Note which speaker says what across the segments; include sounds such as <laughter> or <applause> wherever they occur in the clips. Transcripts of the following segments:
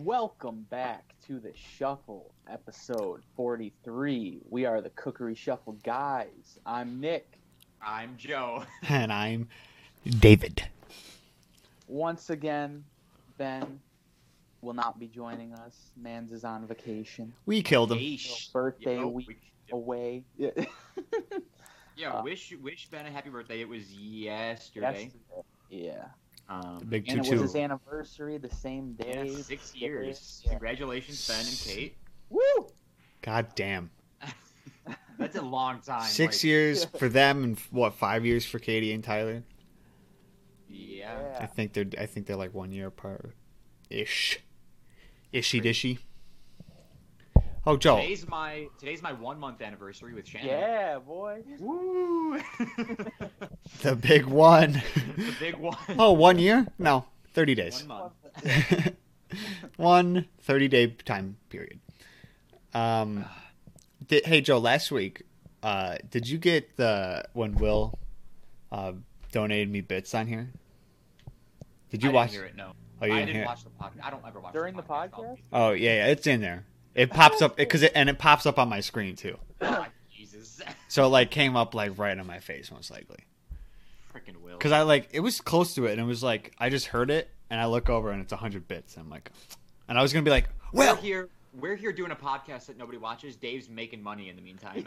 Speaker 1: Welcome back to the Shuffle, episode 43. We are the Cookery Shuffle guys. I'm Nick.
Speaker 2: I'm Joe.
Speaker 3: And I'm David.
Speaker 1: Once again, Ben will not be joining us. Mans is on vacation.
Speaker 3: We killed him.
Speaker 1: Little
Speaker 2: Yeesh.
Speaker 1: birthday
Speaker 2: Yeah, oh,
Speaker 1: week
Speaker 2: we- yeah,
Speaker 1: away.
Speaker 2: yeah,
Speaker 1: uh,
Speaker 2: wish wish Ben a happy birthday. It was
Speaker 1: <laughs>
Speaker 2: yesterday.
Speaker 1: Yesterday. Yeah.
Speaker 2: Um,
Speaker 3: The big
Speaker 1: And
Speaker 3: two
Speaker 1: it was
Speaker 3: two.
Speaker 1: his anniversary the same
Speaker 2: yeah,
Speaker 1: day.
Speaker 2: six years.
Speaker 1: Yeah.
Speaker 2: Congratulations, Ben and Kate. <laughs>
Speaker 1: Woo!
Speaker 3: God damn.
Speaker 2: That's a long time.
Speaker 3: Six
Speaker 2: like-
Speaker 3: years for them, and what five years for Katie and Tyler?
Speaker 2: Yeah.
Speaker 3: I think they're I think they're like one year apart, ish, ishy dishy. Oh, Joe,
Speaker 2: Today's my today's my one month anniversary with Shannon.
Speaker 1: Yeah, boy. <laughs>
Speaker 2: Woo! <laughs>
Speaker 3: the big one.
Speaker 2: the big one.
Speaker 3: oh, one year? No, thirty days.
Speaker 2: One
Speaker 3: <laughs>
Speaker 2: month.
Speaker 3: one 30 day time period. Um, di- hey Joe, last week, uh, did you get the when Will uh, donated me bits on here? Did you
Speaker 2: I
Speaker 3: watch?
Speaker 2: Didn't hear it? No,
Speaker 3: Oh, you
Speaker 2: I
Speaker 3: didn't
Speaker 2: didn't
Speaker 3: hear it?
Speaker 2: watch the podcast. I don't ever watch
Speaker 1: During
Speaker 2: the
Speaker 1: the
Speaker 2: podcast. I'll
Speaker 1: podcast?
Speaker 2: be-
Speaker 3: Oh yeah, yeah, it's in there. It pops up because it, and it pops up on my screen too.
Speaker 2: Oh,
Speaker 1: <laughs>
Speaker 2: Jesus, <laughs>
Speaker 3: So it, like came up like right on my face most likely
Speaker 2: freaking Will.
Speaker 3: because I like it was close to it and it was like I just heard it and I look over and it's hundred bits and I'm like, and I was gonna be like, well,
Speaker 2: we're here we're here doing a podcast that nobody watches dave's making money in the meantime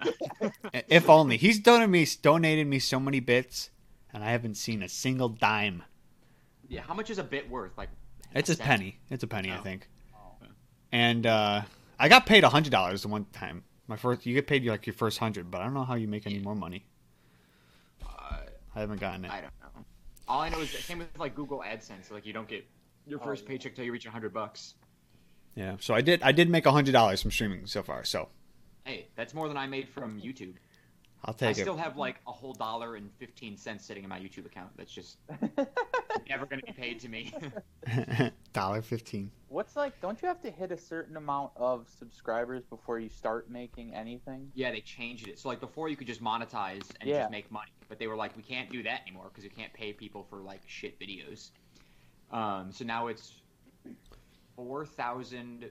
Speaker 2: <laughs>
Speaker 3: If only he's donated me donated me so many bits, and I haven't seen a single dime.
Speaker 2: yeah how much is a bit worth like
Speaker 3: It's a
Speaker 2: cent?
Speaker 3: penny. It's a penny, I
Speaker 2: Oh.
Speaker 3: think.
Speaker 2: Oh.
Speaker 3: And uh, I got paid hundred dollars the one time. My first, you get paid like your first hundred, but I don't know how you make any more money.
Speaker 2: uh,
Speaker 3: I haven't gotten it.
Speaker 2: i don't know all i know is the same with like google adsense like you don't get your
Speaker 1: Oh,
Speaker 2: first
Speaker 1: yeah.
Speaker 2: paycheck till you reach 100 bucks
Speaker 3: Yeah, so I did. I did make hundred dollars from streaming so far. So
Speaker 2: hey that's more than i made from youtube
Speaker 3: I'll
Speaker 2: i
Speaker 3: take it.
Speaker 2: still have like a whole dollar and 15 cents sitting in my youtube account that's <laughs> just never gonna be paid to me <laughs>
Speaker 3: <laughs> Dollar fifteen.
Speaker 1: What's like, don't you have to hit a certain amount of subscribers before you start making anything?
Speaker 2: yeah they changed it so like before you could just monetize and
Speaker 1: Yeah.
Speaker 2: just make money but they were like we can't do that anymore because you can't pay people for like shit videos um, so now it's 4000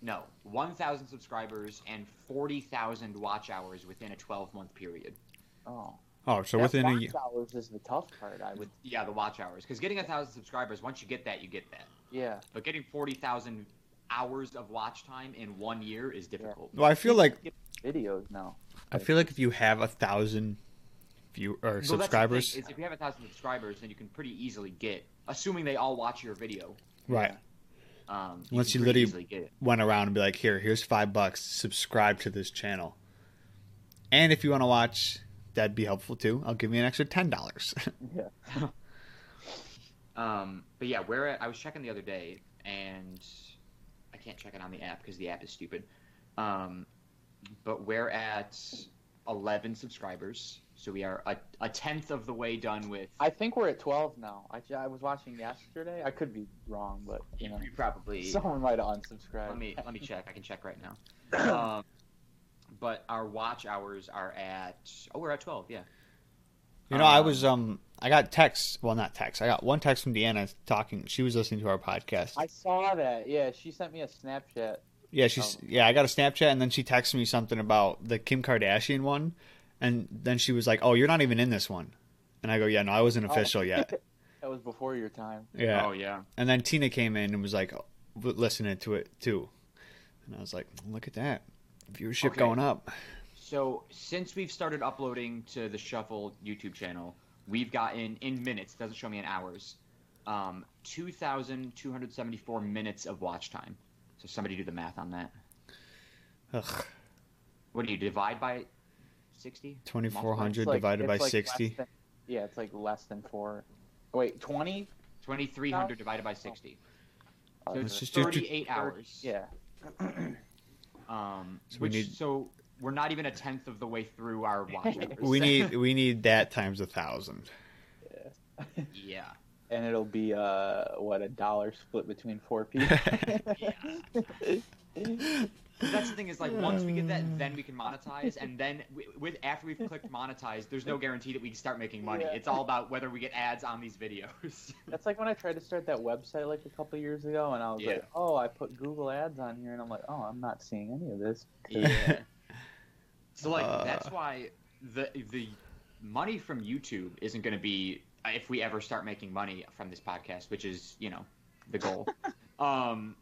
Speaker 2: no 1000 subscribers and 40000 watch hours within a 12 month period
Speaker 1: Oh.
Speaker 3: Oh, so
Speaker 1: That
Speaker 3: within a
Speaker 1: box
Speaker 3: year.
Speaker 1: hours is the tough part. I would,
Speaker 2: yeah the watch hours because getting a thousand subscribers once you get that you get that
Speaker 1: yeah.
Speaker 2: but getting 40000 hours of watch time in one year is difficult
Speaker 3: Well, I feel like
Speaker 1: videos now. <laughs>
Speaker 3: I feel like if you have a thousand view or
Speaker 2: Well, that's the thing,
Speaker 3: subscribers,
Speaker 2: is if you have a thousand subscribers, then you can pretty easily get, assuming they all watch your video.
Speaker 3: right?
Speaker 2: Um,
Speaker 3: Once
Speaker 2: can pretty
Speaker 3: you literally-
Speaker 2: easily get it.
Speaker 3: went around and be like, here, here's five bucks. Subscribe to this channel. And if you want to watch, that'd be helpful too. I'll give you an extra ten dollars. <laughs>
Speaker 1: Yeah.
Speaker 2: Um, but yeah, where at, I was checking the other day, and I can't check it on the app because the app is stupid. Um, but we're at eleven subscribers, so we are a, a tenth of the way done with.
Speaker 1: I think we're at 12 now. I, I was watching yesterday. I could be wrong, but you know,
Speaker 2: you probably
Speaker 1: someone might have unsubscribed.
Speaker 2: Let me let me check. I can check right now. Um, but our watch hours are at oh we're at twelve yeah.
Speaker 3: you know,
Speaker 1: Uh-huh.
Speaker 3: I was um, I got texts. Well, not texts. I got one text from Deanna talking. She was listening to our podcast.
Speaker 1: I saw that. Yeah, she sent me a Snapchat.
Speaker 3: yeah, she's
Speaker 1: Oh.
Speaker 3: yeah. I got a Snapchat, and then she texted me something about the Kim Kardashian one, and then she was like, "Oh, you're not even in this one." And I go, "Yeah, no, I wasn't
Speaker 1: Oh.
Speaker 3: official yet."
Speaker 1: <laughs> That was before your time.
Speaker 3: Yeah.
Speaker 2: Oh yeah.
Speaker 3: And then Tina came in and was like w- listening to it too, and I was like, "Look at that viewership
Speaker 2: Okay.
Speaker 3: going up."
Speaker 2: So since we've started uploading to the Shuffle YouTube channel, we've gotten in minutes. Doesn't show me in hours. Um, two thousand two hundred seventy-four minutes of watch time. So somebody do the math on that.
Speaker 3: Ugh,
Speaker 2: What do you divide by sixty?
Speaker 3: 2400
Speaker 1: It's like-
Speaker 3: divided
Speaker 1: it's
Speaker 3: by
Speaker 1: like less
Speaker 3: 60.
Speaker 1: than- yeah, it's like less than four. Wait, 20?
Speaker 2: Twenty-three hundred divided by sixty.
Speaker 1: Oh,
Speaker 2: So
Speaker 3: Let's
Speaker 2: it's
Speaker 3: Uh, just do-
Speaker 2: thirty-eight hours.
Speaker 1: Yeah.
Speaker 2: Um,
Speaker 3: So we
Speaker 2: which
Speaker 3: need-
Speaker 2: so we're not even a tenth of the way through our watch. hours.
Speaker 3: We need we need that times a thousand.
Speaker 2: <laughs> yeah.
Speaker 1: And it'll be <laughs>
Speaker 2: <laughs>
Speaker 1: uh, what a dollar split between four people.
Speaker 2: Yeah. That's the thing is like once we get that, then we can monetize, and then we, with after we've clicked monetize, there's no guarantee that we can start making money.
Speaker 1: Yeah.
Speaker 2: It's all about whether we get ads on these videos.
Speaker 1: That's like when I tried to start that website like a couple years ago, and I was like, "Oh, I put Google Ads on here," and I'm like, "Oh, I'm not seeing any of this."
Speaker 2: <laughs> yeah. So like
Speaker 3: Uh.
Speaker 2: that's why the the money from YouTube isn't going to be uh, if we ever start making money from this podcast, which is you know the <laughs> goal. um,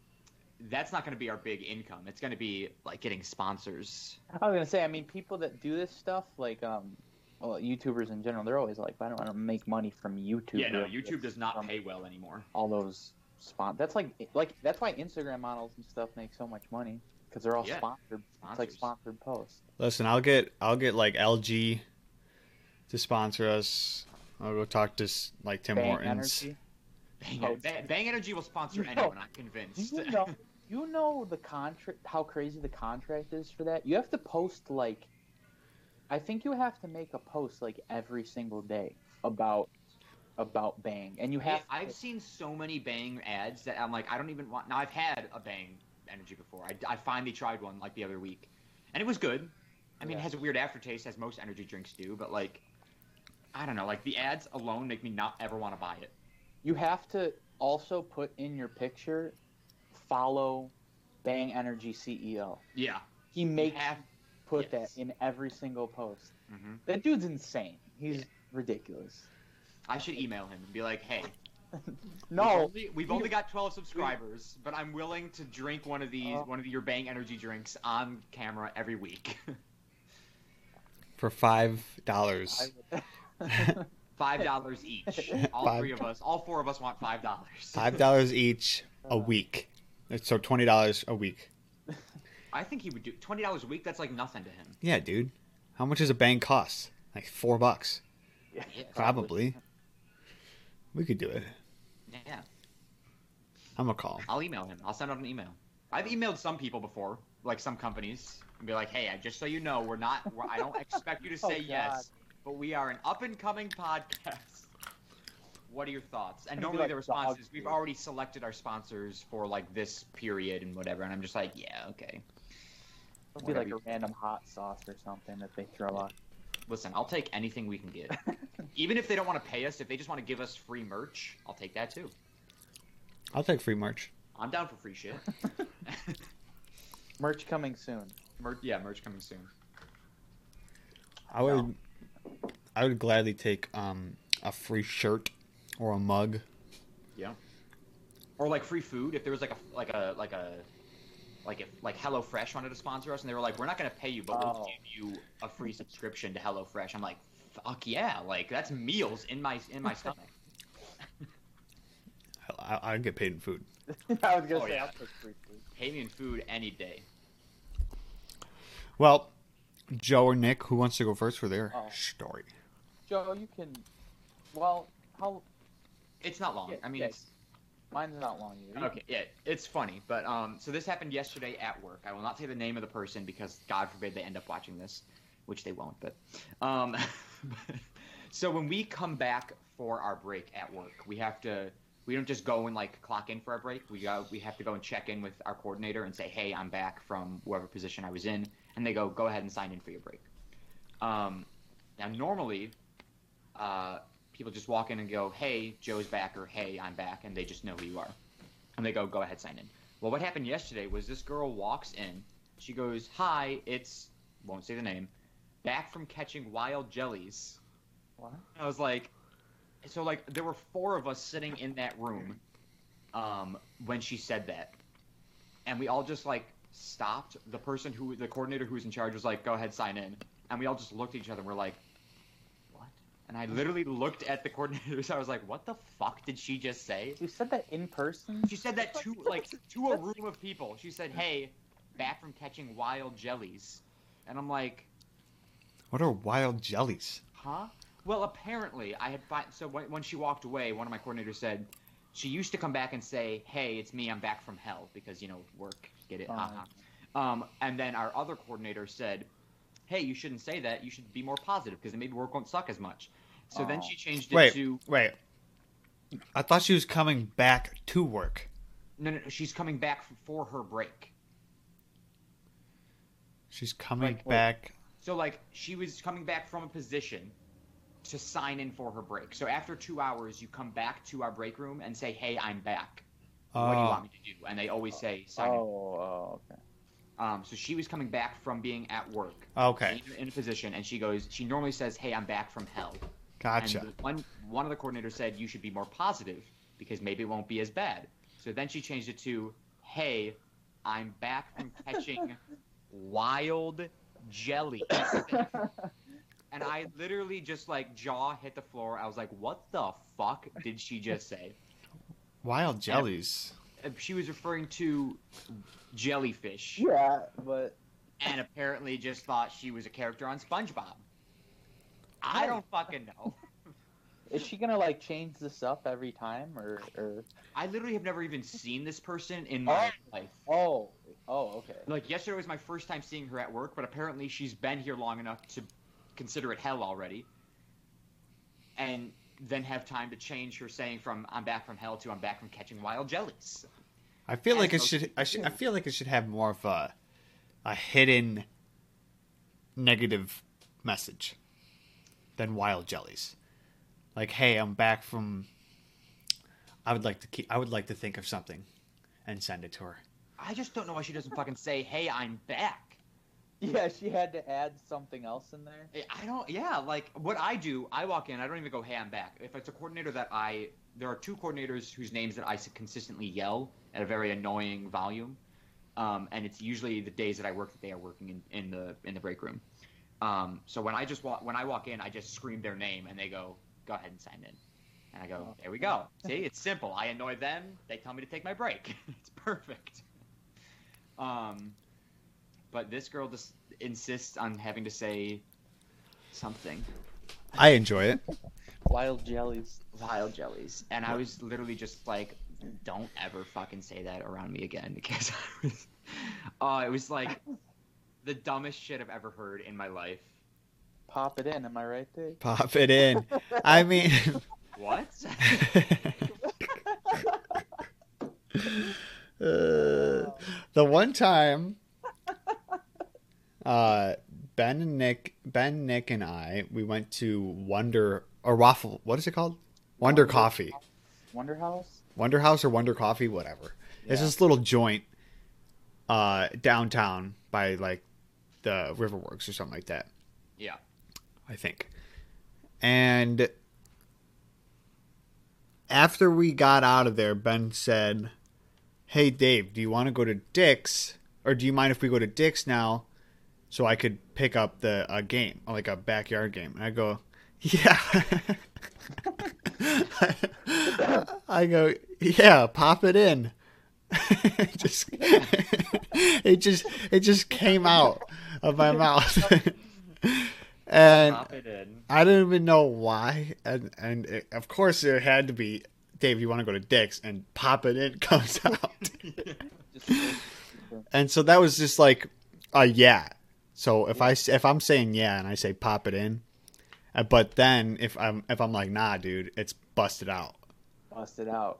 Speaker 2: that's not going to be our big income. It's going to be like getting sponsors.
Speaker 1: I was gonna say, I mean, people that do this stuff, like um, well, YouTubers in general, they're always like, "I don't want to make money from YouTube."
Speaker 2: yeah, no,
Speaker 1: They're-
Speaker 2: YouTube does not
Speaker 1: from
Speaker 2: pay well anymore.
Speaker 1: all those spon. That's like like that's why Instagram models and stuff make so much money because they're all
Speaker 2: Yeah.
Speaker 1: sponsored. It's like
Speaker 2: Sponsors.
Speaker 1: sponsored posts.
Speaker 3: Listen, I'll get I'll get like LG to sponsor us. I'll go talk to s- like Tim
Speaker 1: Bang
Speaker 3: Hortons.
Speaker 1: Energy.
Speaker 2: Bang,
Speaker 1: Oh,
Speaker 2: Bang, Bang Energy will sponsor
Speaker 1: No.
Speaker 2: anyone. I'm
Speaker 1: Do
Speaker 2: convinced.
Speaker 1: you
Speaker 2: <laughs>
Speaker 1: know? you know the contract? How crazy the contract is for that? You have to post like, I think you have to make a post like every single day about about Bang, and you have.
Speaker 2: I- I've seen so many Bang ads that I'm like, I don't even want. Now I've had a Bang energy before. I, I finally tried one like the other week, and it was good. I mean,
Speaker 1: Yeah.
Speaker 2: it has a weird aftertaste, as most energy drinks do. But like, I don't know. Like the ads alone make me not ever want to buy it.
Speaker 1: you have to also put in your picture, follow, Bang Energy CEO.
Speaker 2: Yeah.
Speaker 1: He makes
Speaker 2: Half-
Speaker 1: put
Speaker 2: yes.
Speaker 1: that in every single post.
Speaker 2: mhm.
Speaker 1: That dude's insane. He's ridiculous.
Speaker 2: I should email him and be like, hey. We've
Speaker 1: No,
Speaker 2: only, we've only got 12 subscribers, but I'm willing to drink one of these,
Speaker 1: Oh.
Speaker 2: one of your Bang energy drinks on camera every week.
Speaker 3: for five
Speaker 1: I
Speaker 3: dollars.
Speaker 1: would- <laughs>
Speaker 2: Five dollars each. All
Speaker 3: Five.
Speaker 2: three of us, all four of us want five dollars.
Speaker 3: Five
Speaker 1: <laughs>
Speaker 3: dollars each a
Speaker 1: Uh.
Speaker 3: week. So twenty dollars a week.
Speaker 2: I think he would do twenty dollars a week. That's like nothing to him.
Speaker 3: Yeah, dude. How much does a bang cost? Like four bucks,
Speaker 2: Yeah,
Speaker 3: probably. We could do it.
Speaker 2: Yeah,
Speaker 3: I'm gonna call. him.
Speaker 2: I'll email him. I'll send out an email. I've emailed some people before, like some companies, and be like, "Hey, I- just so you know, we're not. We're, I don't expect you to
Speaker 1: Oh,
Speaker 2: say
Speaker 1: God.
Speaker 2: yes, but we are an up and coming podcast. What are your thoughts?" And
Speaker 1: It'd be
Speaker 2: normally
Speaker 1: like
Speaker 2: the response
Speaker 1: dog
Speaker 2: is, "We've
Speaker 1: food."
Speaker 2: already selected our sponsors for like this period and whatever." And I'm just like, "Yeah, okay.
Speaker 1: It'd be like a
Speaker 2: Whatever.
Speaker 1: random hot sauce or something that they throw on.
Speaker 2: Listen, I'll take anything we can
Speaker 1: <laughs>
Speaker 2: get, even if they don't want to pay us. If they just want to give us free merch, I'll take that too.
Speaker 3: I'll take free merch.
Speaker 2: I'm down for
Speaker 1: <laughs>
Speaker 2: free shit."
Speaker 1: Merch coming soon.
Speaker 2: Merch, yeah, merch coming soon.
Speaker 3: I would. I would gladly take um a free shirt or a mug.
Speaker 2: Yeah. Or like free food. If there was like a like a like a like if like HelloFresh wanted to sponsor us and they were like, we're not gonna pay you, but
Speaker 1: Oh.
Speaker 2: we'll give you a free subscription to HelloFresh. I'm like, fuck yeah! Like that's meals in my
Speaker 1: <laughs>
Speaker 2: in my stomach.
Speaker 3: I, I, I'd get paid in food.
Speaker 1: <laughs> I was gonna
Speaker 2: Oh,
Speaker 1: say
Speaker 2: yeah.
Speaker 1: I'll put free food.
Speaker 2: pay me in food any day.
Speaker 3: Well, Joe or Nick, who wants to go first for their
Speaker 1: Oh.
Speaker 3: story?
Speaker 1: Joe, you can. Well, how?
Speaker 2: It's not long.
Speaker 1: yeah,
Speaker 2: I mean,
Speaker 1: yeah,
Speaker 2: it's,
Speaker 1: mine's not long either. You
Speaker 2: okay, yeah, it's funny, but um, so this happened yesterday at work. I will not say the name of the person because God forbid they end up watching this, which they won't. But um, <laughs> so when we come back for our break at work, we have to. We don't just go and like clock in for our break. We go. We have to go and check in with our coordinator and say, "Hey, I'm back from whatever position I was in," and they go, "Go ahead and sign in for your break." Um, now normally, uh, people just walk in and go, "Hey, Joe's back," or "Hey, I'm back," and they just know who you are and they go, "Go ahead, sign in." Well, what happened yesterday was this girl walks in. She goes, "Hi, it's won't say the name, back from catching wild jellies."
Speaker 1: What?
Speaker 2: And I was like, so like there were four of us sitting in that room, um, when she said that, and we all just like stopped. The person who the coordinator who was in charge was like, "Go ahead, sign in," and we all just looked at each other. and We're like, "What?" And I literally looked at the coordinator. So <laughs> I was like, "What the fuck did she just say?"
Speaker 1: You said that in person.
Speaker 2: She said that to like to a room of people. She said, "Hey, back from catching wild jellies," and I'm like,
Speaker 3: What are wild jellies?
Speaker 2: "Huh?" Well, apparently I had fi- so when when she walked away, one of my coordinators said she used to come back and say, "Hey, it's me. I'm back from hell," because you know work, get it?
Speaker 1: Fine.
Speaker 2: haha. Um, and then our other coordinator said, "Hey, you shouldn't say that. You should be more positive because then maybe work won't suck as much." So then
Speaker 1: Aw.
Speaker 2: she changed it
Speaker 3: Wait,
Speaker 2: to
Speaker 3: wait. I thought she was coming back to work.
Speaker 2: no, no, no, she's coming back f- for her break.
Speaker 3: She's coming
Speaker 2: Like, wait.
Speaker 3: back.
Speaker 2: So like she was coming back from a position to sign in for her break. So after two hours, you come back to our break room and say, "Hey, I'm back. What do you
Speaker 3: Oh.
Speaker 2: want me to do?" And they always say, "Sign in."
Speaker 1: Oh, oh, okay.
Speaker 2: Um, so she was coming back from being at work
Speaker 3: Okay,
Speaker 2: in, in a position, and she goes. She normally says, "Hey, I'm back from hell."
Speaker 3: gotcha.
Speaker 2: And the one one of the coordinators said you should be more positive because maybe it won't be as bad. So then she changed it to, "Hey, I'm back from catching wild jelly," and I literally just like jaw hit the floor. I was like, "What the fuck did she just say?"
Speaker 3: Wild jellies.
Speaker 2: Uh, She was referring to jellyfish,
Speaker 1: Yeah, but
Speaker 2: and apparently just thought she was a character on SpongeBob. I don't fucking know.
Speaker 1: is she gonna like change this up every time, or, or...
Speaker 2: I literally have never even seen this person in my life.
Speaker 1: Oh, oh, okay.
Speaker 2: Like yesterday was my first time seeing her at work, but apparently she's been here long enough to consider it hell already, and then have time to change her saying from "I'm back from hell" to "I'm back from catching wild jellies."
Speaker 3: I feel like it
Speaker 2: and-
Speaker 3: should. I should. I feel like it should have more of a, a hidden negative message than wild jellies. Like, hey, I'm back from. I would like to keep. I would like to think of something, and send it to her.
Speaker 2: I just don't know why she doesn't fucking say, "Hey, I'm back."
Speaker 1: Yeah, she had to add something else in there.
Speaker 2: I- I don't. Yeah, like what I do, I walk in, I don't even go, "Hey, I'm back." If it's a coordinator that I, there are two coordinators whose names that I s- consistently yell at a very annoying volume, um, and it's usually the days that I work that they are working in, in the in the break room. Um, so when I just walk when I walk in, I just scream their name, and they go, "Go ahead and sign in." And I go, "There we go. See, it's simple. I annoy them. They tell me to take my break. <laughs> it's perfect." Um, but this girl just insists on having to say something.
Speaker 3: I enjoy it.
Speaker 1: Wild jellies.
Speaker 2: Wild jellies, and I was literally just like, "Don't ever fucking say that around me again," <laughs> because I was, oh, it was
Speaker 3: <laughs>
Speaker 2: like the dumbest shit I've ever heard in my life.
Speaker 1: Pop it in. Am I right, Dave?
Speaker 3: <laughs> Pop it in. I mean, <laughs>
Speaker 2: What? <laughs>
Speaker 1: Oh.
Speaker 3: Uh, the one time uh ben and nick ben nick and i we went to wonder or waffle what is it called wonder,
Speaker 1: Wonder.
Speaker 3: coffee
Speaker 1: Wonder House.
Speaker 3: wonder house or wonder coffee whatever it's
Speaker 1: Yeah.
Speaker 3: this little joint uh downtown by like the riverworks or something like that
Speaker 2: yeah.
Speaker 3: I think. And after we got out of there, Ben said, Hey, Dave, do you want to go to Dick's? Or do you mind if we go to Dick's now so I could pick up the a game, like a backyard game? And I go, <laughs> Yeah. I go, Yeah, pop it in. <laughs> It just <laughs> it just it just came out of my mouth. <laughs> and
Speaker 2: Pop it in.
Speaker 3: <laughs> I didn't even know why, and and it, of course it had to be Dave. You want to go to Dick's and pop it <laughs> in comes out,
Speaker 1: Just
Speaker 3: and so that was just like a yeah. So if I s- if I'm saying yeah and I say pop it in, uh, but then if I'm if I'm like nah, dude, it's busted out,
Speaker 1: bust it out.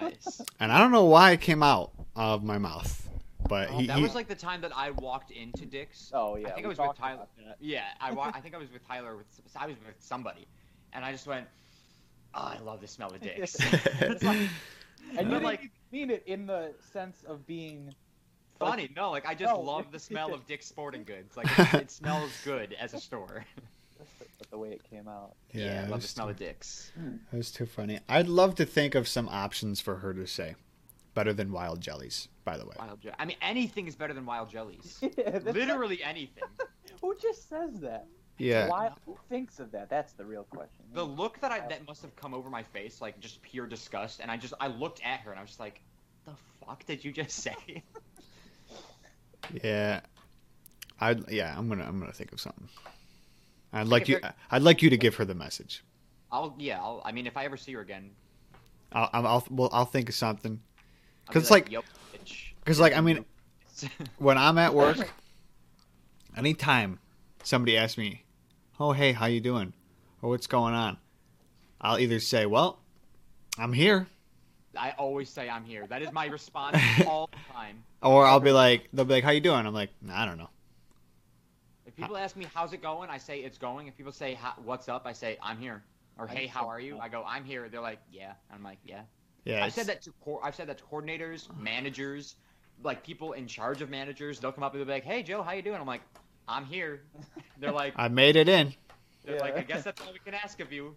Speaker 2: Nice.
Speaker 3: and I don't know why it came out of my mouth, but he,
Speaker 2: Oh, That
Speaker 3: he- <laughs>
Speaker 2: was like the time that I walked into Dick's.
Speaker 1: Oh yeah.
Speaker 2: I think
Speaker 1: we
Speaker 2: I was with
Speaker 1: talked
Speaker 2: Tyler.
Speaker 1: about that.
Speaker 2: Yeah, I wa- I think I was with Tyler. With I was with somebody, and I just went, oh, "I love the smell
Speaker 3: <laughs>
Speaker 2: of dicks." It's like,
Speaker 1: And you
Speaker 2: But,
Speaker 1: didn't
Speaker 2: like-
Speaker 1: even mean it in the sense of being
Speaker 2: funny. No, like I just
Speaker 1: No.
Speaker 2: love the smell of Dick's Sporting Goods. Like it, it smells good as a store.
Speaker 1: but the way it came out. <laughs>
Speaker 3: yeah,
Speaker 2: I
Speaker 3: it
Speaker 2: love the
Speaker 3: was,
Speaker 2: smell of Dick's.
Speaker 3: it was too funny. I'd love to think of some options for her to say, better than wild jellies, by the way.
Speaker 2: Wild jelly. I mean, anything is better than wild jellies.
Speaker 1: <laughs> Yeah, that's-
Speaker 2: Literally anything.
Speaker 1: Who just says that?
Speaker 3: Yeah,
Speaker 1: Why? Who thinks of that? That's the real question.
Speaker 2: The look that I that must have come over my face, like just pure disgust, and I just I looked at her and I was just like, "The fuck did you just say?"
Speaker 3: Yeah, I yeah, I'm gonna I'm gonna think of something. I'd
Speaker 2: if
Speaker 3: like you.
Speaker 2: you're-
Speaker 3: I'd like you to give her the message.
Speaker 2: I'll yeah. I'll, I mean, if I ever see her again,
Speaker 3: I'll I'll I'll, well, I'll think of something.
Speaker 2: I'll be
Speaker 3: 'Cause, like-
Speaker 2: "Yo, bitch." <laughs>
Speaker 3: Because like I mean, when I'm at work, anytime somebody asks me, "Oh hey, how you doing?" or "What's going on?" I'll either say, "Well, I'm here,"
Speaker 2: I always say I'm here. That is my <laughs> response all the time.
Speaker 3: Or I'll be like, they'll be like, "How you doing?" I'm like, "I don't know."
Speaker 2: If people ask me how's it going, I say it's going. If people say "How- what's up, I say I'm here. Or
Speaker 1: I
Speaker 2: hey,
Speaker 1: just
Speaker 2: how
Speaker 1: don't
Speaker 2: are you?
Speaker 1: know.
Speaker 2: I go I'm here. They're like yeah. I'm like yeah.
Speaker 3: Yeah,
Speaker 2: I've said that
Speaker 3: it's-
Speaker 2: to co- I've said that to coordinators, managers, like people in charge of managers. They'll come up and they'll be like, "Hey Joe, how you doing?" I'm like, "I'm
Speaker 1: <laughs>
Speaker 2: here." They're like,
Speaker 3: I made it in.
Speaker 2: they're
Speaker 1: Yeah.
Speaker 2: like, "I guess that's all we can ask of you."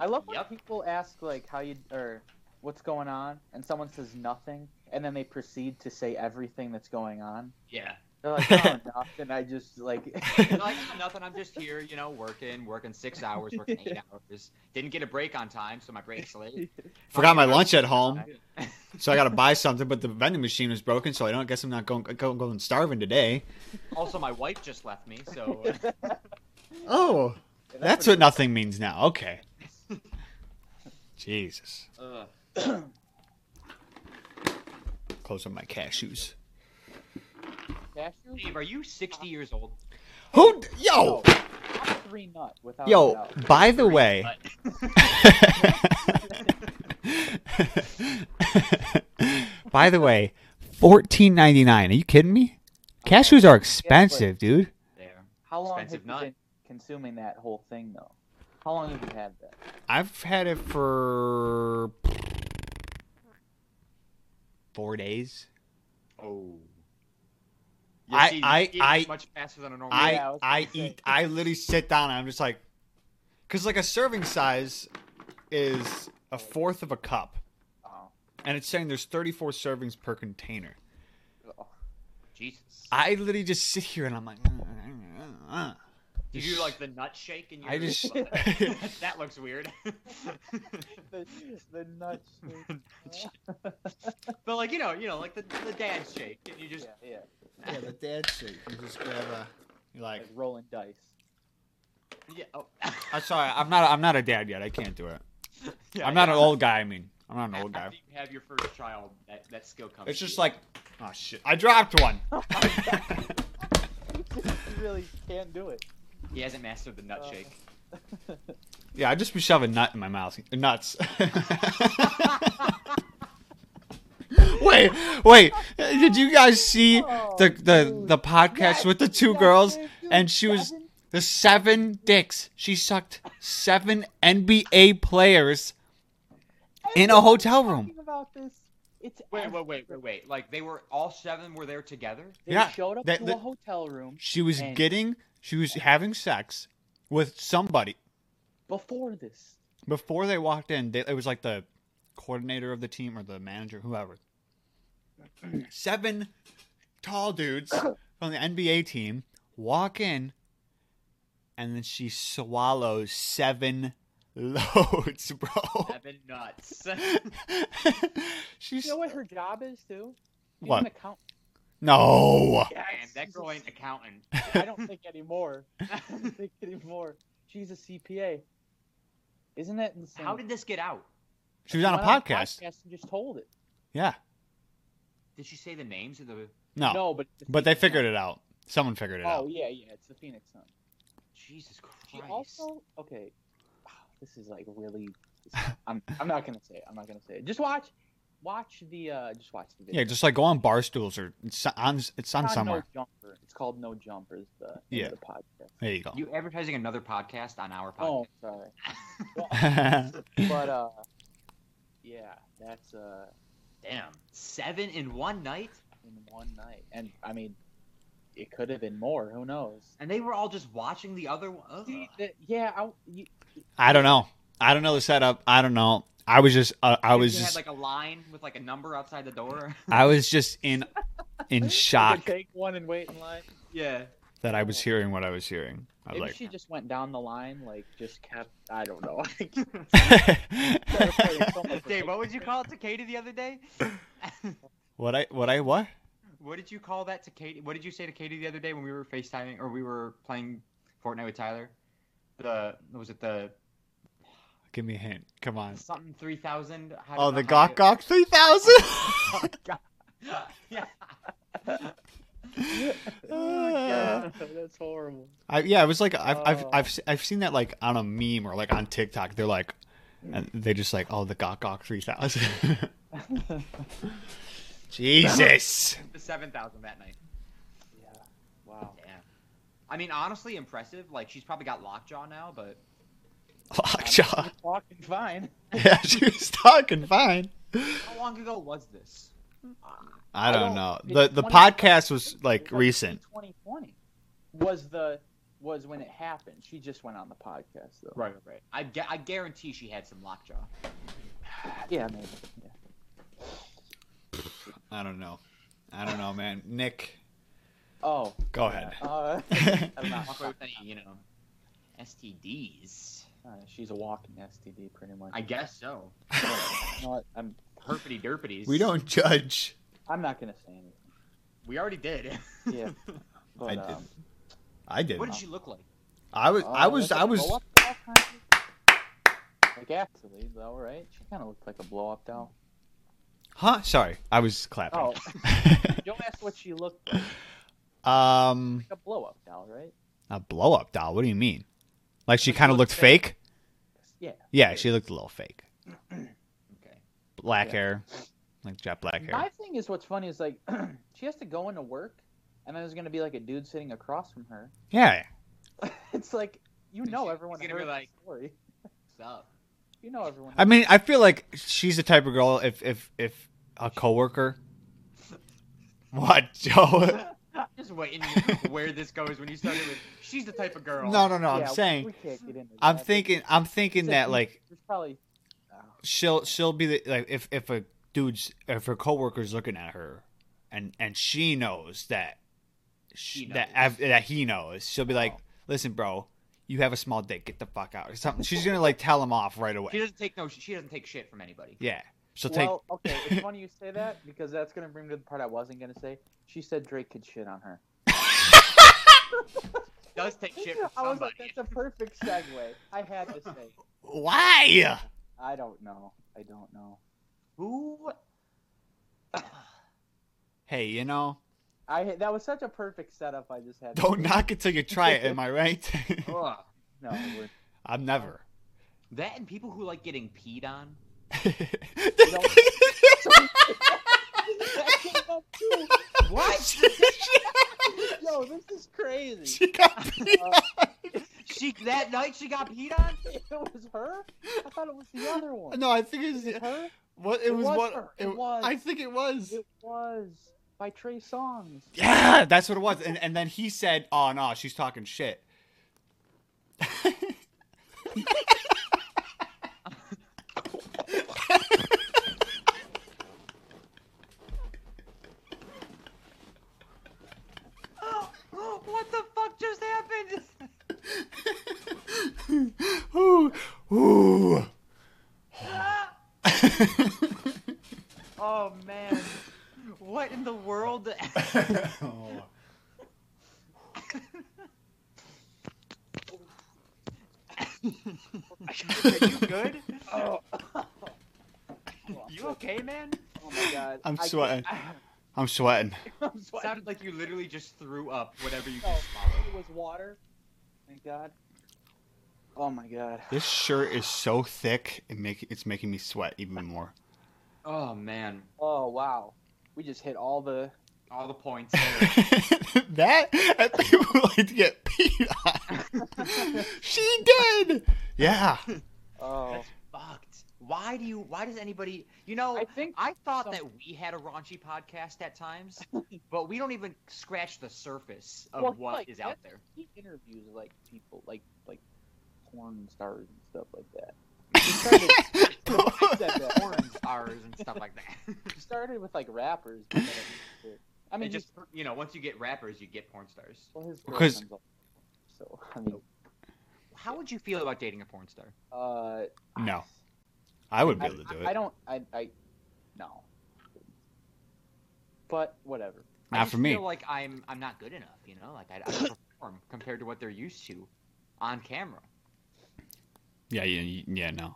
Speaker 1: <laughs> I love when
Speaker 2: yep.
Speaker 1: people ask like how you or what's going on, and someone says nothing, and then they proceed to say everything that's going on. <laughs>
Speaker 2: Yeah.
Speaker 1: They're like, oh,
Speaker 3: <laughs>
Speaker 1: nothing. I just like <laughs>
Speaker 2: They're <laughs> like, "Oh, nothing. I'm just here, you know, working, working six hours, working
Speaker 1: <laughs>
Speaker 2: eight hours. Didn't get a break on time, so my break's late.
Speaker 3: Forgot my lunch at home, so I got to buy something. But the vending machine is broken, so I don't guess I'm not going going, going starving today.
Speaker 2: Also, my wife just left me,
Speaker 1: <laughs>
Speaker 2: so
Speaker 3: Oh, that's what nothing means now. Okay. Jesus.
Speaker 2: Ugh.
Speaker 3: Close up my cashews.
Speaker 1: Cashews?
Speaker 2: Dave, are you 60 years old?
Speaker 3: Who? Yo,
Speaker 1: Top three nut without a
Speaker 3: yo.
Speaker 1: doubt.
Speaker 3: By the way, <laughs> by the way, fourteen ninety nine. Are you kidding me? Cashews are expensive, dude.
Speaker 2: There.
Speaker 1: How long have
Speaker 2: Expensive
Speaker 1: you
Speaker 2: nut.
Speaker 1: been consuming that whole thing though? How long have you had that?
Speaker 3: I've had it for four days.
Speaker 2: Oh.
Speaker 3: I-
Speaker 2: see,
Speaker 3: I-
Speaker 2: you eat
Speaker 3: I-
Speaker 2: much faster than a normal.
Speaker 3: I
Speaker 2: man.
Speaker 1: Yeah, I was
Speaker 3: I,
Speaker 1: gonna say.
Speaker 3: eat. I literally sit down and I'm just like, because like a serving size is a fourth of a cup,
Speaker 1: Oh,
Speaker 3: and it's saying there's 34 servings per container.
Speaker 1: oh.
Speaker 2: Jesus.
Speaker 3: I literally just sit here and I'm like, "Mm,
Speaker 2: Did you do, like the nut shake? And
Speaker 3: I just-
Speaker 2: <laughs>
Speaker 3: <laughs>
Speaker 2: that looks weird. <laughs>
Speaker 1: <laughs> The, the nut shake.
Speaker 2: but like you know, you know, like the, the dad shake, and you
Speaker 1: yeah,
Speaker 2: just
Speaker 1: yeah.
Speaker 3: yeah, the dad shit. You just grab a. You're like,
Speaker 1: Like rolling
Speaker 2: <laughs>
Speaker 1: dice.
Speaker 2: yeah. oh. <laughs>
Speaker 3: I'm sorry, I'm not. I'm not a dad yet. I can't do it.
Speaker 2: Yeah,
Speaker 3: I'm not
Speaker 2: yeah.
Speaker 3: an old guy. I mean, I'm not an old
Speaker 2: After
Speaker 3: guy.
Speaker 2: you have your first child, that, that skill comes.
Speaker 3: It's
Speaker 2: to
Speaker 3: just
Speaker 2: you.
Speaker 3: like, oh shit, I dropped one. <laughs>
Speaker 1: you really can't do it.
Speaker 2: he hasn't mastered the nut
Speaker 1: Uh,
Speaker 2: shake. <laughs>
Speaker 3: Yeah, I just be shoving nut in my mouth. Nuts. <laughs> wait, wait. Did you guys see the the the podcast with the two girls and she was the seven dicks. She sucked seven NBA players in a hotel room.
Speaker 1: Talking about this, it's
Speaker 2: Wait, wait, wait, wait, wait. Like they were all seven were there together.
Speaker 1: They
Speaker 3: Yeah,
Speaker 1: showed up
Speaker 3: that-
Speaker 1: to a
Speaker 3: that-
Speaker 1: hotel room
Speaker 3: She was
Speaker 1: And-
Speaker 3: getting she was having sex with somebody
Speaker 1: before this.
Speaker 3: before they walked in. They, it was like the coordinator of the team or the manager, whoever. Seven tall dudes from the NBA team walk in, and then she swallows seven <laughs> loads, bro. <laughs>
Speaker 2: Seven <laughs> nuts.
Speaker 3: She's
Speaker 1: You know what her job is too? She's
Speaker 3: What?
Speaker 1: An accountant.
Speaker 3: no.
Speaker 2: And Oh, that girl ain't an accountant.
Speaker 1: I don't
Speaker 2: <laughs>
Speaker 1: think anymore. I don't think anymore. She's a CPA. Isn't that insane?
Speaker 2: How did this get out?
Speaker 3: She was on a
Speaker 1: Went on
Speaker 3: podcast.
Speaker 1: and just told it.
Speaker 3: Yeah.
Speaker 2: Did she say the names of the?
Speaker 3: No.
Speaker 1: No, but it's the
Speaker 3: Oh. But they
Speaker 1: Phoenix
Speaker 3: figured it out. Someone figured it
Speaker 1: Sun. Oh
Speaker 3: out.
Speaker 1: yeah, yeah, it's the Phoenix Sun.
Speaker 2: Jesus
Speaker 1: She
Speaker 2: Christ.
Speaker 1: also okay. <sighs> This is like really. <laughs> I'm I'm not gonna say it. I'm not gonna say it. Just watch, watch the uh, just watch the video.
Speaker 3: Yeah, just like go on bar stools or it's on it's on
Speaker 1: It's called
Speaker 3: somewhere.
Speaker 1: No jumper. It's called No Jumpers. The name of
Speaker 3: Yeah.
Speaker 1: the podcast.
Speaker 3: There you go.
Speaker 2: You advertising another podcast on our
Speaker 1: Oh,
Speaker 2: podcast?
Speaker 1: sorry.
Speaker 3: <laughs>
Speaker 1: But uh, yeah, that's uh
Speaker 2: Damn. Seven in one night?
Speaker 1: in one night, and I mean, it could have been more. Who knows?
Speaker 2: And they were all just watching the other one? Ugh.
Speaker 1: See, the, yeah, I, you,
Speaker 3: I don't know. I don't know the setup. I don't know. I was just uh, I
Speaker 2: If
Speaker 3: was
Speaker 2: you
Speaker 3: just
Speaker 2: had like a line with like a number outside the door.
Speaker 3: I was just in
Speaker 1: <laughs>
Speaker 3: in
Speaker 1: You
Speaker 3: shock
Speaker 1: could take one and wait in line.
Speaker 2: <laughs> yeah.
Speaker 3: that I was hearing what I was hearing. I
Speaker 1: Maybe
Speaker 3: was
Speaker 1: she just went down the line, like just kept. I don't know. <laughs>
Speaker 3: <laughs>
Speaker 2: <laughs>
Speaker 3: like
Speaker 2: Dave, what would you call it to Katie the other
Speaker 3: <laughs>
Speaker 2: day?
Speaker 3: What I what I what?
Speaker 2: what did you call that to Katie? What did you say to Katie the other day when we were FaceTiming or we were playing Fortnite with Tyler? The was it the
Speaker 3: Give me a hint. Come on.
Speaker 2: something three thousand?
Speaker 3: Uh, Oh, the Gawk
Speaker 1: <laughs>
Speaker 3: Gawk 3000.
Speaker 2: <laughs> yeah. oh
Speaker 1: Oh,
Speaker 3: Oh, <laughs>
Speaker 1: <laughs> Yeah, that's horrible.
Speaker 3: I, yeah, it was like I've, I've
Speaker 1: Oh.
Speaker 3: I've se- I've seen that like on a meme or like on TikTok. They're like, and they just like, oh, the Gok Gok three thousand. <laughs> Jesus.
Speaker 2: The seven thousand that night.
Speaker 1: Yeah. Wow.
Speaker 2: Damn. I mean, honestly, impressive. Like she's probably got lockjaw now, but
Speaker 3: Lockjaw. <laughs>
Speaker 1: We're Talking fine.
Speaker 3: Yeah, she was talking fine.
Speaker 2: how long ago was this?
Speaker 3: I
Speaker 1: don't-
Speaker 3: don't, know.
Speaker 1: it's
Speaker 3: The the
Speaker 1: 20
Speaker 3: podcast was like
Speaker 1: It was
Speaker 3: recent.
Speaker 1: 2020 was the was when it happened. She just went on the podcast though.
Speaker 2: Right, right. I, gu- I guarantee she had some <laughs> lockjaw.
Speaker 1: Yeah, maybe. Yeah.
Speaker 3: I don't know. I don't know, man. Nick,
Speaker 1: Oh.
Speaker 3: go ahead.
Speaker 1: Uh, <laughs> I don't know.
Speaker 2: Walk away with any, you know, STDs.
Speaker 1: Uh, she's a walking STD, pretty much.
Speaker 2: I guess so.
Speaker 1: You know what? I'm
Speaker 2: Herpity derpities.
Speaker 3: <laughs> we don't judge.
Speaker 1: I'm not gonna say anything.
Speaker 2: We already did. <laughs>
Speaker 1: Yeah. But,
Speaker 3: I
Speaker 1: um,
Speaker 3: I did.
Speaker 2: what did she look like?
Speaker 3: I was.
Speaker 1: oh,
Speaker 3: I was.
Speaker 1: that's a
Speaker 3: I was.
Speaker 1: blow-up doll, kinda? Like actually, though, right? She kind of looked like a blow up doll.
Speaker 3: Huh? Sorry, I was clapping.
Speaker 1: Oh, Joe asked what she looked like.
Speaker 3: <laughs> um,
Speaker 1: A blow up doll, right?
Speaker 3: a blow up doll. What do you mean? Like she
Speaker 2: Like she
Speaker 3: kind of
Speaker 2: looked
Speaker 3: looked fake?
Speaker 1: Yeah.
Speaker 3: Yeah, she looked a little fake.
Speaker 2: Okay.
Speaker 3: Black
Speaker 1: Yeah.
Speaker 3: hair, like jet black hair.
Speaker 1: My thing is, what's funny is like <clears throat> she has to go into work, and then there's gonna be like a dude sitting across from her. <laughs>
Speaker 3: Yeah.
Speaker 1: It's like you know
Speaker 2: He's
Speaker 1: everyone
Speaker 2: gonna
Speaker 1: heard
Speaker 2: be like-
Speaker 1: the story. <laughs>
Speaker 2: Sup?
Speaker 1: You know everyone.
Speaker 3: I mean, I feel like she's the type of girl. If if if a coworker. What, <laughs> Joe?
Speaker 2: I'm just waiting where this goes when you started with. She's the type of girl.
Speaker 3: No, no, no. I'm
Speaker 1: Yeah, we-
Speaker 3: saying.
Speaker 1: we can't get into
Speaker 3: I'm
Speaker 1: that.
Speaker 3: thinking. I'm thinking
Speaker 1: It's
Speaker 3: that
Speaker 1: you-
Speaker 3: like
Speaker 1: there's probably oh,
Speaker 3: she'll she'll be the, like if if a dude's if her coworker's looking at her, and and she knows that she,
Speaker 2: He knows.
Speaker 3: that av- that he knows, she'll be like,
Speaker 2: Oh.
Speaker 3: "Listen, bro, you have a small dick. Get the fuck out." Or something. She's gonna like tell him off right away.
Speaker 2: She doesn't take no. She doesn't take shit from anybody.
Speaker 3: yeah, she'll take.
Speaker 1: well, okay, it's funny you say that because that's gonna bring me to the part I wasn't gonna say. She said Drake could shit on her.
Speaker 2: She does take shit from
Speaker 1: I was like,
Speaker 2: somebody.
Speaker 1: that's a perfect segue. I had to
Speaker 3: <laughs>
Speaker 1: say. it.
Speaker 3: Why?
Speaker 1: I don't know. I don't know.
Speaker 2: Who?
Speaker 3: Hey, you know,
Speaker 1: I ha- that was such a perfect setup. I just had. to
Speaker 3: don't
Speaker 1: say.
Speaker 3: knock it till you try it. Am I right? <laughs>
Speaker 2: Ugh.
Speaker 1: No, we're,
Speaker 3: I'm never.
Speaker 2: That and people who like getting peed on.
Speaker 3: <laughs>
Speaker 1: that came up too.
Speaker 2: What?
Speaker 1: Yo, this is crazy.
Speaker 3: <laughs> she got beat
Speaker 1: Uh,
Speaker 2: she that night she got peed on.
Speaker 1: it was her. I thought it was the other one.
Speaker 3: No, I think it was
Speaker 1: Is it her?
Speaker 3: what it,
Speaker 1: It
Speaker 3: was.
Speaker 1: was
Speaker 3: what
Speaker 1: her. It was.
Speaker 3: I think it was.
Speaker 1: It was by Trey
Speaker 3: <laughs>
Speaker 1: Songs.
Speaker 3: yeah, that's what it was. And and then he said, "Oh no, she's talking shit."
Speaker 2: <gasps> what the fuck just happened?
Speaker 3: <laughs> ooh, <laughs> ooh.
Speaker 2: oh man. <laughs> What in the <laughs> world?
Speaker 3: oh.
Speaker 2: Are you good?
Speaker 1: Oh, <laughs>
Speaker 2: You okay, man?
Speaker 1: oh my god.
Speaker 3: I'm
Speaker 1: I can't-
Speaker 3: sweating.
Speaker 1: I-
Speaker 3: I'm sweating.
Speaker 1: <laughs> I'm
Speaker 2: It
Speaker 1: sweating.
Speaker 2: sounded like you literally just threw up whatever you
Speaker 1: No,
Speaker 2: just swallowed.
Speaker 1: it was water. Thank God. Oh my God.
Speaker 3: This shirt is so thick, it make it's making me sweat even more. <laughs>
Speaker 2: Oh man,
Speaker 1: Oh wow. We just hit all the.
Speaker 2: all the <laughs> points. there.
Speaker 3: that I think people <laughs> like to get peed <laughs> on. she did. Yeah. <laughs>
Speaker 1: Oh.
Speaker 2: That's fucked. Why do you? Why does anybody? You know,
Speaker 1: I
Speaker 2: I,
Speaker 1: think
Speaker 2: thought
Speaker 1: some-
Speaker 2: that we had a raunchy podcast at times, <laughs> but we don't even scratch the surface of
Speaker 1: Well,
Speaker 2: what
Speaker 1: he,
Speaker 2: is
Speaker 1: like,
Speaker 2: out
Speaker 1: that's-
Speaker 2: there.
Speaker 1: he interviews like people, like like porn stars and stuff like that. He started, I said that.
Speaker 2: <laughs> Porn stars and stuff like that.
Speaker 1: he started with like rappers. but then it- I
Speaker 2: I
Speaker 1: mean,
Speaker 2: mean,
Speaker 1: he's-
Speaker 2: just you know, once you get rappers, you get porn stars.
Speaker 1: well, his
Speaker 3: Because-
Speaker 1: girlfriend's all- so I mean,
Speaker 2: How would you feel about dating a porn star?
Speaker 1: uh,
Speaker 3: No. I would be
Speaker 1: I,
Speaker 3: able to do
Speaker 1: I-
Speaker 3: it.
Speaker 1: I don't. I, I no. But whatever.
Speaker 2: I
Speaker 3: Not
Speaker 2: just
Speaker 3: for me.
Speaker 2: Feel like I'm I'm not good enough. You know, like I, I
Speaker 3: <coughs>
Speaker 2: don't perform compared to what they're used to on camera.
Speaker 3: Yeah, yeah, yeah, no.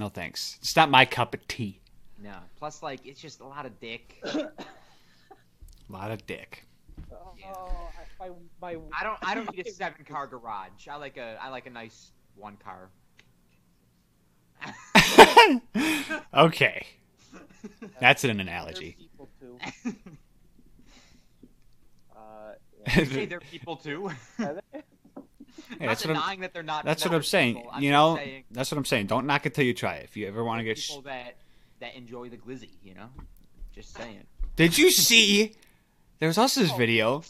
Speaker 3: No thanks. It's not my cup of tea.
Speaker 2: No. Plus, like it's just a lot of
Speaker 3: <coughs>
Speaker 2: dick.
Speaker 3: A lot of dick. <laughs>
Speaker 1: Oh,
Speaker 2: Yeah.
Speaker 1: I, my, my,
Speaker 3: <laughs> <laughs>
Speaker 2: I don't I don't need a seven car garage. I like a I like a nice one car.
Speaker 3: okay, that's an analogy. <laughs>
Speaker 1: They're people too. Uh,
Speaker 2: Hey, they're people too.
Speaker 3: <laughs>
Speaker 1: yeah.
Speaker 3: Hey,
Speaker 2: not
Speaker 3: that's what I'm,
Speaker 2: denying that they're not.
Speaker 3: that's what
Speaker 2: not
Speaker 3: I'm saying.
Speaker 2: people. I'm
Speaker 3: you
Speaker 2: just
Speaker 3: know,
Speaker 2: saying
Speaker 3: that's what I'm saying. Don't knock it till you try. it. If you ever want to get, sh-
Speaker 2: people that that enjoy the glizzy. You know, just saying.
Speaker 3: did you see? There was also this video.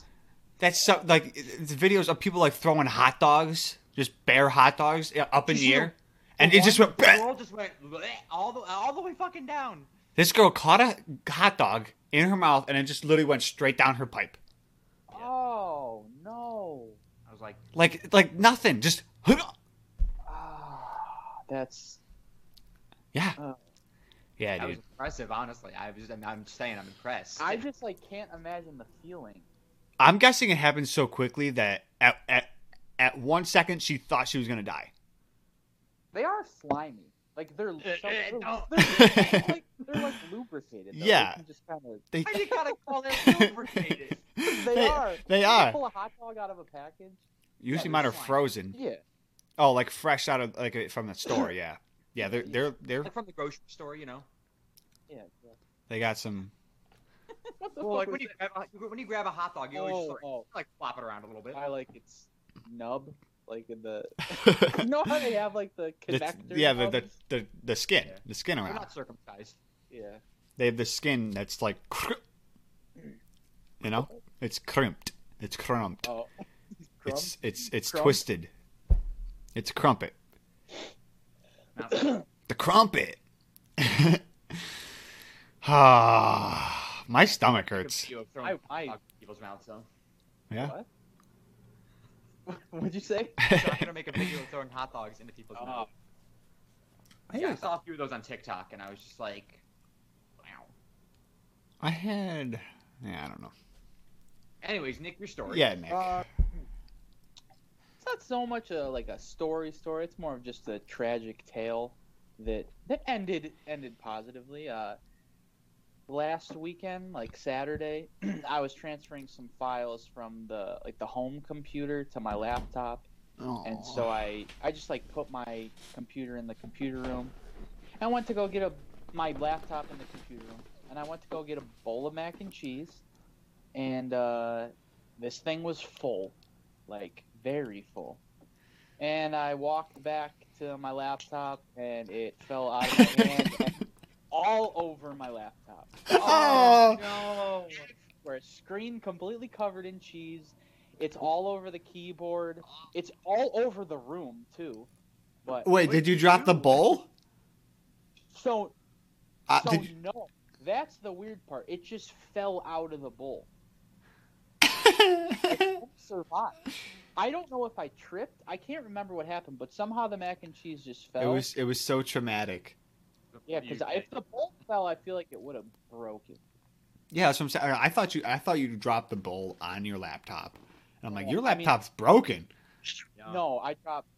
Speaker 3: That's so, like it's videos of people like throwing hot dogs, just bare hot dogs yeah, up in
Speaker 2: Did
Speaker 3: the
Speaker 2: you-
Speaker 3: air, and it just went.
Speaker 2: The world just went bleh, all the all the way fucking down.
Speaker 3: This girl caught a hot dog in her mouth, and it just literally went straight down her pipe.
Speaker 1: Oh no!
Speaker 2: I was like,
Speaker 3: Like like nothing. Just <laughs>
Speaker 1: Ah, that's
Speaker 3: yeah,
Speaker 1: Oh.
Speaker 3: yeah,
Speaker 2: that was
Speaker 3: dude.
Speaker 2: impressive. Honestly, I was. I'm, I'm just saying, I'm impressed.
Speaker 1: I just like can't imagine the feeling.
Speaker 3: I'm guessing it happened so quickly that at at at one second she thought she was gonna die.
Speaker 1: They are slimy. Like they're
Speaker 2: Eh,
Speaker 1: so-
Speaker 2: eh,
Speaker 1: they're,
Speaker 2: don't.
Speaker 1: they're, like, they're like lubricated. Though.
Speaker 3: Yeah.
Speaker 1: they can just kind of.
Speaker 3: They <laughs>
Speaker 2: Why you gotta call that lubricated?
Speaker 1: They, are.
Speaker 3: They
Speaker 1: You
Speaker 3: are.
Speaker 1: Pull a hot dog out of a package.
Speaker 3: Usually
Speaker 2: Yeah,
Speaker 3: mine
Speaker 2: they're
Speaker 3: are
Speaker 2: slime.
Speaker 3: frozen.
Speaker 1: Yeah.
Speaker 3: Oh, like fresh out of like from the store. Yeah,
Speaker 1: <laughs>
Speaker 3: yeah. They're they're they're
Speaker 2: Like from the grocery store, you know.
Speaker 1: Yeah. yeah.
Speaker 3: they got some.
Speaker 1: <laughs> What the
Speaker 2: Well,
Speaker 1: fuck
Speaker 2: like
Speaker 1: was
Speaker 2: when you grab a, when you grab a hot dog, you always just
Speaker 1: Oh, oh.
Speaker 2: like, like flop it around a little bit.
Speaker 1: that? I like it's nub, like in the. You
Speaker 3: the,
Speaker 1: know how
Speaker 3: <laughs>
Speaker 1: they have like the connector.
Speaker 3: yeah, the, the
Speaker 1: nubs?
Speaker 3: the the skin,
Speaker 2: Yeah.
Speaker 3: the skin
Speaker 2: You're
Speaker 3: around.
Speaker 2: not
Speaker 1: <coughs>
Speaker 2: circumcised.
Speaker 1: Yeah.
Speaker 3: They have the skin that's like, you know, it's crimped. It's crimped.
Speaker 1: Oh. <laughs>
Speaker 3: It's it's it's
Speaker 1: Crump?
Speaker 3: twisted. It's crumpet.
Speaker 2: Not-
Speaker 3: The crumpet. <laughs> Ah, my stomach hurts.
Speaker 2: You have thrown
Speaker 1: I-
Speaker 2: hot
Speaker 1: I-
Speaker 2: dog in people's mouths, so.
Speaker 3: Yeah.
Speaker 1: What? <coughs> What'd you say?
Speaker 2: so I'm gonna make a video of throwing hot dogs into people's
Speaker 1: Oh.
Speaker 2: mouths. Yeah, I saw a few of those on TikTok, and I was just like, wow.
Speaker 3: <laughs> I had. Yeah, I don't know.
Speaker 2: Anyways, Nick, your story.
Speaker 3: Yeah, Nick.
Speaker 1: Uh, it's not so much a like a story story. It's more of just a tragic tale that that ended ended positively. Uh, last weekend, like Saturday, <clears throat> I was transferring some files from the like the home computer to my laptop, and so I I just like put my computer in the computer room. I went to go get a my laptop in the computer room, and I went to go get a bowl of mac and cheese, and uh, this thing was full, like very full. And I walked back to my laptop, and it fell out of my hand, and all over my laptop.
Speaker 3: Oh.
Speaker 2: no.
Speaker 1: Where a screen completely covered in cheese. It's all over the keyboard. It's all over the room too. But
Speaker 3: Wait, did you drop the bowl?
Speaker 1: so
Speaker 3: Uh,
Speaker 1: so
Speaker 3: did you-
Speaker 1: no, that's the weird part. It just fell out of the bowl.
Speaker 3: <laughs>
Speaker 1: It survived. I don't know if I tripped. I can't remember what happened, but somehow the mac and cheese just fell.
Speaker 3: it was it was so traumatic.
Speaker 1: yeah, because
Speaker 2: You-
Speaker 1: if the bowl fell, I feel like it would have broken.
Speaker 3: Yeah, that's what I'm saying. I thought you I thought you dropped the bowl on your laptop, and I'm like,
Speaker 1: No,
Speaker 3: your
Speaker 1: I mean-
Speaker 3: laptop's broken.
Speaker 1: No, I dropped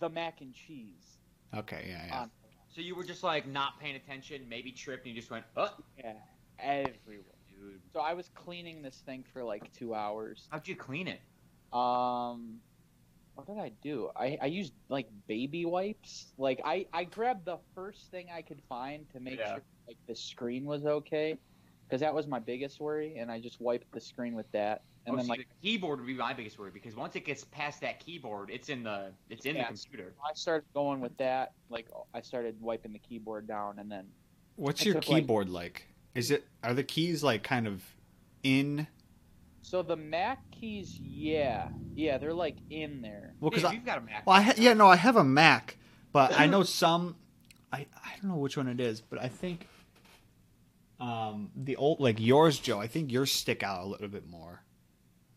Speaker 1: the mac and cheese.
Speaker 3: Okay, yeah, yeah.
Speaker 1: On,
Speaker 2: So you were just like not paying attention, maybe tripped, and you just went, oh,
Speaker 1: yeah, everywhere.
Speaker 2: dude.
Speaker 1: So I was cleaning this thing for like two hours.
Speaker 2: How'd you clean it?
Speaker 1: Um, what did I do? I, I used like baby wipes. Like I I grabbed the first thing I could find to make
Speaker 2: Yeah.
Speaker 1: sure like the screen was okay, because that was my biggest worry, and I just wiped the screen with that. And
Speaker 2: oh,
Speaker 1: then
Speaker 2: see,
Speaker 1: like
Speaker 2: the keyboard would be my biggest worry because once it gets past that keyboard, it's in the it's in
Speaker 1: Yeah.
Speaker 2: the computer.
Speaker 1: I started going with that. Like I started wiping the keyboard down, and then
Speaker 3: What's
Speaker 1: I
Speaker 3: your
Speaker 1: took, like-
Speaker 3: keyboard like? Is it are the keys like kind of in?
Speaker 1: so the Mac keys, yeah, yeah, they're like in there.
Speaker 3: Well, because
Speaker 2: Dave,
Speaker 3: I,
Speaker 2: you've got a Mac.
Speaker 3: well, I ha- yeah, no, I have a Mac, but
Speaker 2: <clears throat>
Speaker 3: I know some. I I don't know which one it is, but I think um the old like yours, Joe. I think yours stick out a little bit more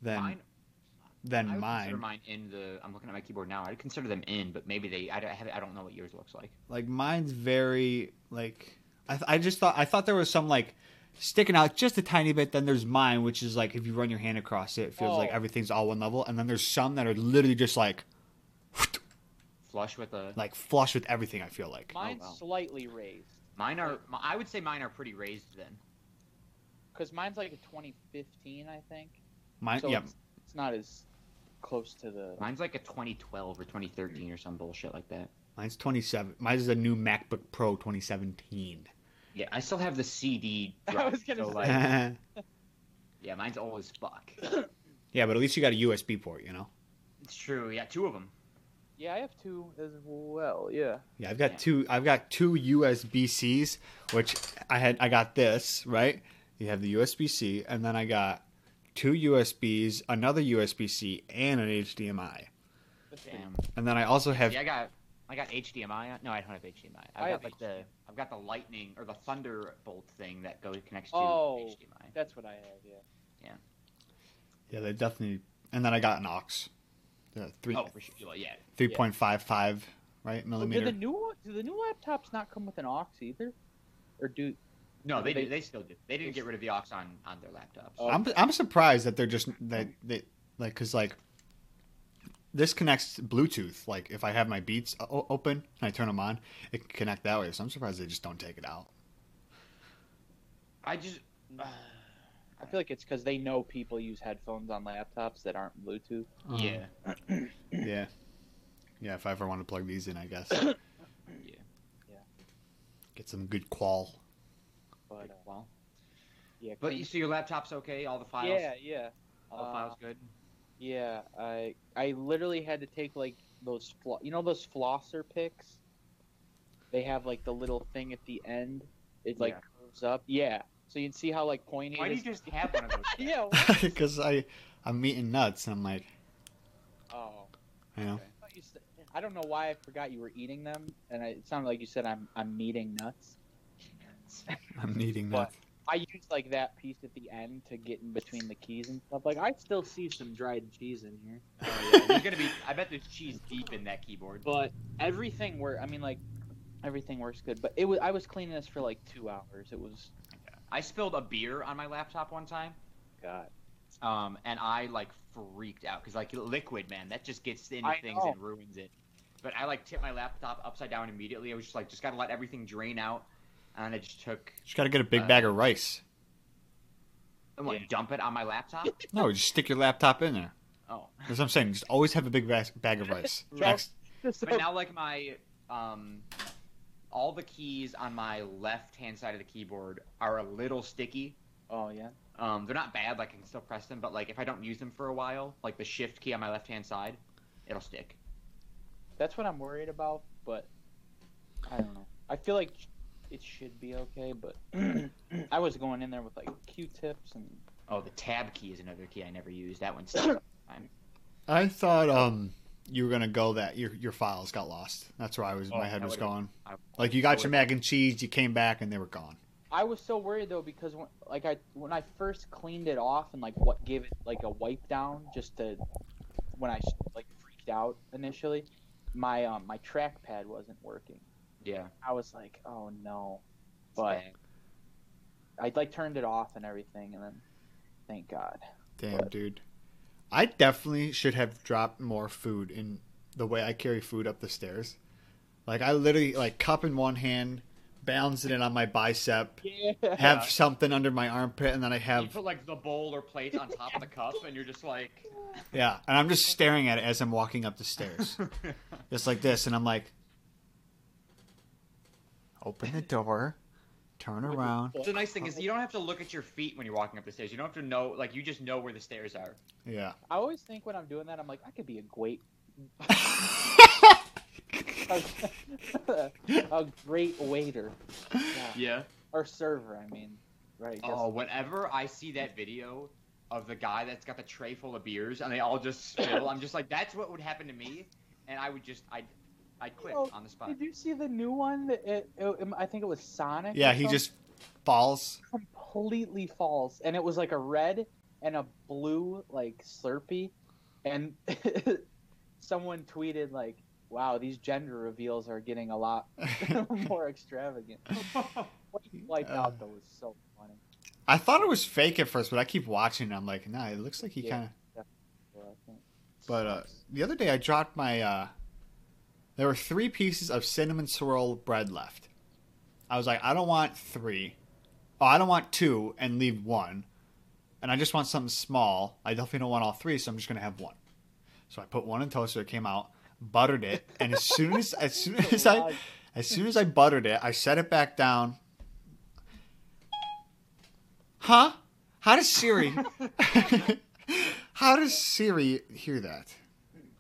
Speaker 3: than
Speaker 2: Mine- I
Speaker 3: than
Speaker 2: would
Speaker 3: mine.
Speaker 2: consider mine in the. I'm looking at my keyboard now. I'd consider them in, but maybe they. I don't, I have, I don't know what yours looks like.
Speaker 3: Like mine's very like I th- I just thought I thought there was some like sticking out just a tiny bit. Then there's mine, which is like if you run your hand across it, it feels like
Speaker 1: Oh.
Speaker 3: everything's all one level. And then there's some that are literally just like
Speaker 2: Flush with the.
Speaker 3: like flush with everything. I feel like.
Speaker 1: Mine's
Speaker 2: wow.
Speaker 1: slightly raised,
Speaker 2: Mine are. my- I would say mine are pretty raised then.
Speaker 1: cause mine's like a 2015, I think.
Speaker 3: Mine,
Speaker 1: So
Speaker 3: yeah,
Speaker 1: it's, it's not as close to the
Speaker 2: Mine's like a 2012 or 2013 or some bullshit like that.
Speaker 3: Mine's 27. Mine's a new MacBook Pro 2017.
Speaker 2: Yeah, I still have the CD.
Speaker 1: <laughs> I
Speaker 2: drive,
Speaker 1: was gonna
Speaker 2: so,
Speaker 1: say.
Speaker 2: like,
Speaker 3: yeah, <laughs>
Speaker 2: Yeah, mine's old as fuck.
Speaker 3: but at least you got a USB port, you know?
Speaker 2: It's true. Yeah, two of them.
Speaker 1: Yeah, I have two as well. Yeah.
Speaker 3: Yeah, I've got
Speaker 2: Yeah.
Speaker 3: two. I've got two USB Cs, which I had. I got this right. You have the USB C, and then I got two USBs, another USB C, and an HDMI.
Speaker 2: Damn.
Speaker 3: And then I also have.
Speaker 2: Yeah, I got I got HDMI. on- No, I don't have HDMI.
Speaker 1: I
Speaker 2: I've got
Speaker 1: have
Speaker 2: like the I've got the lightning or the thunderbolt thing that goes connects to
Speaker 1: Oh.
Speaker 2: HDMI.
Speaker 1: That's what I have. Yeah.
Speaker 3: Yeah, they definitely. And then I got an aux, the three
Speaker 2: Oh, for sure. Well, Yeah.
Speaker 3: three point five five right
Speaker 1: Oh, do
Speaker 3: millimeter.
Speaker 1: the new one- do the new laptops not come with an aux either? Or do
Speaker 2: No, they
Speaker 1: They-
Speaker 2: do, they still do. They didn't get rid of the aux on, on their laptops.
Speaker 1: Oh.
Speaker 3: I'm I'm surprised that they're just that they like because like this connects Bluetooth. Like if I have my Beats o- open and I turn them on, it can connect that way. So I'm surprised they just don't take it out.
Speaker 1: <sighs>
Speaker 2: I just
Speaker 1: I feel like it's because they know people use headphones on laptops that aren't Bluetooth.
Speaker 2: yeah.
Speaker 3: yeah, yeah. If I ever want to plug these in, I guess.
Speaker 2: Yeah.
Speaker 1: Yeah.
Speaker 3: Get some good qual. <laughs>
Speaker 1: But uh,
Speaker 2: Well,
Speaker 1: yeah,
Speaker 2: but
Speaker 1: clean-
Speaker 2: you so your laptop's okay. All the files.
Speaker 1: yeah, yeah,
Speaker 2: All the
Speaker 1: uh,
Speaker 2: files good.
Speaker 1: yeah. I I literally had to take like those flo- you know those flosser picks. They have like the little thing at the end. It like
Speaker 2: Yeah.
Speaker 1: curves up. Yeah. So you can see how like pointy.
Speaker 2: Why
Speaker 1: it
Speaker 2: do you
Speaker 1: is. <laughs>
Speaker 2: just have one of those?
Speaker 1: Yeah. why-
Speaker 3: Because I I'm eating nuts and I'm like
Speaker 1: Oh.
Speaker 3: you know
Speaker 1: I thought you said- I don't know why I forgot you were eating them, and I, it sounded like you said I'm I'm meeting nuts.
Speaker 3: I'm eating
Speaker 1: But
Speaker 3: nuts.
Speaker 1: I use like that piece at the end to get in between the keys and stuff. Like I still see some dried cheese in here,
Speaker 2: Oh, <laughs> yeah. There's gonna be. I bet there's cheese deep in that keyboard.
Speaker 1: but everything work. I mean, like everything works good. But it was I was cleaning this for like two hours. It was
Speaker 2: I spilled a beer on my laptop one time.
Speaker 1: God.
Speaker 2: um, and I like freaked out because like liquid, man, that just gets into
Speaker 1: I
Speaker 2: things
Speaker 1: know.
Speaker 2: and ruins it. But I like tipped my laptop upside down immediately. I was just like, just gotta let everything drain out, and I just took
Speaker 3: Just gotta get a big bag of rice.
Speaker 2: I what,
Speaker 1: Yeah.
Speaker 2: dump it on
Speaker 1: <laughs>
Speaker 2: my laptop.
Speaker 3: No, just stick your laptop in there.
Speaker 2: oh,
Speaker 3: That's what I'm saying. Just always have a big vas- bag of rice.
Speaker 1: Right.
Speaker 3: Next,
Speaker 2: but now like my um, all the keys on my left hand side of the keyboard are a little sticky.
Speaker 1: oh yeah.
Speaker 2: Um, they're not bad. Like I can still press them, but like if I don't use them for a while, like the shift key on my left hand side, it'll stick.
Speaker 1: That's what I'm worried about. But I don't know. I feel like it should be okay. But <clears throat> I was going in there with like Q-tips and
Speaker 2: Oh, the tab key is another key I never use.
Speaker 1: <coughs>
Speaker 2: That one sticks.
Speaker 3: I thought um you were gonna go that your your files got lost. That's where I was.
Speaker 2: Oh,
Speaker 3: my head
Speaker 2: that
Speaker 3: was
Speaker 2: would've-
Speaker 3: going.
Speaker 2: I-
Speaker 3: Like you
Speaker 2: that
Speaker 3: got your
Speaker 2: would've-
Speaker 3: mac and cheese, you came back and they were gone.
Speaker 1: I was so worried though because when, like I when I first cleaned it off and like what gave it like a wipe down just to when I like freaked out initially, my um my trackpad wasn't working.
Speaker 2: Yeah.
Speaker 1: I was like, oh no, but I like turned it off and everything, and then thank God.
Speaker 3: Damn,
Speaker 1: But-
Speaker 3: dude. I definitely should have dropped more food in the way I carry food up the stairs. Like I literally like cup in one hand, balancing it on my bicep,
Speaker 1: Yeah.
Speaker 3: have something under my armpit, and then I
Speaker 2: you
Speaker 3: have
Speaker 2: put like the bowl or plate on top of the cup, and you're just
Speaker 3: <laughs>
Speaker 2: like,
Speaker 3: yeah, and I'm just staring at it as I'm walking up the stairs, just like this, and I'm like, open the door, turn around,
Speaker 2: the nice thing is you don't have to look at your feet when you're walking up the stairs. You don't have to know, like, you just know where the stairs are.
Speaker 3: yeah.
Speaker 1: <laughs> I always think when I'm doing that, I'm like, I could be a great, <laughs> a great waiter Yeah.
Speaker 2: Yeah.
Speaker 1: or server. I mean, right? I guess.
Speaker 2: Oh, whenever I see that video of the guy that's got the tray full of beers and they all just spill, I'm just like, that's what would happen to me, and I would just, I'd, I'd quit
Speaker 1: Oh,
Speaker 2: on the spot.
Speaker 1: Did you see the new one? That It, it- I think it was Sonic. or
Speaker 3: <laughs> yeah, he
Speaker 1: something.
Speaker 3: just falls.
Speaker 1: completely false, and it was like a red and a blue like Slurpee, and <laughs> someone tweeted like, "Wow, these gender reveals are getting a
Speaker 3: <laughs>
Speaker 1: lot <laughs> more extravagant." What you wiped
Speaker 3: Uh.
Speaker 1: out though was so funny.
Speaker 3: I thought it was fake at first, but I keep watching. And I'm like, nah, it looks like he
Speaker 1: Yeah.
Speaker 3: kind of.
Speaker 1: So I think-
Speaker 3: But uh, the other day, I dropped my. Uh, there were three pieces of cinnamon swirl bread left. I was like, I don't want three. Oh, I don't want two and leave one. And I just want something small. I definitely don't want all three, so I'm just gonna have one. So I put one in toaster. It came out. buttered it, and as soon as as soon as I as soon as I buttered it, I set it back down. Huh? How does Siri? <laughs> How does Siri hear that?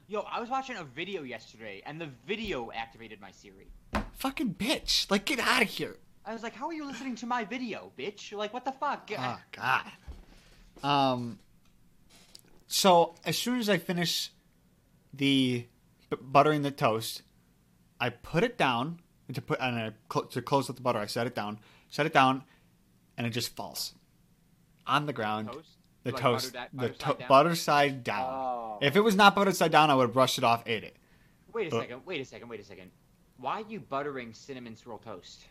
Speaker 2: Yo, I was watching a video yesterday, and the video activated my Siri.
Speaker 3: Fucking bitch! Like, get out of here!
Speaker 2: I was like, "How are you listening to my video, bitch? Like, what the fuck?"
Speaker 3: Oh God. Um. So as soon as I finish the b- buttering the toast, I put it down and to put and I cl- to close up the butter. I set it down, set it down, and it just falls on the ground.
Speaker 2: Toast?
Speaker 3: The
Speaker 2: Like
Speaker 3: toast,
Speaker 2: butter da-
Speaker 3: the
Speaker 2: butter
Speaker 3: to-
Speaker 2: side down?
Speaker 3: butter side down.
Speaker 1: Oh.
Speaker 3: If it was not butter side down, I would have brushed it off, ate it.
Speaker 2: Wait a
Speaker 3: Uh.
Speaker 2: second. Wait a second. Wait a second. Why are you buttering cinnamon swirl toast?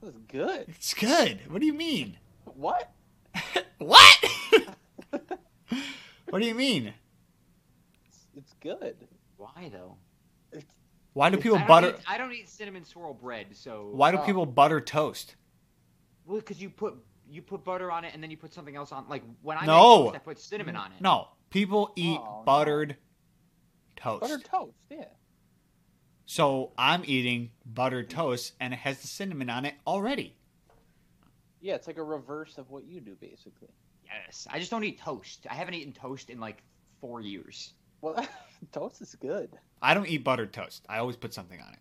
Speaker 1: That was good.
Speaker 3: It's good. What do you mean?
Speaker 1: What?
Speaker 3: What? <laughs> what do you mean?
Speaker 1: It's, it's good.
Speaker 2: Why though?
Speaker 1: It's,
Speaker 3: Why do people
Speaker 2: I don't
Speaker 3: butter?
Speaker 2: Eat, I don't eat cinnamon swirl bread, so
Speaker 3: Why do
Speaker 1: Oh.
Speaker 3: people butter toast?
Speaker 2: Well, because you put you put butter on it, and then you put something else on. Like when I make
Speaker 3: No.
Speaker 2: toast, I put cinnamon on it.
Speaker 3: No, people eat
Speaker 1: Oh, no.
Speaker 3: buttered toast.
Speaker 1: buttered toast. Yeah.
Speaker 3: so I'm eating buttered toast, and it has the cinnamon on it already.
Speaker 1: Yeah, it's like a reverse of what you do, basically.
Speaker 2: Yes, I just don't eat toast. I haven't eaten toast in like four years.
Speaker 1: Well, <laughs> toast is good.
Speaker 3: I don't eat buttered toast. I always put something on it.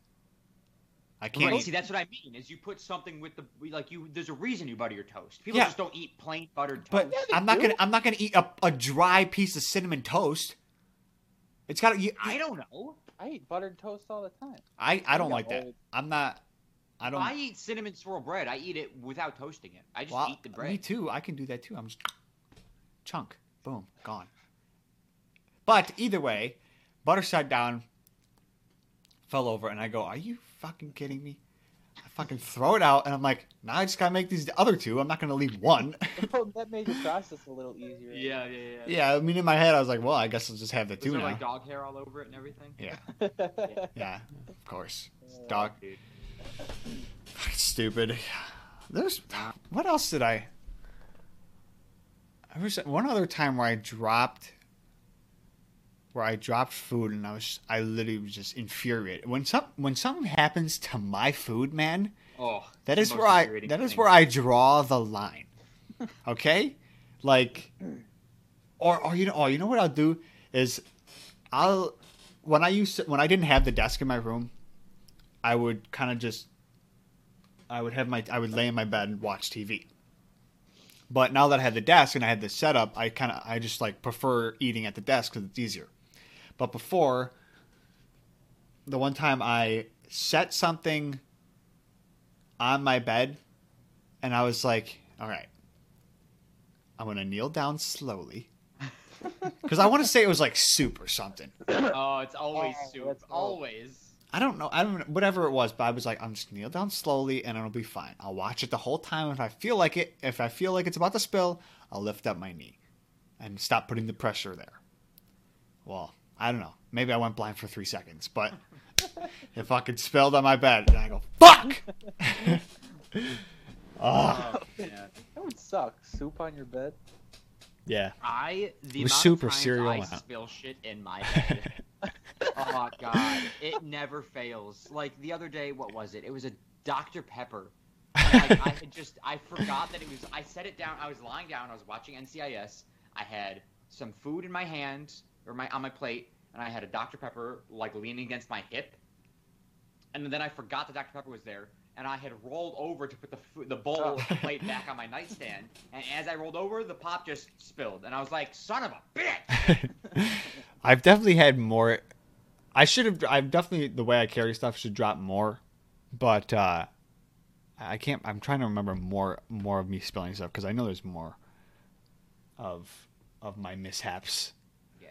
Speaker 3: I can't.
Speaker 2: Right,
Speaker 3: eat-
Speaker 2: see, that's what I mean. Is you put something with the like you. There's a reason you butter your toast. People
Speaker 3: Yeah.
Speaker 2: just don't eat plain buttered toast.
Speaker 3: but
Speaker 1: Yeah, they
Speaker 3: I'm not
Speaker 1: do.
Speaker 3: gonna. I'm not gonna eat a, a dry piece of cinnamon toast. It's got. to
Speaker 2: I don't know.
Speaker 1: I eat buttered toast all the time.
Speaker 3: I, I don't
Speaker 1: Yeah,
Speaker 3: like that.
Speaker 1: old.
Speaker 3: I'm not. I don't.
Speaker 2: I eat cinnamon swirl bread. I eat it without toasting it. I just
Speaker 3: Well,
Speaker 2: eat the
Speaker 3: Me
Speaker 2: bread.
Speaker 3: too. I can do that too. I'm just chunk, boom, gone. But either way, butter side down, fell over, and I go, "Are you fucking kidding me?" I fucking throw it out, and I'm like, "Now I just gotta make these other two. I'm not gonna leave one."
Speaker 1: <laughs>
Speaker 3: <laughs>
Speaker 1: Well, that made the process a little easier. <laughs>
Speaker 2: Yeah, yeah, yeah.
Speaker 3: yeah, I mean, in my head, I was like, "Well, I guess I'll just have the
Speaker 2: Was
Speaker 3: two
Speaker 2: there
Speaker 3: now."
Speaker 2: like dog hair all over it and everything?
Speaker 3: yeah,
Speaker 1: Yeah.
Speaker 3: yeah, of course. Dog,
Speaker 2: Dude.
Speaker 3: fucking <sighs> stupid. There's what else did I? I was one other time where I dropped, where I dropped food, and I was I literally was just infuriated when some when something happens to my food, man.
Speaker 2: Oh,
Speaker 3: That
Speaker 2: it's
Speaker 3: is
Speaker 2: the
Speaker 3: where
Speaker 2: most
Speaker 3: I
Speaker 2: infuriating
Speaker 3: that is
Speaker 2: thing.
Speaker 3: where I draw the line. Okay? Like or or you know or you know what I'll do is I'll when I used to, when I didn't have the desk in my room, I would kind of just I would have my I would lay in my bed and watch TV. But now that I had the desk and I had the setup, I kind of I just like prefer eating at the desk cuz it's easier. But before the one time I set something on my bed and I was like, all right, I'm going to kneel down slowly. Because I want to say it was like soup or something.
Speaker 2: Oh, it's always
Speaker 1: Oh,
Speaker 2: soup.
Speaker 1: that's all-
Speaker 3: <laughs>
Speaker 2: Always.
Speaker 3: I don't know. I don't know. Whatever it was, but I was like, I'm just kneel down slowly and it'll be fine. I'll watch it the whole time. If I feel like it, if I feel like it's about to spill, I'll lift up my knee and stop putting the pressure there. Well, I don't know. Maybe I went blind for three seconds, but it fucking spilled on my bed. And I go, fuck! <laughs> Ah, Ugh.
Speaker 2: Oh, man.
Speaker 1: That would suck. Soup on your bed.
Speaker 3: yeah.
Speaker 2: I the
Speaker 3: With
Speaker 2: amount
Speaker 3: soup or
Speaker 2: of times
Speaker 3: cereal
Speaker 2: I
Speaker 3: out.
Speaker 2: spill shit in my bed. oh god, it never fails. Like the other day, what was it? It was a Dr Pepper. And, Like, I had just I forgot that it was. I set it down. I was lying down. I was watching NCIS. I had some food in my hand or my on my plate, and I had a Dr Pepper like leaning against my hip. And then I forgot the Dr Pepper was there. And I had rolled over to put the food, the bowl
Speaker 1: Oh.
Speaker 2: and plate back on my nightstand, and as I rolled over, the pop just spilled, and I was like, "Son of a bitch!"
Speaker 3: <laughs> I've definitely had more. I should have. I've definitely the way I carry stuff should drop more, but uh, I can't. I'm trying to remember more more of me spilling stuff because I know there's more of of my mishaps.
Speaker 2: Yeah.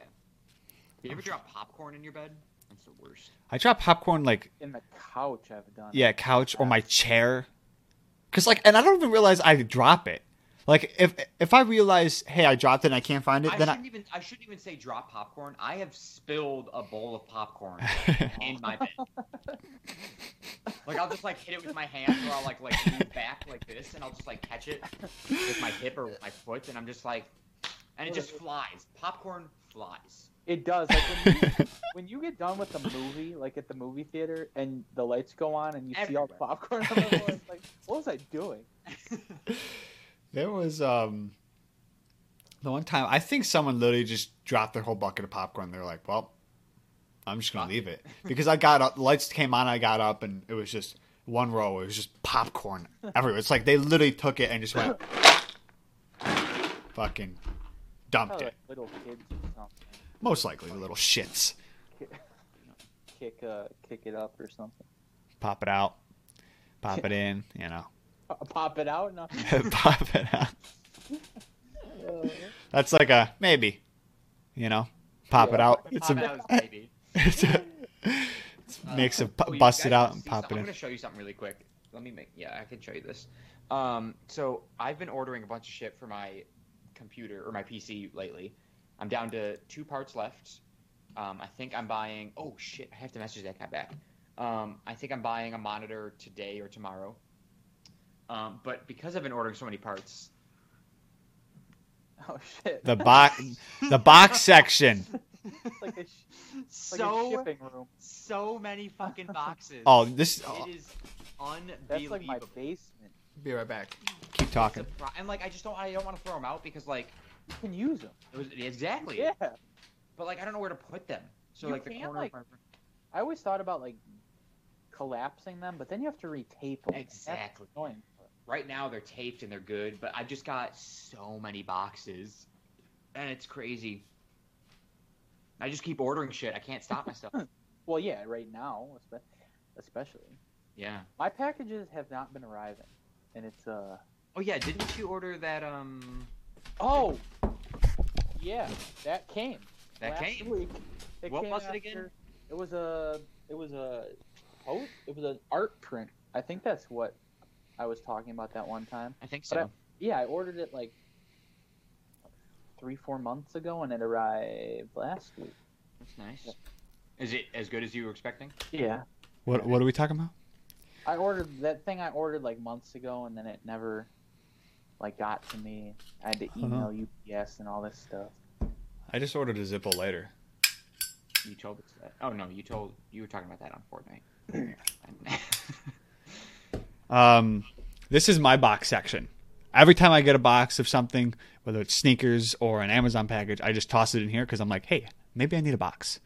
Speaker 2: You ever drop popcorn in your bed? That's the worst.
Speaker 3: I drop popcorn like
Speaker 1: In the couch, I've done. it.
Speaker 3: yeah, couch or my chair, because like, and I don't even realize I drop it. Like if if I realize hey I dropped it and I can't find it
Speaker 2: I
Speaker 3: then
Speaker 2: shouldn't even I shouldn't even say drop popcorn. I have spilled a bowl of
Speaker 3: <laughs>
Speaker 2: popcorn
Speaker 3: I
Speaker 2: in my bed. like I'll just like hit it with my hand or I'll like like move back like this and I'll just like catch it with my hip or with my foot and I'm just like and it just flies. Popcorn flies.
Speaker 1: It does. Like when, you, <laughs> when you get done with the movie, like at the movie theater, and the lights go on, and you see all the
Speaker 2: Everywhere.
Speaker 1: popcorn on the floor, it's <laughs> like, what was I doing?
Speaker 3: There was um the one time I think someone literally just dropped their whole bucket of popcorn. They're like, "Well, I'm just gonna leave it," because I got up. The lights came on. I got up, and it was just one row. It was just popcorn everywhere. It's like they literally took it and
Speaker 1: <laughs>
Speaker 3: just went fucking
Speaker 1: <laughs>
Speaker 3: dumped
Speaker 1: Probably
Speaker 3: it.
Speaker 1: like little kids or something.
Speaker 3: Most likely, the little shits
Speaker 1: <laughs> Kick, uh, kick it up or something.
Speaker 3: pop it out, pop it in. You know, <laughs>
Speaker 1: Uh, Pop it out. No.
Speaker 3: pop it out.
Speaker 1: Uh,
Speaker 3: <laughs> That's like a maybe. You know, pop it
Speaker 1: Yeah.
Speaker 3: out. It's
Speaker 2: Pop
Speaker 3: a
Speaker 2: out, baby.
Speaker 3: it's a it's a
Speaker 2: Uh,
Speaker 3: mix of
Speaker 2: oh,
Speaker 3: pu-
Speaker 2: you
Speaker 3: bust
Speaker 2: guys
Speaker 3: it
Speaker 2: wanna
Speaker 3: out and
Speaker 2: see
Speaker 3: pop
Speaker 2: something?
Speaker 3: it
Speaker 2: I'm
Speaker 3: in.
Speaker 2: gonna show you something really quick. Let me make. Yeah, I can show you this. Um, so I've been ordering a bunch of shit for my computer or my PC lately. I'm down to two parts left. Um, I think I'm buying. Oh shit! I have to message that guy back. Um, I think I'm buying a monitor today or tomorrow. Um, but because I've been ordering so many parts,
Speaker 1: oh shit!
Speaker 3: The
Speaker 1: <laughs>
Speaker 3: box, the box section.
Speaker 1: It's like a, sh- like a
Speaker 2: so
Speaker 1: shipping room.
Speaker 2: so many fucking boxes. <laughs>
Speaker 3: Oh, this. oh,
Speaker 2: it is
Speaker 3: <laughs>
Speaker 2: unbelievable.
Speaker 1: That's like my basement.
Speaker 3: be right back. Keep talking.
Speaker 2: Surpri- and like I just don't I don't want to throw them out because like
Speaker 1: You can use them.
Speaker 2: it was exactly
Speaker 1: Yeah.
Speaker 2: but like I don't know where to put them so
Speaker 1: You
Speaker 2: like the
Speaker 1: can't,
Speaker 2: corner
Speaker 1: like-
Speaker 2: of
Speaker 1: I always thought about like collapsing them, but then you have to retape them.
Speaker 2: my exactly
Speaker 1: That's annoying.
Speaker 2: right now they're taped and they're good but I just got so many boxes and it's crazy I just keep ordering shit I can't
Speaker 1: <laughs>
Speaker 2: stop myself
Speaker 1: Well, yeah, right now, espe- especially.
Speaker 2: yeah
Speaker 1: My packages have not been arriving, and it's uh
Speaker 2: oh yeah didn't you order that um
Speaker 1: oh, yeah, that came
Speaker 2: that
Speaker 1: last
Speaker 2: came
Speaker 1: week. It
Speaker 2: What
Speaker 1: came
Speaker 2: was it
Speaker 1: after-
Speaker 2: again?
Speaker 1: It was a it was a oh it was an art print. I think that's what I was talking about that one time.
Speaker 2: I think
Speaker 1: But
Speaker 2: so
Speaker 1: Yeah, I ordered it like three four months ago, and it arrived last week.
Speaker 2: that's nice is it as good as you were expecting
Speaker 1: Yeah,
Speaker 3: What What are we talking about?
Speaker 1: I ordered that thing I ordered like months ago, and then it never like got to me. I had to email UPS and all this stuff.
Speaker 3: <coughs>
Speaker 1: <coughs>
Speaker 3: I just ordered a Zippo later.
Speaker 2: you told us that oh no you told you were talking about that on
Speaker 1: <clears throat>
Speaker 2: Fortnite
Speaker 3: Um, this is my box section. Every time I get a box of something, whether it's sneakers or an Amazon package, I just toss it in here because I'm like, hey, maybe I need a box.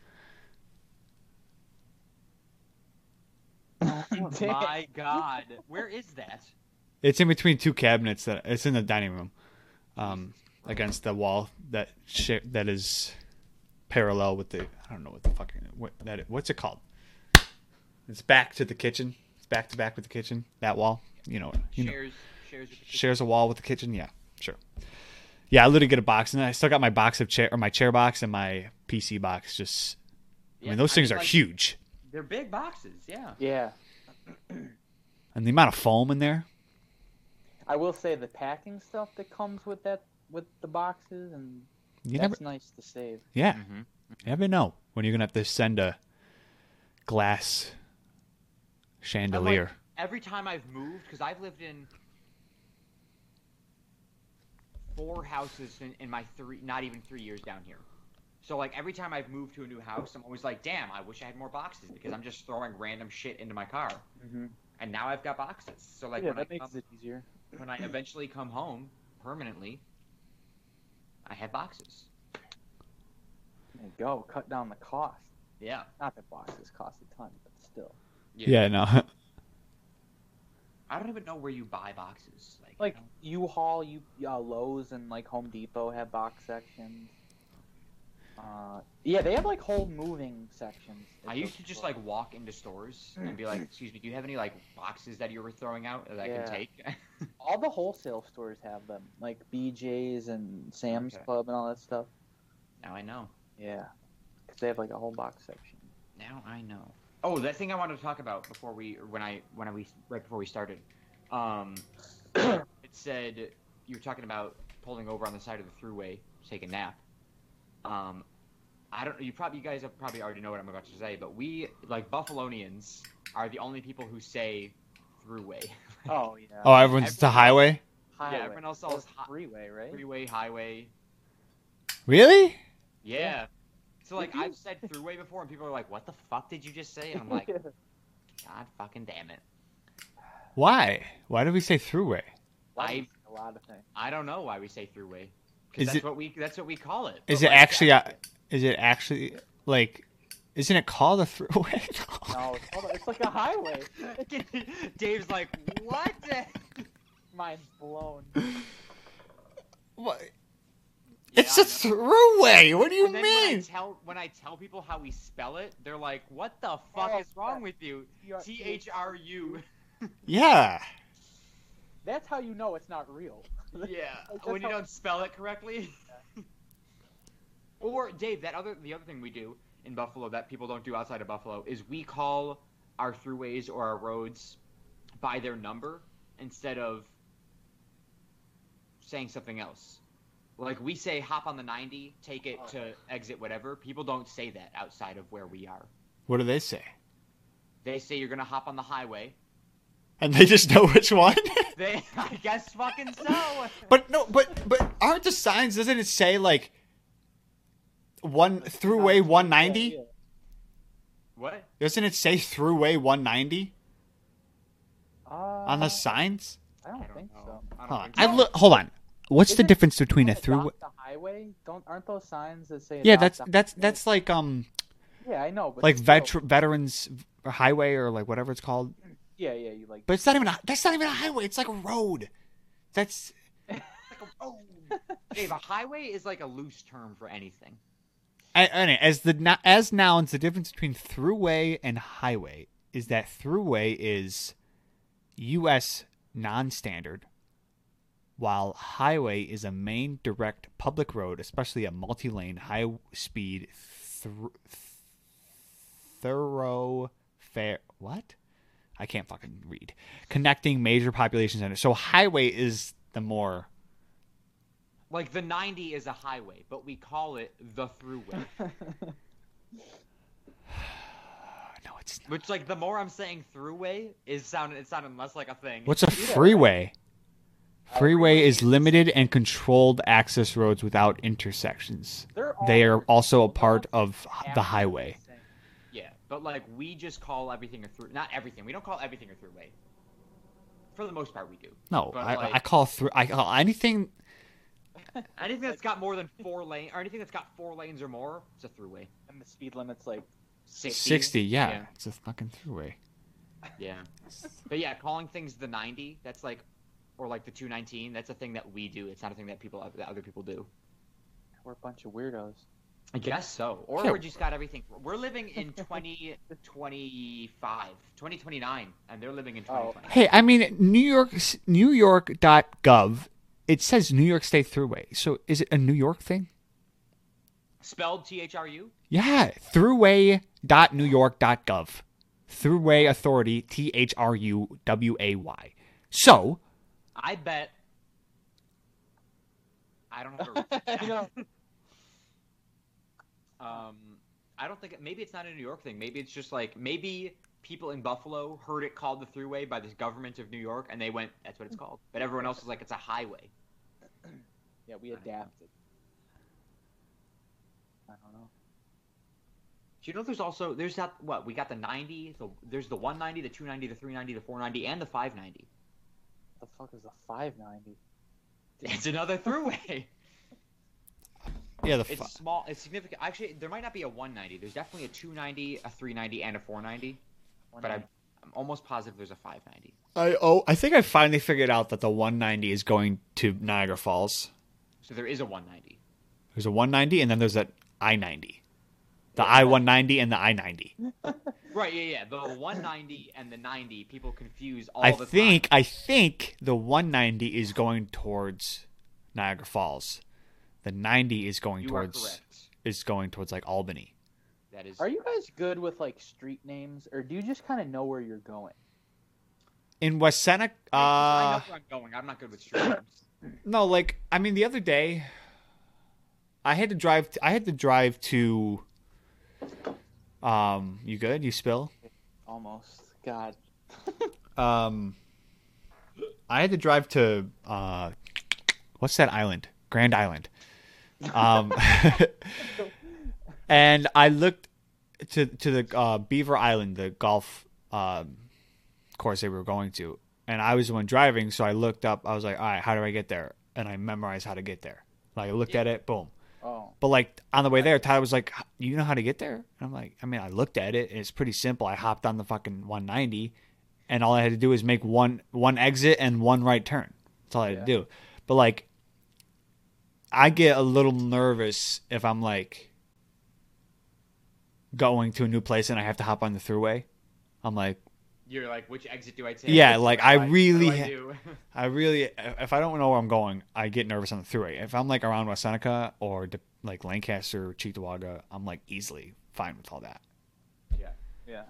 Speaker 2: <laughs> My God, where is that?
Speaker 3: It's in between two cabinets that it's in the dining room, um, against the wall that sh- that is parallel with the I don't know what the fucking what that what's it called? It's back to the kitchen. It's back to back with the kitchen. That wall, you know, you know,
Speaker 2: Shares, shares. With the
Speaker 3: shares a wall with the kitchen. Yeah, sure. Yeah, I literally get a box, and I still got my box of chair or my chair box and my PC box. Just I mean, those things are
Speaker 2: like,
Speaker 3: huge,
Speaker 2: They're big boxes. Yeah.
Speaker 1: Yeah,
Speaker 3: and the amount of foam in there.
Speaker 1: I will say the packing stuff that comes with that with the boxes, and
Speaker 3: You never,
Speaker 1: that's nice to save.
Speaker 3: yeah,
Speaker 2: Mm-hmm.
Speaker 3: you never know when you're gonna have to send a glass chandelier.
Speaker 2: Every time I've moved, because I've lived in four houses in, in my three, not even three years down here. So like every time I've moved to a new house, I'm always like, damn, I wish I had more boxes because I'm just throwing random shit into my car,
Speaker 1: Mm-hmm.
Speaker 2: and now I've got boxes. So like
Speaker 1: yeah,
Speaker 2: when, I
Speaker 1: that
Speaker 2: come,
Speaker 1: makes it easier.
Speaker 2: when I eventually come home permanently, I have boxes.
Speaker 1: There you go, cut down the cost.
Speaker 2: Yeah.
Speaker 1: Not that boxes cost a ton, but still,
Speaker 3: yeah. no,
Speaker 2: I don't even know where you buy boxes. Like,
Speaker 1: like
Speaker 2: you know,
Speaker 1: U-Haul, U uh, Lowe's, and like Home Depot have box sections. Uh, yeah, they have like whole moving sections. at
Speaker 2: I
Speaker 1: those
Speaker 2: used to just
Speaker 1: stores.
Speaker 2: like walk into stores and be like, "Excuse me, do you have any like boxes that you were throwing out that I
Speaker 1: Yeah.
Speaker 2: can take?" <laughs>
Speaker 1: all the wholesale stores have them, like BJ's and Sam's
Speaker 2: Okay.
Speaker 1: Club and all that stuff.
Speaker 2: now I know.
Speaker 1: Yeah, because they have like a whole box
Speaker 2: <laughs>
Speaker 1: section.
Speaker 2: Now I know. Oh, that thing I wanted to talk about before we, when I, when I, we, right before we started, um, <coughs> it said you were talking about pulling over on the side of the thruway to take a nap. Um, I don't. You probably, you guys have probably already know what I'm about to say, but we, like Buffalonians, are the only people who say thruway.
Speaker 1: Oh yeah.
Speaker 3: oh, everyone's the highway.
Speaker 1: Highway.
Speaker 2: <laughs> everyone else
Speaker 1: Or
Speaker 2: sells hi-
Speaker 1: freeway, right?
Speaker 2: freeway, highway.
Speaker 3: Really?
Speaker 2: Yeah. So like
Speaker 1: Did you-
Speaker 2: I've said throughway before, and people are like, "What the fuck did you just say?" And
Speaker 1: <laughs>
Speaker 2: I'm like, "God fucking damn it!
Speaker 3: Why? Why did we say throughway?
Speaker 2: I
Speaker 1: a lot of things.
Speaker 2: I don't know why we say throughway
Speaker 3: Is
Speaker 2: because that's
Speaker 3: it-
Speaker 2: what we that's what we call it.
Speaker 3: Is
Speaker 2: But,
Speaker 3: it
Speaker 2: like,
Speaker 3: actually? Uh, is it actually like? Isn't it called a throughway? <laughs>
Speaker 1: No, it's, hold on, it's like a highway.
Speaker 2: <laughs>
Speaker 1: <laughs>
Speaker 2: Dave's like, "What?"
Speaker 3: <laughs>
Speaker 2: the-"
Speaker 1: Mind's blown.
Speaker 3: What?
Speaker 2: Yeah, I know.
Speaker 3: it's a throughway. What do you
Speaker 2: And then when I
Speaker 3: mean?
Speaker 2: tell when I tell people how we spell it, they're like, "What the fuck
Speaker 1: Oh,
Speaker 2: is wrong
Speaker 1: fuck.
Speaker 2: with you?"
Speaker 1: You are-
Speaker 2: T H R U.
Speaker 3: Yeah.
Speaker 1: That's how you know it's not real.
Speaker 2: Yeah,
Speaker 1: <laughs> Like,
Speaker 2: when
Speaker 1: that's
Speaker 2: you
Speaker 1: how-
Speaker 2: don't spell it correctly. <laughs> or Dave, that other the other thing we do in Buffalo that people don't do outside of Buffalo is we call our throughways or our roads by their number instead of saying something else. Like we say, hop on the ninety, take it to
Speaker 1: Oh.
Speaker 2: exit whatever. People don't say that outside of where we are.
Speaker 3: What do they say?
Speaker 2: They say you're gonna hop on the highway. <laughs>
Speaker 3: And they just know which one. <laughs>
Speaker 2: They, I guess,
Speaker 1: <laughs>
Speaker 2: fucking so.
Speaker 3: but no. But but aren't the signs? Doesn't it say like one throughway one ninety?
Speaker 1: Yeah,
Speaker 2: what?
Speaker 3: Doesn't it say throughway one ninety
Speaker 1: yeah. Uh,
Speaker 3: on the signs?
Speaker 1: I don't,
Speaker 2: I don't
Speaker 1: think
Speaker 2: know.
Speaker 1: so.
Speaker 2: I
Speaker 3: Hold
Speaker 2: don't
Speaker 3: on.
Speaker 2: think
Speaker 3: I
Speaker 2: so.
Speaker 3: look. Hold on. What's the
Speaker 1: Isn't-
Speaker 3: difference between a
Speaker 1: Don't
Speaker 3: throughway?
Speaker 1: adopt the highway? Don't aren't those signs that say?
Speaker 3: Yeah,
Speaker 1: adopt
Speaker 3: that's
Speaker 1: the
Speaker 3: that's
Speaker 1: highway?
Speaker 3: that's like um
Speaker 1: Yeah, I know. But
Speaker 3: like
Speaker 1: still-
Speaker 3: veter- veterans highway or like whatever it's called.
Speaker 1: Yeah, yeah, you like. <laughs>
Speaker 3: But it's not even a, that's not even a highway. It's like a road. That's
Speaker 2: Oh, Dave, a highway is like a loose term for anything.
Speaker 3: I, I mean, as the no- as nouns, the difference between throughway and highway is that throughway is U.S. non-standard, while highway is a main direct public road, especially a multi-lane high-speed thr thoroughfare. What? I can't fucking read. Connecting major population centers. So highway is the more <sighs>
Speaker 2: Like the 90 is a highway, but we call it the throughway.
Speaker 3: no, it's not.
Speaker 2: Which, like, the more I'm saying throughway, is sound it's sounding less like a thing.
Speaker 3: What's a freeway? Freeway is limited and controlled access roads without intersections.
Speaker 1: They're all
Speaker 3: They are also a part of the highway.
Speaker 2: yeah? But like, we just call everything a through. Not everything. We don't call everything a throughway. For the most part, we do.
Speaker 3: No,
Speaker 2: But,
Speaker 3: I,
Speaker 2: like-
Speaker 3: I call through. I call anything.
Speaker 2: Anything that's got more than four lane, or anything that's got four lanes or more, it's a throughway.
Speaker 1: And the speed limit's like
Speaker 2: 60,
Speaker 3: Sixty, yeah, it's a fucking throughway.
Speaker 2: Yeah. But yeah, calling things the 90, that's like, or like the 219, that's a thing that we do. It's not a thing that people that other people do.
Speaker 1: we're a bunch of
Speaker 2: <laughs>
Speaker 1: weirdos.
Speaker 2: I guess so. Or
Speaker 3: Yeah.
Speaker 2: we just got everything. We're living in 2025, 2029, and they're living in
Speaker 1: Oh.
Speaker 2: 2020.
Speaker 3: Hey, I mean New York, New York.gov. It says New York State Throughway. So is it a New York thing?
Speaker 2: Spelled T H R U?
Speaker 3: Yeah, throughway.newyork.gov. Throughway Authority, T H R U W A Y. So,
Speaker 2: I bet. I don't have a.
Speaker 1: <laughs> I know.
Speaker 2: Um, I don't think it, maybe it's not a New York thing. Maybe it's just like maybe people in Buffalo heard it called the Thruway by the government of New York, and they went, "That's what it's called." But everyone else is like, "It's a highway."
Speaker 1: Yeah, we adapted. I don't know.
Speaker 2: Do you know there's also there's that what we got the 90, the, there's the 190, the 290, the 390, the 490, and the 590.
Speaker 1: What the fuck is a 590?
Speaker 2: It's another Thruway.
Speaker 3: yeah, the
Speaker 2: <laughs> It's
Speaker 3: fu-
Speaker 2: small. It's significant. Actually, there might not be a 190. There's definitely a 290, a 390, and a 490. But I'm, I'm almost positive there's a 590.
Speaker 3: I oh, I think I finally figured out that the 190 is going to Niagara Falls.
Speaker 2: So there is a 190.
Speaker 3: There's a 190, and then there's that I-90, the I-190 and the I-90.
Speaker 2: Right, yeah, yeah. The 190 and the 90, people confuse all
Speaker 3: I
Speaker 2: the
Speaker 3: think
Speaker 2: time.
Speaker 3: I think the 190 is going towards Niagara Falls. The 90 is going
Speaker 2: you
Speaker 3: towards
Speaker 2: are correct.
Speaker 3: is going towards like Albany.
Speaker 2: That is.
Speaker 1: Are you guys good with like street names, or do you just kind of know where you're going?
Speaker 3: In West Seneca,
Speaker 2: I
Speaker 3: uh,
Speaker 2: know where I'm going. I'm not good with street names.
Speaker 3: No, like I mean, the other day, I had to drive. I had to drive to. Um, you good? You spill?
Speaker 1: Almost. God.
Speaker 3: Um, I had to drive to uh, what's that island? Grand Island. Um, <laughs> and I looked to to the uh, Beaver Island, the golf um, course they were going to, and I was the one driving, so I looked up. I was like, all right, how do I get there? And I memorized how to get there. Like I looked at it, boom.
Speaker 1: Oh,
Speaker 3: But like on the way there, Tyler was like, "H- "You know how to get there?" And I'm like, "I mean, I looked at it. And it's pretty simple. I hopped on the fucking 190, and all I had to do was make one one exit and one right turn. That's all I had to
Speaker 1: Yeah.
Speaker 3: do." But like, I get a little nervous if I'm like going to a new place and I have to hop on the throughway. I'm like,
Speaker 2: You're like, which exit do I take?
Speaker 3: Yeah,
Speaker 2: Which
Speaker 3: like,
Speaker 2: do
Speaker 3: I
Speaker 2: what do
Speaker 3: really
Speaker 2: I
Speaker 3: ha-
Speaker 2: do? <laughs>
Speaker 3: I really, if I don't know where I'm going, I get nervous on the throughway. If I'm like around West Seneca or de- like Lancaster, or Cheektowaga, I'm like easily fine with all that.
Speaker 2: yeah.
Speaker 1: yeah.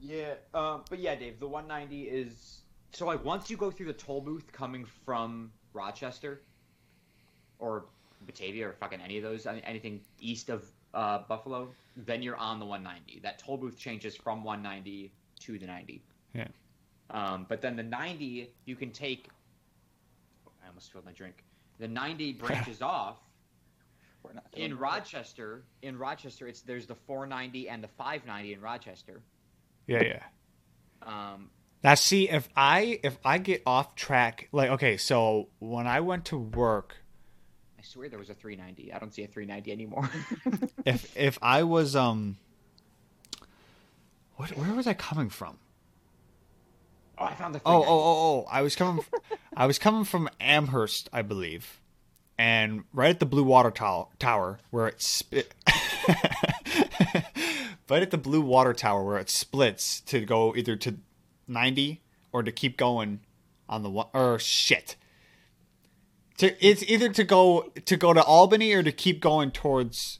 Speaker 2: Yeah, um, but yeah, Dave, the 190 is so like once you go through the toll booth coming from Rochester or Batavia or fucking any of those, any- anything east of uh, Buffalo, then you're on the 190. That toll booth changes from 190 to the 90.
Speaker 3: Yeah.
Speaker 2: Um, but then the 90 you can take. I almost spilled my drink. The 90 branches off
Speaker 1: We're not doing
Speaker 2: in
Speaker 1: that.
Speaker 2: Rochester. In Rochester, it's there's the 490 and the 590 in Rochester.
Speaker 3: Yeah, yeah.
Speaker 2: Um,
Speaker 3: Now, see if I if I get off track, like okay, so when I went to work,
Speaker 2: I swear there was a 390. I don't see a 390 <laughs> anymore. Oh,
Speaker 3: if if I was um, what where was I coming from?
Speaker 2: oh, I found the. 390.
Speaker 3: Oh, oh, oh, oh! I was coming, <laughs> I was coming from Amherst, I believe, and right at the Blue Water Tow- Tower, where it spit, <laughs> right at the Blue Water Tower, where it splits to go either to ninety or to keep going on the wa- or shit. To it's either to go to go to Albany or to keep going towards,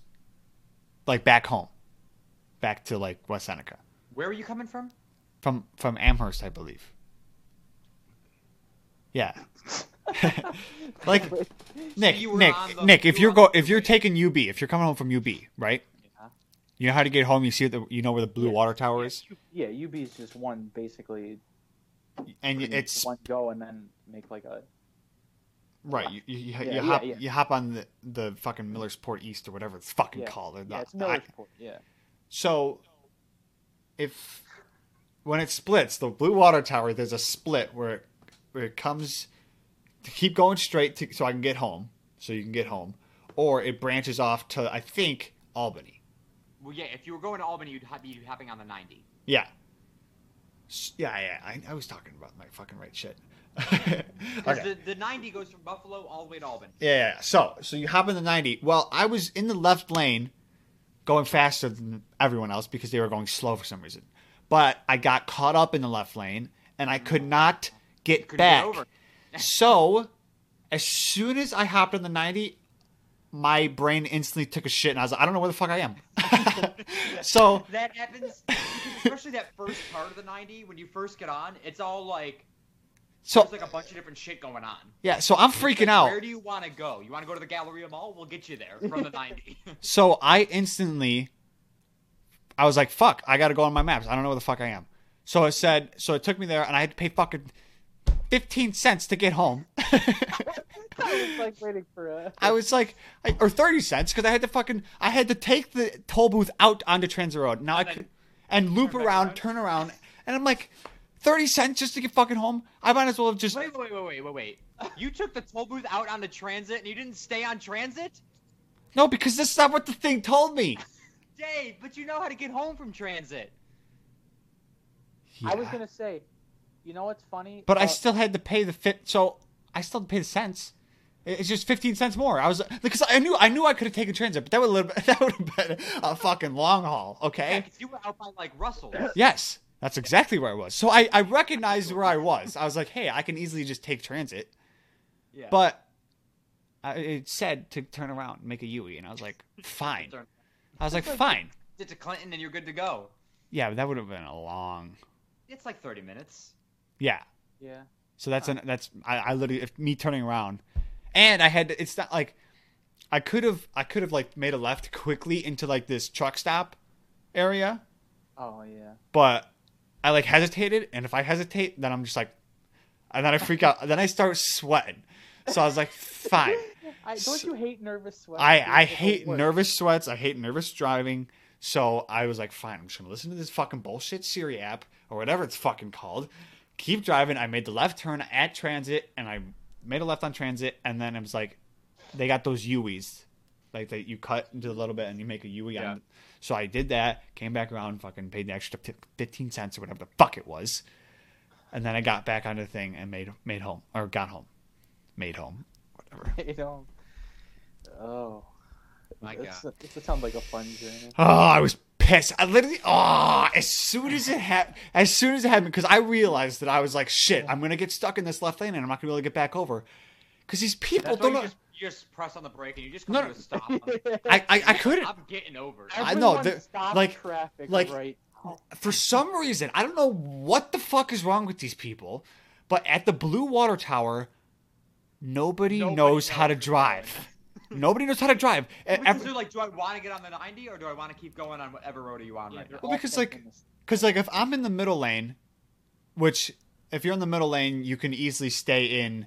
Speaker 3: like back home, back to like West Seneca
Speaker 2: Where were you coming from?
Speaker 3: from from Amherst, I believe. Yeah. <laughs>
Speaker 1: <laughs>
Speaker 3: like Nick,
Speaker 2: you were
Speaker 3: Nick,
Speaker 2: on the-
Speaker 3: Nick.
Speaker 2: you
Speaker 3: If
Speaker 2: were
Speaker 3: you're
Speaker 2: on the
Speaker 3: go, if you're
Speaker 2: freeway.
Speaker 3: taking UB, if you're coming home from UB, right?
Speaker 1: Yeah.
Speaker 3: You know how to get home. You see the, you know where the Blue
Speaker 1: Yeah.
Speaker 3: Water Tower is,
Speaker 1: <laughs> Yeah, UB is just one basically.
Speaker 3: and
Speaker 1: you
Speaker 3: it's
Speaker 1: one go and then make like a
Speaker 3: right. You, you, you,
Speaker 1: Yeah,
Speaker 3: you
Speaker 1: yeah,
Speaker 3: hop,
Speaker 1: yeah.
Speaker 3: you hop on the, the fucking Millersport East or whatever it's fucking
Speaker 1: Yeah.
Speaker 3: called. or the-
Speaker 1: yeah, it's
Speaker 3: I-
Speaker 1: Millersport. Yeah, <laughs>
Speaker 3: So, if when it splits, the Blue Water Tower, there's a split where it, where it comes to keep going straight to, so I can get home, so you can get home, or it branches off to I think Albany.
Speaker 2: Well, yeah, if you were going to Albany, you'd ha- be hopping on the 90.
Speaker 3: Yeah. S- Yeah, yeah. I, I was talking about my fucking right shit. <laughs> okay.
Speaker 2: 'Cause the, the 90 goes from Buffalo all the way to Albany.
Speaker 3: Yeah, yeah. So, so you hop in the 90. Well, I was in the left lane going faster than everyone else because they were going slow for some reason. But I got caught up in the left lane and I could not get
Speaker 2: Couldn't
Speaker 3: back. <laughs>
Speaker 2: get over.
Speaker 3: so, as soon as I hopped in the 90, my brain instantly took a shit and I was like, I don't know where the fuck I am. <laughs> so,
Speaker 2: That happens, because especially that first part of the 90 when you first get on. It's all like
Speaker 3: so
Speaker 2: there's like a bunch of different shit going on.
Speaker 3: yeah, so I'm freaking out.
Speaker 2: Where do you want to go? You want to go to the Galleria Mall? We'll get you there from the
Speaker 3: <laughs>
Speaker 2: 90.
Speaker 3: So I instantly, I was like, "Fuck! I got to go on my maps. I don't know where the fuck I am." So it said, so it took me there, and I had to pay fucking fifteen cents to get home. <laughs>
Speaker 1: it's like waiting for a. <laughs>
Speaker 3: I was like, I- or thirty cents because I had to fucking, I had to take the toll booth out onto Transit Road. Now I
Speaker 2: then
Speaker 3: could, and loop
Speaker 2: turn back
Speaker 3: around,
Speaker 2: around.
Speaker 3: turn around, and I'm like, thirty cents just to get fucking home. I might as well have
Speaker 2: <laughs>
Speaker 3: just.
Speaker 2: wait, wait, wait, wait, wait, wait. You took the toll booth out on the transit and you didn't stay on transit?
Speaker 3: No, because this is not what the thing told me.
Speaker 2: Dave, but you know how to get home from transit.
Speaker 1: I was
Speaker 3: Yeah.
Speaker 1: gonna say, you know what's funny?
Speaker 3: But I
Speaker 1: Uh,
Speaker 3: still had to pay the fit. So I still had to pay the cents. It- It's just fifteen cents more. I was because I knew I knew I could have taken transit, but that would have that would have been <laughs> a fucking long haul.
Speaker 2: Yeah,
Speaker 3: Okay.
Speaker 2: 'cause you were out by like Russell.
Speaker 3: Yes, that's exactly where I was. So I I recognized where I was. I was like, hey, I can easily just take transit.
Speaker 2: Yeah.
Speaker 3: But I, it said to turn around, and make a Yui, and I was like,
Speaker 2: <laughs>
Speaker 3: fine. I was like, fine.
Speaker 2: Get to Clinton and you're good to go.
Speaker 3: Yeah, but that would have been a long.
Speaker 2: It's like 30 minutes.
Speaker 3: Yeah.
Speaker 1: yeah,
Speaker 3: So that's an that's I, I literally if me turning around, and I had to, it's not like I could have I could have like made a left quickly into like this truck stop area,
Speaker 1: oh yeah,
Speaker 3: but I like hesitated, and if I hesitate, then I'm just like, and then I freak out, then I start sweating. So I was like, fine.
Speaker 1: I, don't you hate nervous sweat? Dude,
Speaker 3: I, I
Speaker 1: it's the
Speaker 3: hate
Speaker 1: worst.
Speaker 3: nervous sweats. I hate nervous driving. So I was like, fine, I'm just gonna listen to this fucking bullshit Siri app or whatever it's fucking called. Keep driving. I made the left turn at transit, and I made a left on transit, and then it was like, they got those UEs, like that you cut into a little bit and you make a UE.
Speaker 2: Yeah.
Speaker 3: On. So I did that. Came back around, fucking paid the extra t- fifteen cents or whatever the fuck it was, and then I got back on the thing and made made home or got home, made home, whatever.
Speaker 1: <laughs> You know. Oh.
Speaker 2: My
Speaker 1: This,
Speaker 2: God.
Speaker 1: this sounds like a fun journey.
Speaker 3: Oh, I was pissed. I literally, oh, as soon as it happened, as soon as it happened, because I realized that I was like, shit, I'm gonna get stuck in this left lane and I'm not gonna be able to get back over. Because these people
Speaker 2: That's why
Speaker 3: don't.
Speaker 2: you
Speaker 3: know-
Speaker 2: just, you just press on the brake and you just come
Speaker 3: No,
Speaker 2: to
Speaker 3: no.
Speaker 2: a stop. I'm
Speaker 3: <laughs>
Speaker 2: like,
Speaker 1: <laughs>
Speaker 3: <laughs> I, I, I couldn't.
Speaker 2: I'm getting over.
Speaker 3: I know,
Speaker 1: Everyone
Speaker 3: the-
Speaker 1: stop
Speaker 3: like-
Speaker 1: traffic
Speaker 3: like-
Speaker 1: right.
Speaker 3: For some reason, I don't know what the fuck is wrong with these people, but at the Blue Water Tower, nobody,
Speaker 2: Nobody
Speaker 3: knows how
Speaker 2: knows how
Speaker 3: to
Speaker 2: to
Speaker 3: drive. nobody knows how to drive. E-,
Speaker 2: Which
Speaker 3: Every-
Speaker 2: is like, do I want to get on the 90 or do I want to keep going on whatever road are you on
Speaker 1: Yeah,
Speaker 2: right
Speaker 1: they're
Speaker 2: now?
Speaker 3: Well,
Speaker 1: all
Speaker 3: because,
Speaker 1: thinking
Speaker 3: like,
Speaker 1: the same.
Speaker 3: Because like if I'm in the middle lane, which if you're in the middle lane, you can easily stay in,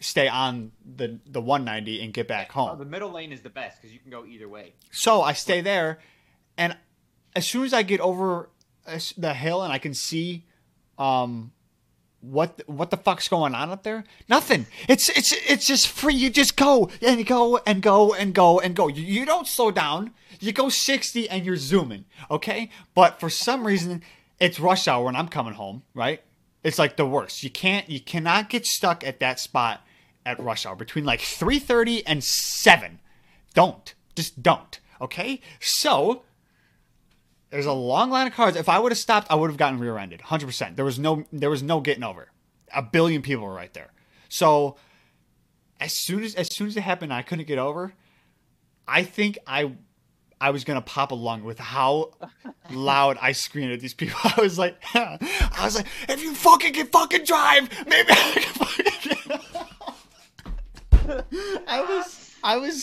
Speaker 3: stay on the the 190 and get back
Speaker 2: Oh, the
Speaker 3: home.
Speaker 2: middle lane is the best because you can go either way.
Speaker 3: So I stay there, and as soon as I get over uh, the hill and I can see, um, what what the fuck's going on up there? Nothing. It's it's it's just free. You just go and go and go and go and go. You, you don't slow down. You go 60 and you're zooming, okay? But for some reason, it's rush hour and I'm coming home, right? It's like the worst. You can't you cannot get stuck at that spot at rush hour between like 3:30 and 7. Don't. Just don't, okay? So, there's a long line of cars. If I would have stopped, I would have gotten rear-ended. 100%. There was no there was no getting over. A billion people were right there. So as soon as as soon as it happened, I couldn't get over. I think I I was going to pop a lung with how loud I screamed at these people. <laughs> I was like I was like, "If you fucking can fucking drive, maybe I can fucking <laughs> I was I was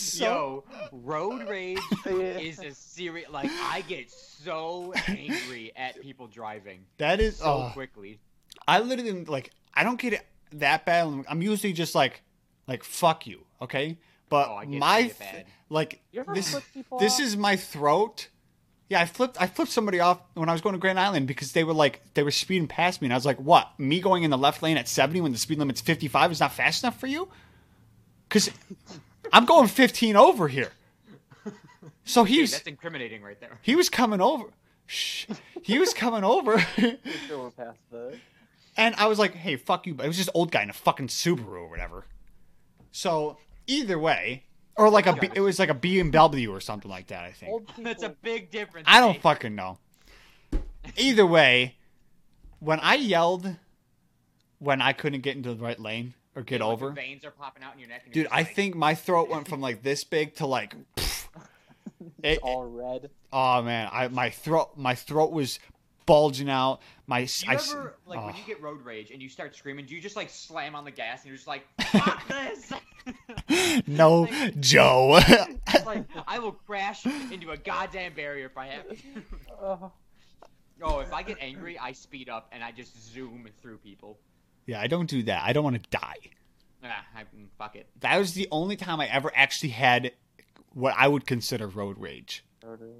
Speaker 2: Yo,
Speaker 3: so
Speaker 2: road
Speaker 3: <laughs>
Speaker 2: rage
Speaker 1: Yeah.
Speaker 2: is a serious. Like I get so angry at people driving
Speaker 3: that is
Speaker 2: so
Speaker 3: oh.
Speaker 2: quickly.
Speaker 3: I literally am, like I don't get it that bad. I'm- I'm usually just like like fuck you, okay? But
Speaker 2: Oh, I get
Speaker 3: my
Speaker 2: really
Speaker 3: th-
Speaker 2: bad.
Speaker 3: like
Speaker 1: You ever
Speaker 3: this
Speaker 1: flip people
Speaker 3: this
Speaker 1: off?
Speaker 3: is my throat. Yeah, I flipped I flipped somebody off when I was going to Grand Island because they were like they were speeding past me and I was like, "What? Me going in the left lane at 70 when the speed limit's 55 is not fast enough for you?" Cuz I'm going 15 over here. So
Speaker 2: Dude,
Speaker 3: he's
Speaker 2: that's incriminating right there. <laughs>
Speaker 3: he was coming over. Shh. He was
Speaker 2: <laughs>
Speaker 3: coming over.
Speaker 1: Sure, we're past the.
Speaker 3: And I was like, hey, fuck you. But it was just old guy in a fucking Subaru or whatever. So either way, or like a B, it was like a BMW or something like that. I
Speaker 2: <laughs>
Speaker 3: think
Speaker 1: Old people.
Speaker 2: That's a big difference. eh?
Speaker 3: I don't
Speaker 2: Nate.
Speaker 3: fucking know. Either way, when I yelled, when I couldn't get into the right lane or get
Speaker 2: Like,
Speaker 3: over,
Speaker 2: Your veins are popping out in your neck. And you're
Speaker 3: dude,
Speaker 2: just
Speaker 3: I
Speaker 2: like,
Speaker 3: think my throat went from like this big
Speaker 2: <laughs>
Speaker 3: to like. pff. It-
Speaker 1: It's all red.
Speaker 3: oh man, I my throat my throat was bulging out. My
Speaker 2: Do you
Speaker 3: I, s-
Speaker 2: ever like when
Speaker 3: oh.
Speaker 2: you get road rage and you start screaming? Do you just like slam on the gas and you're just
Speaker 3: <laughs>
Speaker 2: like, "Fuck this!" <laughs>
Speaker 3: <gasps> no, Joe. <laughs>
Speaker 2: It's like I will crash into a goddamn barrier if I have. to. <laughs>
Speaker 1: Oh,
Speaker 2: oh, if I get angry, I speed up and I just zoom through people.
Speaker 3: yeah, I don't do that. I don't want to die.
Speaker 2: Ah, I, mm, fuck it.
Speaker 3: that was the only time I ever actually had what I would consider road rage.
Speaker 1: murder.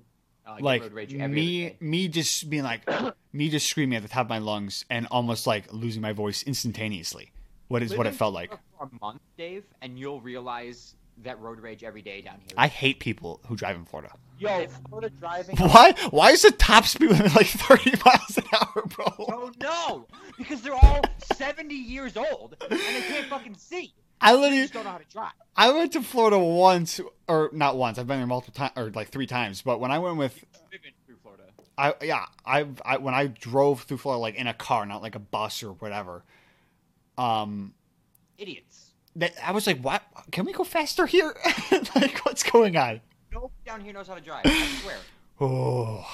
Speaker 2: Uh,
Speaker 3: Like
Speaker 2: road rage every other
Speaker 3: me,
Speaker 2: day.
Speaker 3: me just being like, <clears throat> me just screaming at the top of my lungs and almost like losing my voice instantaneously. What is what it
Speaker 2: Living
Speaker 3: felt like?
Speaker 2: for a month, Dave, and you'll realize that road rage every day down here.
Speaker 3: I hate people who drive in Florida.
Speaker 1: Yo, Florida driving.
Speaker 3: <laughs> Why? Why is the top speed limit like thirty miles an hour, bro?
Speaker 2: Oh no! Because they're all 70 years old and they can't fucking see.
Speaker 3: I
Speaker 2: They
Speaker 3: literally,
Speaker 2: just don't know how to drive.
Speaker 3: I went to Florida once, or not once. I've been there multiple times, or like three times. But when I went with
Speaker 2: Driven through Florida.
Speaker 3: I yeah, I've I when I drove through Florida like in a car, not like a bus or whatever. Um,
Speaker 2: Idiots.
Speaker 3: that I was like, what? Can we go faster here? <laughs> like, what's going on?
Speaker 2: Nobody down here knows how to drive. I <laughs> swear.
Speaker 3: Oh,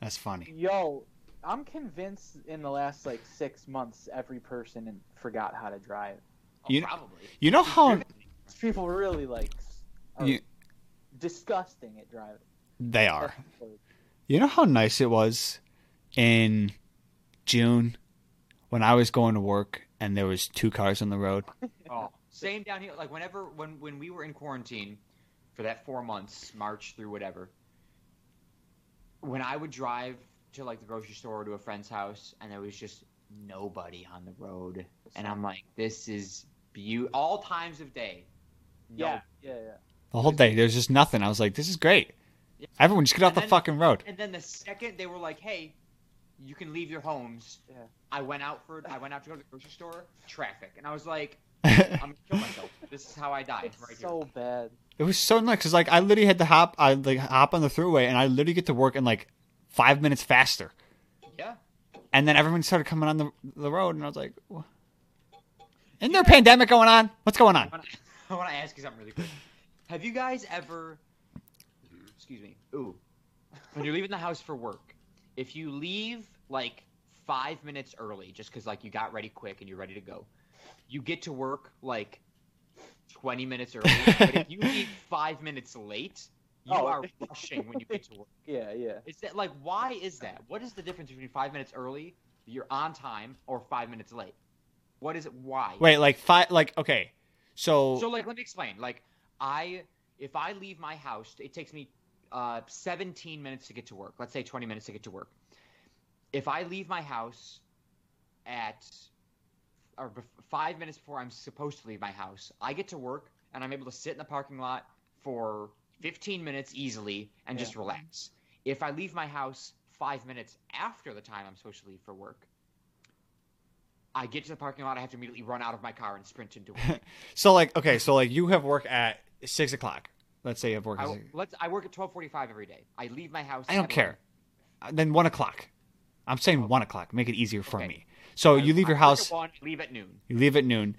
Speaker 3: that's funny.
Speaker 1: Yo, I'm convinced in the last like six months, every person in- forgot how to drive.
Speaker 2: Oh,
Speaker 3: You-
Speaker 2: probably.
Speaker 3: You know how
Speaker 1: These people really like are
Speaker 3: You-
Speaker 1: disgusting at driving.
Speaker 3: they are.
Speaker 1: That's the word.
Speaker 3: You know how nice it was in June when I was going to work and there was two cars on the road.
Speaker 2: Oh, Same down here. Like whenever when when we were in quarantine for that four months, March through whatever. When I would drive to like the grocery store or to a friend's house, and there was just nobody on the road, and I'm like, this is beautiful. All times of day. No-
Speaker 1: Yeah, yeah, yeah.
Speaker 3: The whole day, there's just nothing. I was like, this is great.
Speaker 2: Yeah.
Speaker 3: Everyone, just get off
Speaker 2: And
Speaker 3: the
Speaker 2: then-
Speaker 3: fucking road. <laughs>
Speaker 2: And then the second they were like, "Hey, you can leave your homes,"
Speaker 1: Yeah.
Speaker 2: I went out for I went out to go to the grocery store. Traffic, and I was like, "I'm
Speaker 3: it
Speaker 2: gonna kill myself. This is how I die
Speaker 1: It's
Speaker 2: right
Speaker 1: so bad.
Speaker 3: was so nice because like I literally had to hop, I like hop on the throughway, and I literally get to work in like five minutes faster.
Speaker 2: here." Yeah,
Speaker 3: And then everyone started coming on the the road, and I was like, "Wha- "Isn't there a pandemic going on? What's going on?"
Speaker 2: I want to I wanna <laughs> ask you something really quick. Have you guys ever, excuse me, ooh, when you're leaving the house for work, if you leave like five minutes early, just because like you got ready quick and you're ready to go, you get to work like 20 minutes early. but if you leave five minutes late, you
Speaker 1: Oh.
Speaker 2: are rushing when you get to work.
Speaker 1: Yeah, yeah.
Speaker 2: Is that like why is that? What is the difference between five minutes early, you're on time, or five minutes late? What is it? Why?
Speaker 3: Wait, like five, like okay, so,
Speaker 2: So like let me explain. Like I if I leave my house, it takes me uh 17 minutes to get to work. Let's say 20 minutes to get to work. If I leave my house at or bef- 5 minutes before I'm supposed to leave my house, I get to work and I'm able to sit in the parking lot for 15 minutes easily and
Speaker 1: Yeah.
Speaker 2: just relax. If I leave my house 5 minutes after the time I'm supposed to leave for work, I get to the parking lot, I have to immediately run out of my car and sprint into work.
Speaker 3: so like okay, so like you have work at six o'clock. Let's say you have work. At
Speaker 2: I,
Speaker 3: six.
Speaker 2: let's. I work at twelve forty-five every day. I leave my house.
Speaker 3: I don't
Speaker 2: at
Speaker 3: care. Uh, Then one o'clock. I'm saying one o'clock. Make it easier for
Speaker 2: Okay.
Speaker 3: me. So
Speaker 2: 11.
Speaker 3: Oh, you leave
Speaker 2: I
Speaker 3: your
Speaker 2: work at
Speaker 3: house.
Speaker 2: one, leave at noon.
Speaker 3: You leave at noon.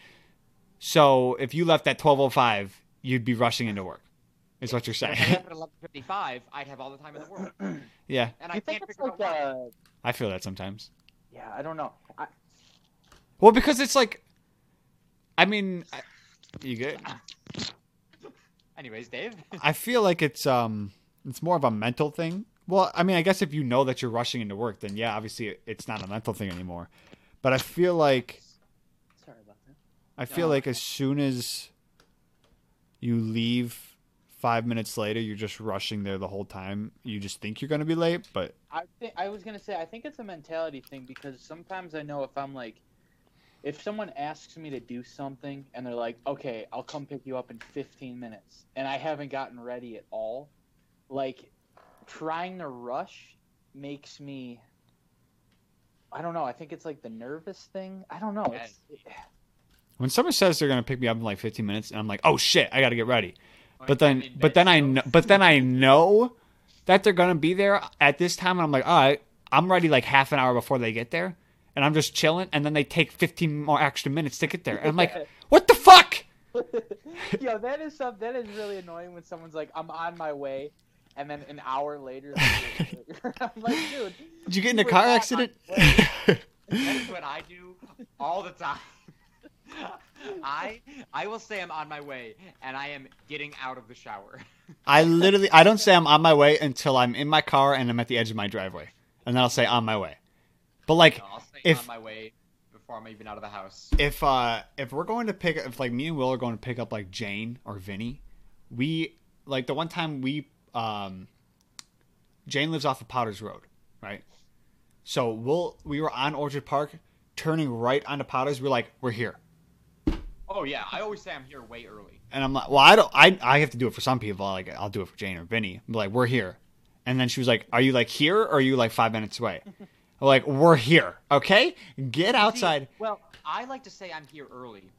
Speaker 3: So if you left at twelve oh five, you'd be rushing into work. Is what you're
Speaker 2: But
Speaker 3: saying?
Speaker 2: If I left at eleven fifty-five, I'd have all the time in the world,
Speaker 3: <laughs> yeah,
Speaker 2: and
Speaker 1: I
Speaker 2: I
Speaker 1: think
Speaker 2: can't
Speaker 1: it's
Speaker 2: figure
Speaker 1: like
Speaker 2: out why.
Speaker 1: uh
Speaker 3: I feel that sometimes.
Speaker 1: yeah, I don't know. I,
Speaker 3: Well, because it's like, I mean, I, you good?
Speaker 2: Anyways, Dave. <laughs>
Speaker 3: I feel like it's um, it's more of a mental thing. Well, I mean, I guess if you know that you're rushing into work, then yeah, obviously it- it's not a mental thing anymore. But I feel like
Speaker 1: Sorry about that.
Speaker 3: I feel like as soon as you leave five minutes later, you're just rushing there the whole time. You just think you're going to be late, but
Speaker 1: I think I was gonna say I think it's a mentality thing because sometimes I know if I'm like, if someone asks me to do something and they're like, okay, I'll come pick you up in 15 minutes, and I haven't gotten ready at all, like trying to rush makes me. I don't know. I think it's like the nervous thing. I don't know. It's,
Speaker 3: when someone says they're going to pick me up in like 15 minutes, and I'm like, oh shit, I got to get ready. But
Speaker 2: I'm
Speaker 3: then,
Speaker 2: in bed,
Speaker 3: but then I,
Speaker 2: so-
Speaker 3: know,
Speaker 2: <laughs>
Speaker 3: but then I know that they're going to be there at this time, and I'm like, all right, I'm ready like half an hour before they get there, and I'm just chilling, and then they take 15 more extra minutes to get
Speaker 1: <laughs>
Speaker 3: there, and I'm like, what the fuck?
Speaker 1: Yo, that is some, that is really annoying when someone's like, "I'm on my way," and then an hour later,
Speaker 3: <laughs>
Speaker 1: I'm like, "Dude,
Speaker 3: Did you get in
Speaker 1: You
Speaker 3: a
Speaker 1: were
Speaker 3: car
Speaker 1: not on
Speaker 3: accident?
Speaker 2: That's what I do all the time. <laughs> I I will say I'm on my way, and I am getting out of the shower.
Speaker 3: <laughs>
Speaker 2: <laughs>
Speaker 3: I literally I don't say I'm on my way until I'm in my car and I'm at the edge of my driveway. And then I'll say on my way. But like
Speaker 2: I'll say
Speaker 3: If-
Speaker 2: on my way before I'm even out of the house.
Speaker 3: if uh if we're going to pick if like me and Will are going to pick up like Jane or Vinny, we like the one time we um Jane lives off of Powder's Road, right? So we'll we were on Orchard Park turning right onto Powder's, we're like, we're here.
Speaker 2: Oh yeah, I always say I'm here way early.
Speaker 3: And I'm like, well, I don't, I, I have to do it for some people. Like, I'll do it for Jane or Vinny. I'm like, we're here. And then she was like, are you like here or are you like five minutes away? I'm like, we're here. Okay. Get
Speaker 2: See,
Speaker 3: outside. <laughs>
Speaker 2: well, I like to say I'm here early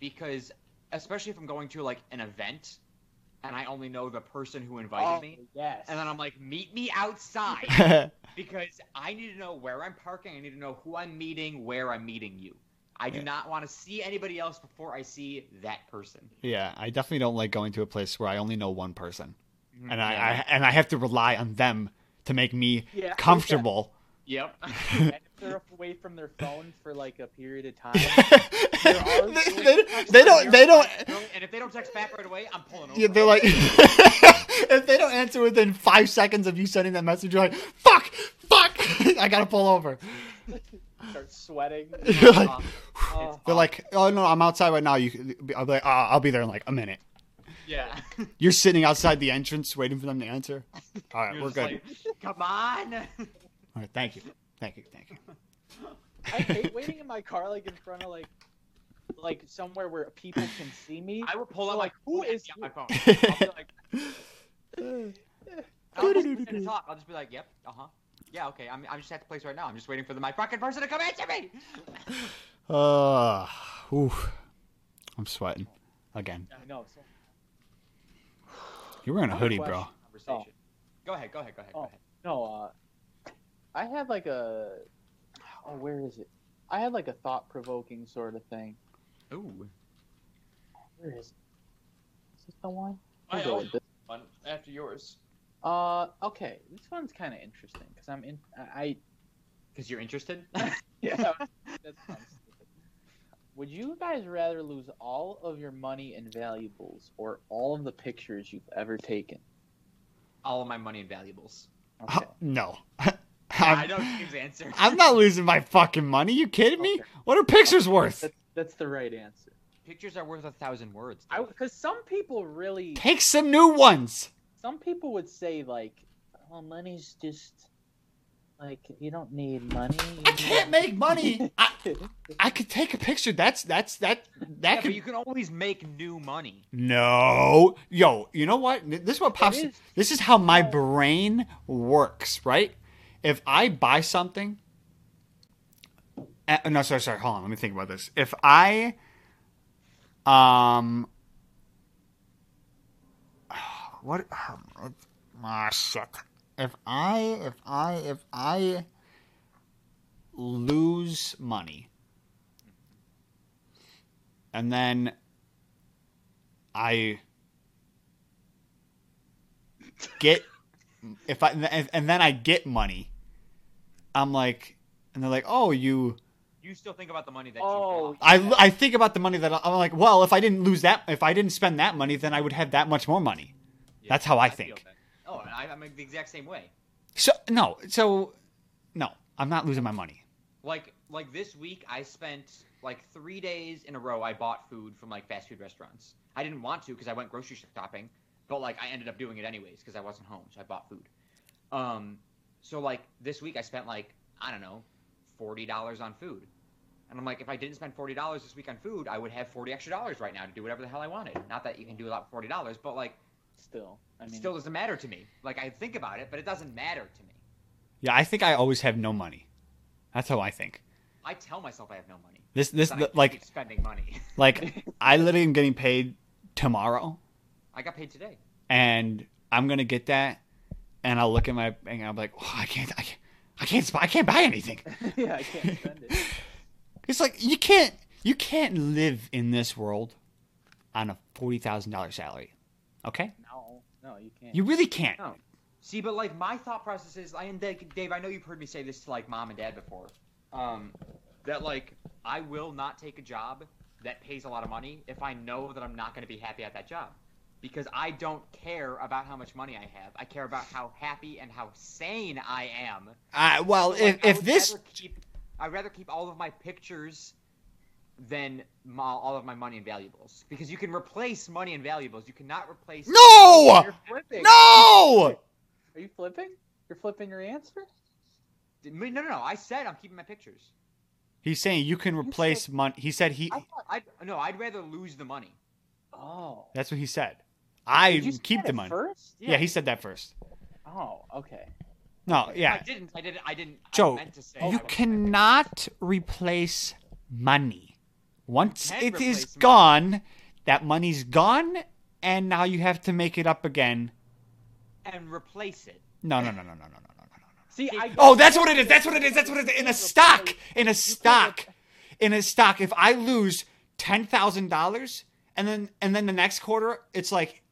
Speaker 2: because, especially if I'm going to like an event, and I only know the person who invited
Speaker 1: oh,
Speaker 2: me,
Speaker 1: yes."
Speaker 2: and then I'm like, meet me
Speaker 3: <laughs>
Speaker 2: outside
Speaker 3: I
Speaker 2: because I need to know where I'm parking. I need to know who I'm meeting, where I'm meeting you. I do
Speaker 3: Yeah.
Speaker 2: not want to see anybody else before I see that person.
Speaker 3: yeah. I definitely don't like going to a place where I only know one person and
Speaker 2: Mm,
Speaker 3: I,
Speaker 2: Yeah.
Speaker 3: I, and I have to rely on them to make me
Speaker 1: yeah,
Speaker 3: <laughs>
Speaker 1: <laughs>
Speaker 3: comfortable. <laughs>
Speaker 2: Yep.
Speaker 1: And if they're away from their phone for like a period of
Speaker 3: <laughs>
Speaker 1: time,
Speaker 3: they,
Speaker 1: are
Speaker 3: they- they don't, they don't,
Speaker 2: And if they don't text back right away, I'm pulling over.
Speaker 3: yeah, they're like, <laughs> if they don't answer within <laughs> five seconds of you sending that message, you're like, fuck, fuck, I gotta pull over.
Speaker 1: Start sweating.
Speaker 3: You're like,
Speaker 2: Off.
Speaker 1: Oh.
Speaker 2: It's
Speaker 3: they're like, oh no, I'm outside right now. You, I'll be like, ah, I'll be there in like a minute.
Speaker 2: <laughs> Yeah.
Speaker 3: You're sitting outside the entrance waiting for them to answer. All right,
Speaker 2: You're
Speaker 3: <laughs> we're
Speaker 2: just
Speaker 3: good.
Speaker 2: like, Come on. <laughs>
Speaker 3: All right, thank you, thank you, thank you.
Speaker 1: I hate waiting in my car like in front of like like somewhere where people can see me.
Speaker 2: I will pull out
Speaker 1: Like,
Speaker 2: like
Speaker 1: who
Speaker 2: who
Speaker 1: is
Speaker 2: is on my
Speaker 1: you?
Speaker 2: phone. <laughs> I'll
Speaker 3: <laughs>
Speaker 2: be like, I'll just pretend to
Speaker 3: Do-do-do-do-do.
Speaker 2: talk. I'll just be like, yep, uh huh, yeah, okay. I'm, I'm just at the place right now. I'm just waiting for the my fucking person to come answer me.
Speaker 3: <laughs> Uh, oof. I'm sweating again.
Speaker 1: I know. So,
Speaker 3: You're wearing a
Speaker 1: I have a
Speaker 3: hoodie, bro.
Speaker 1: question.
Speaker 2: Conversation. Go ahead. Go ahead. Go ahead.
Speaker 1: Oh.
Speaker 2: Go ahead.
Speaker 1: no, uh, I had like a oh, where is it? I had like a thought provoking sort of thing.
Speaker 2: Ooh.
Speaker 1: Where is it? Is this the one?
Speaker 2: I
Speaker 1: I'll go
Speaker 2: also-
Speaker 1: with this.
Speaker 2: oh, One after yours.
Speaker 1: Uh, okay. This one's kind of interesting because I'm in. I, I
Speaker 2: Because you're interested. <laughs>
Speaker 1: yeah. <laughs> that sounds stupid. Would you guys rather lose all of your money and valuables, or all of the pictures you've ever taken?
Speaker 2: All of my money and valuables.
Speaker 1: Okay.
Speaker 3: No, <laughs>
Speaker 2: I know
Speaker 3: I'm,
Speaker 2: James' answer.
Speaker 3: I'm not losing my fucking money. You kidding me?
Speaker 1: Okay.
Speaker 3: What are pictures worth?
Speaker 1: That's, that's the right answer.
Speaker 2: <laughs> Pictures are worth a thousand words.
Speaker 1: I
Speaker 2: dude.
Speaker 1: because some people really,
Speaker 3: Take some new ones.
Speaker 1: some people would say like, "Oh, money's just like you don't need money."
Speaker 3: I can't make money. I, I could take a picture. That's that's that that
Speaker 2: yeah,
Speaker 3: could
Speaker 2: but you can always make new money.
Speaker 3: No. Yo, you know what? This is what pops.
Speaker 1: is-
Speaker 3: This is how my brain works, right? If I buy something. Uh, no, sorry, sorry. Hold on. Let me think about this. If I. Um. <sighs> What. <sighs> Ah, shit. If I. If I. If I. Lose money. And then I get if I and- and then I get money. I'm like, and they're like, oh, you.
Speaker 2: You still think about the money that you
Speaker 1: Oh,
Speaker 2: lost.
Speaker 3: I I think about the money that I- I'm like, well, if I didn't lose that, if I didn't spend that money, then I would have that much more money.
Speaker 2: Yeah,
Speaker 3: That's how I
Speaker 2: feel
Speaker 3: think.
Speaker 2: that. Oh, and I, I'm the exact same way.
Speaker 3: So no, so no, I'm not losing my money.
Speaker 2: Like like this week, I spent like three days in a row. I bought food from like fast food restaurants. I didn't want to because I went grocery shopping, but like I ended up doing it anyways because I wasn't home, so I bought food. Um, so like this week, I spent like I don't know, forty dollars on food, and I'm like, if I didn't spend forty dollars this week on food, I would have forty extra dollars right now to do whatever the hell I wanted. Not that you can do a lot with forty dollars, but like
Speaker 1: <laughs> still, I
Speaker 2: it
Speaker 1: mean,
Speaker 2: still doesn't matter to me. Like I think about it, but it doesn't matter to me.
Speaker 3: Yeah, I think I always have no money. That's how I think.
Speaker 2: I tell myself I have no money.
Speaker 3: This this
Speaker 2: but I
Speaker 3: like
Speaker 2: keep spending money. <laughs>
Speaker 3: like I literally am getting paid tomorrow.
Speaker 2: I got paid today.
Speaker 3: and I'm gonna get that, and I'll look at my and I'm like, oh, I can't, I can't, I can't, sp- I can't buy anything.
Speaker 1: <laughs> yeah, I can't spend it.
Speaker 3: <laughs> It's like you can't, you can't live in this world on a forty thousand dollar salary. Okay,
Speaker 1: No, no, you can't.
Speaker 3: you really can't.
Speaker 2: No. See, but like my thought process is, I and Dave, Dave, I know you've heard me say this to like mom and dad before, um, that like I will not take a job that pays a lot of money if I know that I'm not going to be happy at that job, because I don't care about how much money I have. I care about how happy and how sane I am.
Speaker 3: I, well,
Speaker 2: Like,
Speaker 3: if
Speaker 2: I
Speaker 3: if
Speaker 2: would
Speaker 3: this,
Speaker 2: rather keep, I'd rather keep all of my pictures than my, all of my money and valuables because you can replace money and valuables. You cannot replace
Speaker 3: no,
Speaker 1: You're flipping.
Speaker 3: no,
Speaker 1: Are you flipping? You're flipping your answer?
Speaker 2: No, no, no. I said I'm keeping my pictures.
Speaker 3: he's saying you can replace money. He said he.
Speaker 1: I thought.
Speaker 2: I no, I'd rather lose the money.
Speaker 1: Oh.
Speaker 3: That's what he said. I
Speaker 1: Did you say
Speaker 3: keep
Speaker 1: that
Speaker 3: the
Speaker 1: at
Speaker 3: money.
Speaker 1: First?
Speaker 3: Yeah. he said that first.
Speaker 1: Oh, okay.
Speaker 3: No,
Speaker 2: I
Speaker 3: yeah.
Speaker 2: didn't. I didn't. I didn't.
Speaker 3: Joe,
Speaker 2: I meant to say. I
Speaker 3: You
Speaker 2: would-
Speaker 3: cannot replace money. Once
Speaker 2: You can
Speaker 3: it is
Speaker 2: replace money.
Speaker 3: gone, that money's gone, and now you have to make it up again.
Speaker 2: and replace it.
Speaker 3: No, no, no, no, no, no, no, no, no, no.
Speaker 1: See, I
Speaker 3: Oh, that's what it is. That's what it is. That's what it is. In a stock, in a stock, in a stock. If I lose ten thousand dollars, and then and then the next quarter, it's like,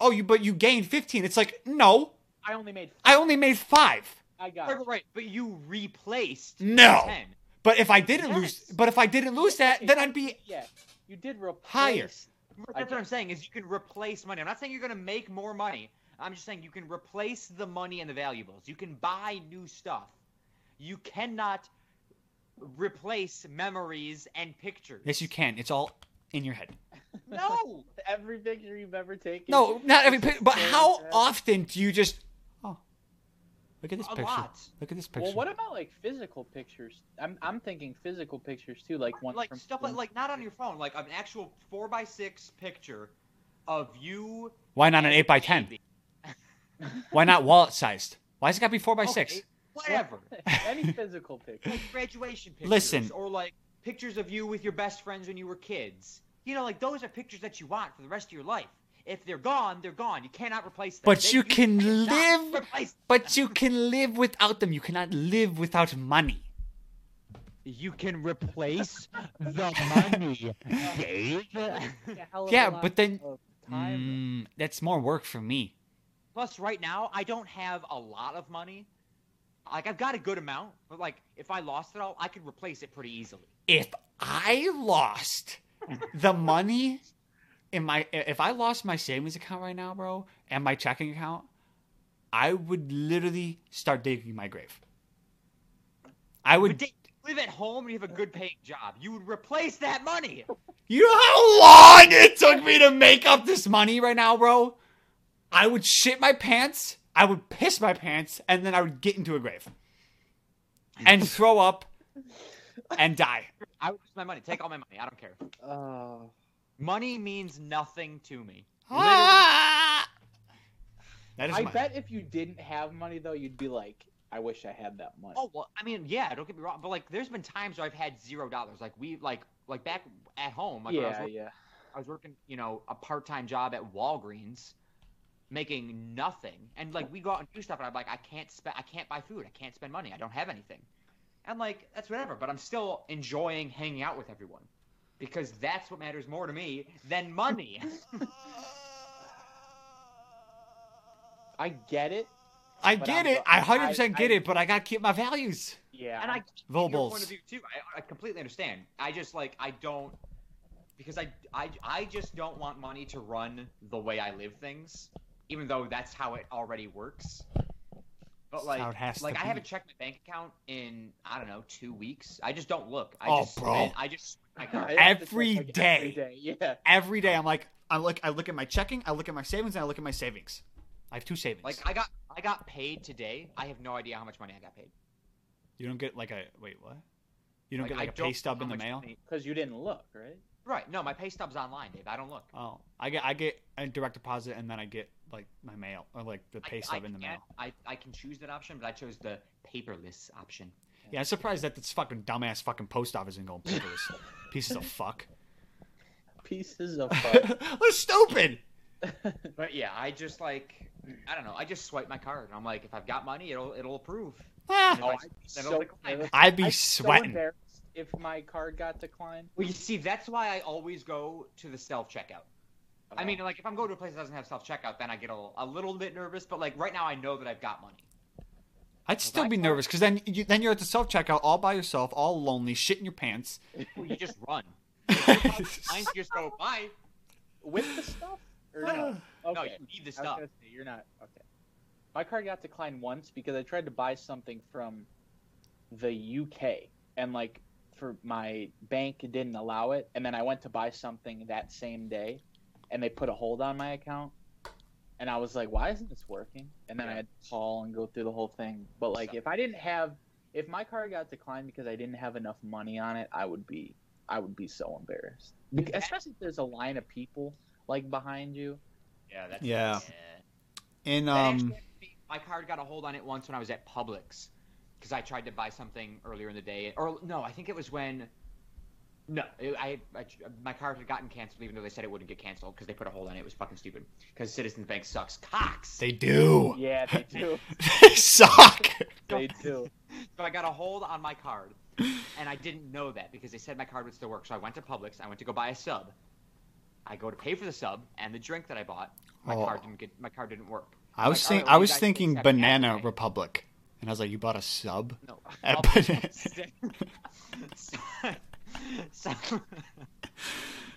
Speaker 3: oh, you but you gained fifteen. It's like, no,
Speaker 1: I only made.
Speaker 3: I only made five.
Speaker 1: I got.
Speaker 2: Right,
Speaker 1: It.
Speaker 2: right, right. But you replaced.
Speaker 3: No.
Speaker 2: Ten.
Speaker 3: But if I didn't lose,
Speaker 2: Yes.
Speaker 3: but if I didn't lose that, then I'd be
Speaker 1: Yeah, you did replace. I
Speaker 3: Higher.
Speaker 2: That's
Speaker 1: get
Speaker 2: what I'm
Speaker 1: it.
Speaker 2: saying is you can replace money. I'm not saying you're gonna make more money. I'm just saying you can replace the money and the valuables. You can buy new stuff. You cannot replace memories and pictures.
Speaker 3: Yes, you can. It's all in your head.
Speaker 2: No,
Speaker 1: Every picture you've ever taken.
Speaker 3: No, not every
Speaker 1: is
Speaker 3: picture. But
Speaker 1: so
Speaker 3: how
Speaker 1: bad.
Speaker 3: often do you just? Oh, look at this
Speaker 2: a
Speaker 3: picture.
Speaker 2: lot.
Speaker 3: Look at this picture.
Speaker 1: Well, what about like physical pictures? I'm I'm thinking physical pictures too, like one
Speaker 2: like
Speaker 1: from
Speaker 2: stuff like like not on your phone, like an actual four by six picture of you.
Speaker 3: Why not an
Speaker 2: and
Speaker 3: eight by ten?
Speaker 2: baby.
Speaker 3: <laughs> Why not wallet sized? Why does it got to be four by
Speaker 2: Okay,
Speaker 3: six?
Speaker 2: Whatever.
Speaker 1: <laughs> any physical picture.
Speaker 2: <laughs> like graduation pictures.
Speaker 3: Listen.
Speaker 2: Or like pictures of you with your best friends when you were kids. You know, like those are pictures that you want for the rest of your life. If they're gone, they're gone. You cannot replace them.
Speaker 3: But
Speaker 2: They-
Speaker 3: you can
Speaker 2: cannot
Speaker 3: live-
Speaker 2: Replace them.
Speaker 3: But you can live without them. You cannot live without money.
Speaker 2: You can
Speaker 3: <laughs>
Speaker 2: replace the money.
Speaker 1: A hell of
Speaker 3: Yeah,
Speaker 1: a lot
Speaker 3: but then-
Speaker 1: of time.
Speaker 3: Mm, that's more work for me.
Speaker 2: Plus, right now, I don't have a lot of money. Like, I've got a good amount, but like, if I lost it all, I could replace it pretty easily.
Speaker 3: If I lost the money in my, if I lost my savings account right now, bro, and my checking account, I would literally start digging my grave. I would.
Speaker 2: But Dave, you live at home and you have a good paying job. You would replace that money.
Speaker 3: You know how long it took me to make up this money right now, bro? I would shit my pants, I would piss my pants, and then I would get into a grave
Speaker 1: <laughs>
Speaker 3: and throw up and die.
Speaker 2: I would lose my money. Take all my money. I don't care.
Speaker 1: Oh,
Speaker 2: Money means nothing to me.
Speaker 3: Ah! That is
Speaker 1: I
Speaker 3: my-
Speaker 1: bet if you didn't have money though, you'd be like, I wish I had that money.
Speaker 2: Oh well, I mean, yeah, don't get me wrong, but like, there's been times where I've had zero dollars. Like we, like, like back at home, like when I was
Speaker 1: yeah,
Speaker 2: working,
Speaker 1: yeah.
Speaker 2: I was working, you know, a part-time job at Walgreens, making nothing, and like we go out and do stuff, and I'm like, I can't spend, I can't buy food, I can't spend money, I don't have anything, and like that's whatever. But I'm still enjoying hanging out with everyone, because that's what matters more to me than money.
Speaker 1: I get it.
Speaker 3: I
Speaker 1: but
Speaker 3: get
Speaker 1: I'm
Speaker 3: it.
Speaker 1: go-
Speaker 3: I 100%
Speaker 1: I-
Speaker 3: get
Speaker 1: I-
Speaker 3: it, but I got to keep my values.
Speaker 1: Yeah.
Speaker 2: <laughs> and I get your point of
Speaker 3: Vobles.
Speaker 2: view too. I, I completely understand. I just like I don't because I, I I just don't want money to run the way I live things, even though that's how it already works. But
Speaker 3: That's
Speaker 2: like,
Speaker 3: how it has to
Speaker 2: like I
Speaker 3: be.
Speaker 2: haven't checked my bank account in I don't know two weeks. I just don't look. I
Speaker 3: Oh,
Speaker 2: just
Speaker 3: bro.
Speaker 2: spend- I just
Speaker 1: <laughs>
Speaker 2: I
Speaker 1: I
Speaker 2: got
Speaker 1: have to check,
Speaker 3: every
Speaker 1: like,
Speaker 3: day.
Speaker 1: every day. Yeah.
Speaker 3: Every day I'm like, I look, I look at my checking, I look at my savings, and I look at my savings. I have two savings.
Speaker 2: like I got I got paid today. I have no idea how much money I got paid.
Speaker 3: you don't get like a, wait, what? You don't get
Speaker 2: I
Speaker 3: like a
Speaker 2: don't
Speaker 3: pay
Speaker 2: know
Speaker 3: stub in
Speaker 2: how
Speaker 3: the
Speaker 2: much
Speaker 3: mail?
Speaker 2: money-
Speaker 1: Because you didn't look, right?
Speaker 2: Right. No, my pay stub's online, Dave. I don't look.
Speaker 3: Oh, I get I get a direct deposit and then I get like my mail or like the
Speaker 2: I-
Speaker 3: pay
Speaker 2: I
Speaker 3: stub in the
Speaker 2: can't-
Speaker 3: mail.
Speaker 2: I, I can choose that option, but I chose the paperless option.
Speaker 3: Yeah, I'm surprised that this fucking dumbass fucking post office isn't going paperless.
Speaker 2: <laughs>
Speaker 3: Pieces of fuck.
Speaker 1: Pieces <laughs> of fuck.
Speaker 3: <laughs> They're stupid.
Speaker 2: But yeah, I just like I don't know. I just swipe my card, and I'm like, if I've got money, it'll it'll approve.
Speaker 3: Ah,
Speaker 2: And if I-
Speaker 1: Oh, I'd be so
Speaker 2: then it'll decline.
Speaker 1: nervous.
Speaker 3: I'd be
Speaker 1: I'd be so
Speaker 3: sweating.
Speaker 1: embarrassed if my card got declined.
Speaker 2: Well, you see, that's why I always go to the self checkout. I mean, like if I'm going to a place that doesn't have self checkout, then I get a, a little bit nervous. But like right now, I know that I've got money.
Speaker 3: I'd still be nervous because then you, then you're at the self checkout all by yourself, all lonely, shit in your pants.
Speaker 2: Well, you just run. <laughs>
Speaker 3: <laughs>
Speaker 2: Mine
Speaker 3: I
Speaker 2: just go bye.
Speaker 1: with the stuff <sighs> or no? Okay.
Speaker 2: No, you need
Speaker 1: I
Speaker 2: the
Speaker 1: was
Speaker 2: stuff.
Speaker 1: gonna say, you're not okay. My card got declined once because I tried to buy something from the UK and like for my bank didn't allow it and then I went to buy something that same day and they put a hold on my account and I was like why isn't this working and then I
Speaker 2: Yeah.
Speaker 1: had to call and go through the whole thing but like if I didn't have if my card got declined because I didn't have enough money on it I would be I would be so embarrassed Bec- especially if there's a line of people like behind you
Speaker 2: Yeah, that's
Speaker 3: Yeah. And
Speaker 2: That
Speaker 3: um,
Speaker 2: actually- my card got a hold on it once when I was at Publix because I tried to buy something earlier in the day. Or no, I think it was when. No, it, I, I my card had gotten canceled, even though they said it wouldn't get canceled because they put a hold on it. It was fucking stupid because Citizens Bank sucks cocks.
Speaker 3: they do. <laughs>
Speaker 1: Yeah, they do.
Speaker 3: they suck.
Speaker 1: they do.
Speaker 2: So I got a hold on my card, and I didn't know that because they said my card would still work. So I went to Publix. I went to go buy a sub. I go to pay for the sub and the drink that I bought. My
Speaker 3: Oh.
Speaker 2: card didn't get. My card didn't work.
Speaker 3: I was
Speaker 2: Like,
Speaker 3: think
Speaker 2: alright,
Speaker 3: I
Speaker 2: well, you
Speaker 3: was
Speaker 2: guys
Speaker 3: thinking
Speaker 2: accept Apple
Speaker 3: Banana
Speaker 2: Pay.
Speaker 3: Republic, and I was like, you bought a sub.
Speaker 2: No.
Speaker 3: At
Speaker 2: Publix. <laughs> so, so,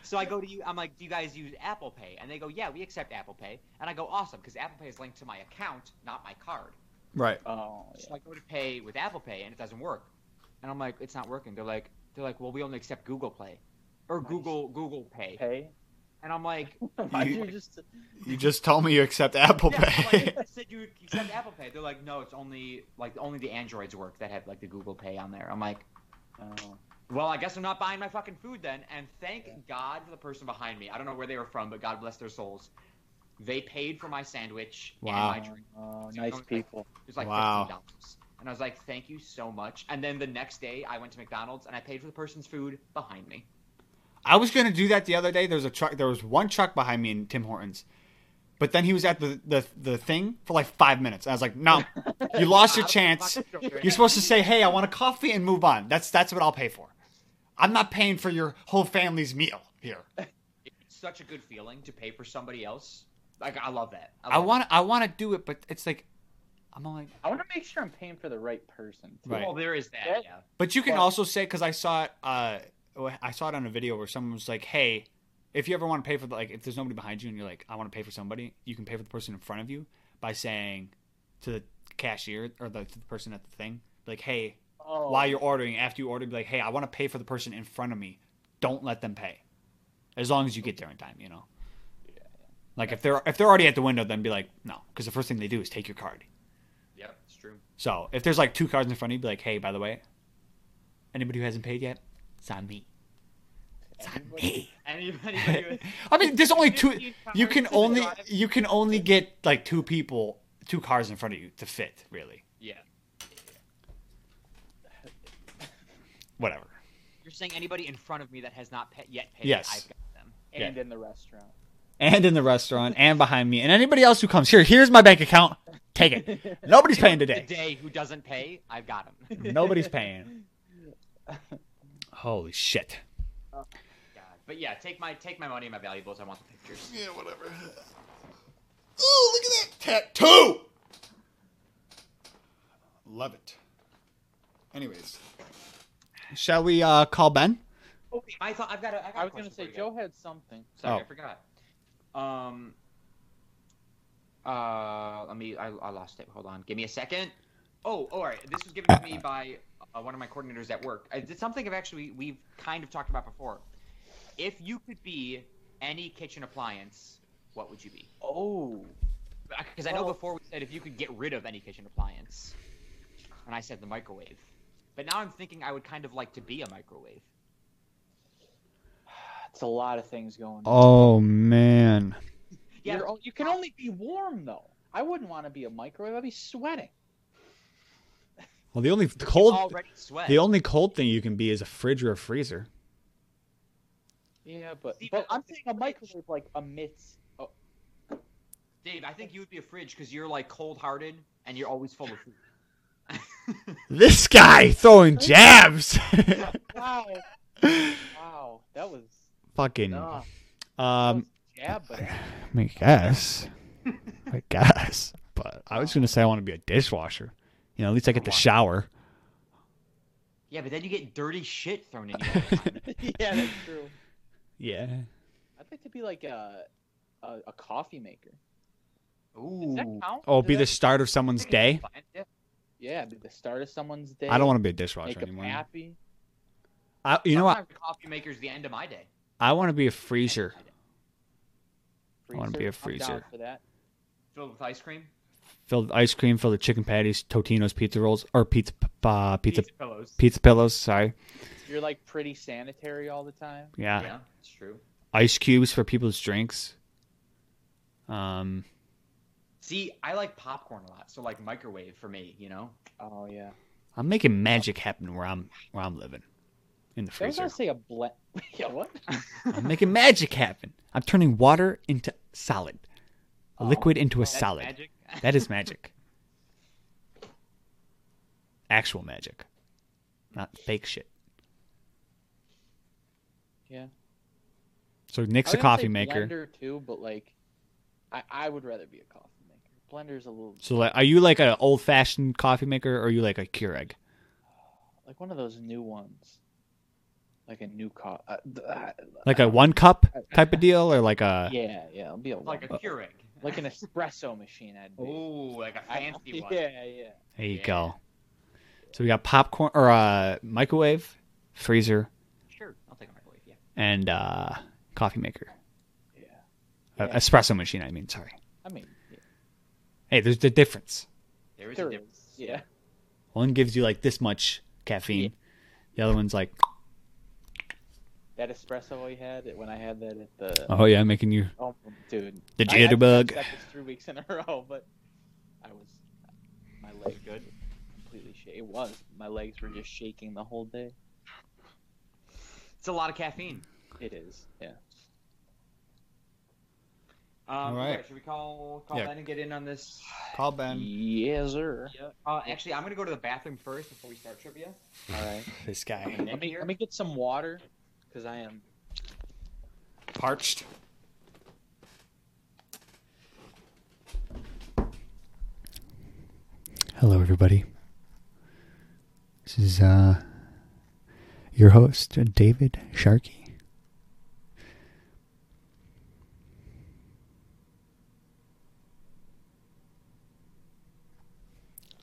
Speaker 2: so I go to you. I'm like, "Do you guys use Apple Pay?" And they go, "Yeah, we accept Apple Pay." And I go, "Awesome," because Apple Pay is linked to my account, not my card.
Speaker 3: <laughs> Right.
Speaker 1: Oh,
Speaker 2: So I go to pay with Apple Pay, and it doesn't work. And I'm like, it's not working. They're like, they're like, well, we only accept Google Play, or Google Google Pay.
Speaker 1: Pay.
Speaker 2: And I'm like,
Speaker 1: <laughs> Why'd you just
Speaker 3: You just told me you accept Apple
Speaker 2: yeah,
Speaker 3: Pay.
Speaker 2: like, I said you accept Apple Pay. They're like, no, it's only like only the Androids work that have like the Google Pay on there. I'm like,
Speaker 1: oh.
Speaker 2: well, I guess I'm not buying my fucking food then. And thank God for the person behind me. I don't know where they were from, but God bless their souls. They paid for my sandwich
Speaker 3: Wow.
Speaker 2: and my drink.
Speaker 1: Oh,
Speaker 2: So you
Speaker 1: nice
Speaker 2: don't-
Speaker 1: people.
Speaker 2: It was like
Speaker 3: Wow.
Speaker 2: fifteen dollars. And I was like, thank you so much. And then the next day, I went to McDonald's and I paid for the person's food behind me.
Speaker 3: <laughs> I was gonna do that the other day. There's a truck. There was one truck behind me in Tim Hortons, but then he was at the the, the thing for like five minutes. I was
Speaker 2: <laughs>
Speaker 3: like, no, you lost your chance. You're supposed to say, hey, I want a coffee and move on. That's that's what I'll pay for. I'm not paying for your whole family's meal here.
Speaker 2: It's such a good feeling to pay for somebody else. Like I love that.
Speaker 3: I
Speaker 2: love
Speaker 3: want I want to do it, but it's like I'm only.
Speaker 1: I want to make sure I'm paying for the right person.
Speaker 2: that.
Speaker 3: Right.
Speaker 2: Well, there is that.
Speaker 1: That-
Speaker 2: yeah.
Speaker 3: But you can
Speaker 1: Well-
Speaker 3: also say because I saw it. Uh, I saw it on a video where someone was like, "Hey, if you ever want to pay for the, like, if there's nobody behind you and you're like, I want to pay for somebody, you can pay for the person in front of you by saying to the cashier or the, to the person at the thing, like, hey,
Speaker 1: Oh,
Speaker 3: while you're ordering, after you order, be like, hey, I want to pay for the person in front of me. Don't let them pay, as long as you get there in time. You know, like if they're if they're already at the window, then be like, no, because the first thing they do is take your card.
Speaker 2: Yep, it's true.
Speaker 3: So if there's like two cards in front of you, be like, hey, by the way, anybody who hasn't paid yet, it's on me. It's on <laughs> me.
Speaker 2: Anybody
Speaker 3: I mean, there's only two.
Speaker 2: 15
Speaker 3: You can
Speaker 2: cards in the
Speaker 3: only
Speaker 2: drive.
Speaker 3: you can only get like two people, two cars in front of you to fit. Really,
Speaker 2: Yeah.
Speaker 3: whatever.
Speaker 2: You're saying anybody in front of me that has not pa- yet paid,
Speaker 3: Yes.
Speaker 2: I've got them.
Speaker 1: and in the restaurant.
Speaker 3: And in the restaurant, and behind me, and anybody else who comes here. Here's my bank account. Take it. Nobody's
Speaker 2: <laughs>
Speaker 3: paying today.
Speaker 2: The day who doesn't pay, I've got
Speaker 1: <laughs>
Speaker 2: him.
Speaker 3: Nobody's paying. Holy shit.
Speaker 2: God. But yeah, take my take my money and my valuables. I want the pictures.
Speaker 4: Yeah, whatever. Ooh, look at that tattoo! Love it. Anyways,
Speaker 3: Shall we uh, call Ben?
Speaker 2: Oh, wait, I thought I've got. A, I, got
Speaker 1: I
Speaker 2: a
Speaker 1: was gonna
Speaker 2: question
Speaker 1: say
Speaker 2: for you
Speaker 1: Joe
Speaker 2: guys.
Speaker 1: had something.
Speaker 2: Sorry,
Speaker 3: Oh.
Speaker 2: I forgot. Um. Uh, let me. I, I lost it. Hold on. Give me a second. Oh, all right. This was given to me by uh, one of my coordinators at work. Uh, It's something I've actually we've kind of talked about before. If you could be any kitchen appliance, what would you be?
Speaker 1: Oh,
Speaker 2: Because I know
Speaker 1: Well-
Speaker 2: before we said if you could get rid of any kitchen appliance, and I said the microwave. But now I'm thinking I would kind of like to be a microwave.
Speaker 1: it's a lot of things going. on.
Speaker 3: Oh man.
Speaker 2: Yeah,
Speaker 1: You're o- you can only be warm though. I wouldn't want to be a microwave. I'd be sweating.
Speaker 3: Well, the only
Speaker 2: you
Speaker 3: cold,
Speaker 2: already sweat.
Speaker 3: the only cold thing you can be is a fridge or a freezer.
Speaker 1: Yeah, but
Speaker 2: See,
Speaker 1: but
Speaker 2: but
Speaker 1: I'm saying a microwave like emits. Oh,
Speaker 2: Dave, I think you would be a fridge because you're like cold-hearted and you're always full of food.
Speaker 3: This guy throwing jabs. <laughs>
Speaker 1: wow, wow, that was. uh,
Speaker 3: Fucking.
Speaker 1: Nah,
Speaker 3: Um,
Speaker 1: yeah, but
Speaker 3: I mean, I guess. I guess. But I was gonna say I want to be a dishwasher. You know, at least I get the shower.
Speaker 2: Yeah, but then you get dirty shit thrown in
Speaker 3: <laughs>
Speaker 2: you. all the time.
Speaker 1: <laughs> yeah, that's true.
Speaker 3: Yeah.
Speaker 1: I'd like to be like a a, a coffee maker. Does that
Speaker 2: Ooh.
Speaker 1: count?
Speaker 3: Oh,
Speaker 1: Does
Speaker 3: be the
Speaker 1: that-
Speaker 3: start of someone's day.
Speaker 1: Yeah, be the start of someone's day.
Speaker 3: I don't want to be a dishwasher
Speaker 1: make them
Speaker 3: anymore.
Speaker 1: happy.
Speaker 3: I, you know what?
Speaker 2: Sometimes Coffee maker's the end of my day.
Speaker 3: I want to be a freezer. I wanna be a
Speaker 1: I'm
Speaker 3: freezer.
Speaker 1: down for that.
Speaker 2: Filled with ice cream.
Speaker 3: Filled with ice cream, filled with chicken patties, Totino's pizza rolls, or pizza p- uh, pizza
Speaker 2: Pizza pillows.
Speaker 3: pizza pillows. Sorry.
Speaker 1: You're like pretty sanitary all the time.
Speaker 3: Yeah.
Speaker 2: Yeah, it's true.
Speaker 3: Ice cubes for people's drinks. Um.
Speaker 2: See, I like popcorn a lot, so like microwave for me, you know.
Speaker 1: Oh yeah.
Speaker 3: I'm making magic happen where I'm where I'm living, in the
Speaker 1: I was
Speaker 3: freezer.
Speaker 1: gonna say a blend. <laughs> yeah, what?
Speaker 3: I'm making magic happen. I'm turning water into solid,
Speaker 1: Oh,
Speaker 3: a liquid into a
Speaker 2: That's
Speaker 3: solid.
Speaker 2: magic. <laughs>
Speaker 3: That is magic. Actual magic, not fake shit.
Speaker 1: Yeah.
Speaker 3: So
Speaker 1: I
Speaker 3: Nick's
Speaker 1: was
Speaker 3: a
Speaker 1: gonna
Speaker 3: coffee
Speaker 1: say
Speaker 3: maker.
Speaker 1: Blender too, but like, I I would rather be a coffee maker. Blender's a little
Speaker 3: So like, are you like an old fashioned coffee maker, or are you like a Keurig?
Speaker 1: like one of those new ones, like a new coffee. Uh, th- uh,
Speaker 3: Like a one cup type of deal, or like a
Speaker 1: yeah, yeah, it'll be a
Speaker 2: like a
Speaker 1: one-
Speaker 2: Keurig.
Speaker 1: like an espresso machine. I'd be.
Speaker 2: Ooh, like a
Speaker 1: I-
Speaker 2: fancy one.
Speaker 1: Yeah, yeah.
Speaker 3: there you
Speaker 2: Yeah.
Speaker 3: go. So we got popcorn or uh, microwave, freezer,
Speaker 2: Sure, I'll take a microwave. Yeah.
Speaker 3: and uh, coffee maker.
Speaker 1: Yeah.
Speaker 3: Uh,
Speaker 1: Yeah.
Speaker 3: espresso machine. I mean, sorry.
Speaker 1: I mean, yeah,
Speaker 3: Hey, there's the difference.
Speaker 2: There is
Speaker 1: there
Speaker 2: a
Speaker 1: is,
Speaker 2: difference.
Speaker 1: yeah.
Speaker 3: One gives you like this much caffeine. The other one's like,
Speaker 1: That espresso I had when I had that at the
Speaker 3: oh yeah, making you.
Speaker 1: oh, dude.
Speaker 3: The
Speaker 1: I- I think I've
Speaker 3: jitterbug.
Speaker 1: said this three weeks in a <laughs> row, but I was my legs good, completely shake. It was my legs were just shaking the whole day.
Speaker 2: It's a lot of caffeine.
Speaker 1: It is, yeah.
Speaker 2: Um,
Speaker 3: All right.
Speaker 2: okay, should we call call
Speaker 3: Yeah.
Speaker 2: Ben and get in on this?
Speaker 3: Call Ben.
Speaker 1: yes, sir.
Speaker 2: Yeah. Uh, actually, I'm gonna go to the bathroom first before we start trivia.
Speaker 1: All right.
Speaker 3: This guy
Speaker 1: Let me let me get some water, because I am
Speaker 3: parched. Hello, everybody. This is uh, your host, David Sharkey.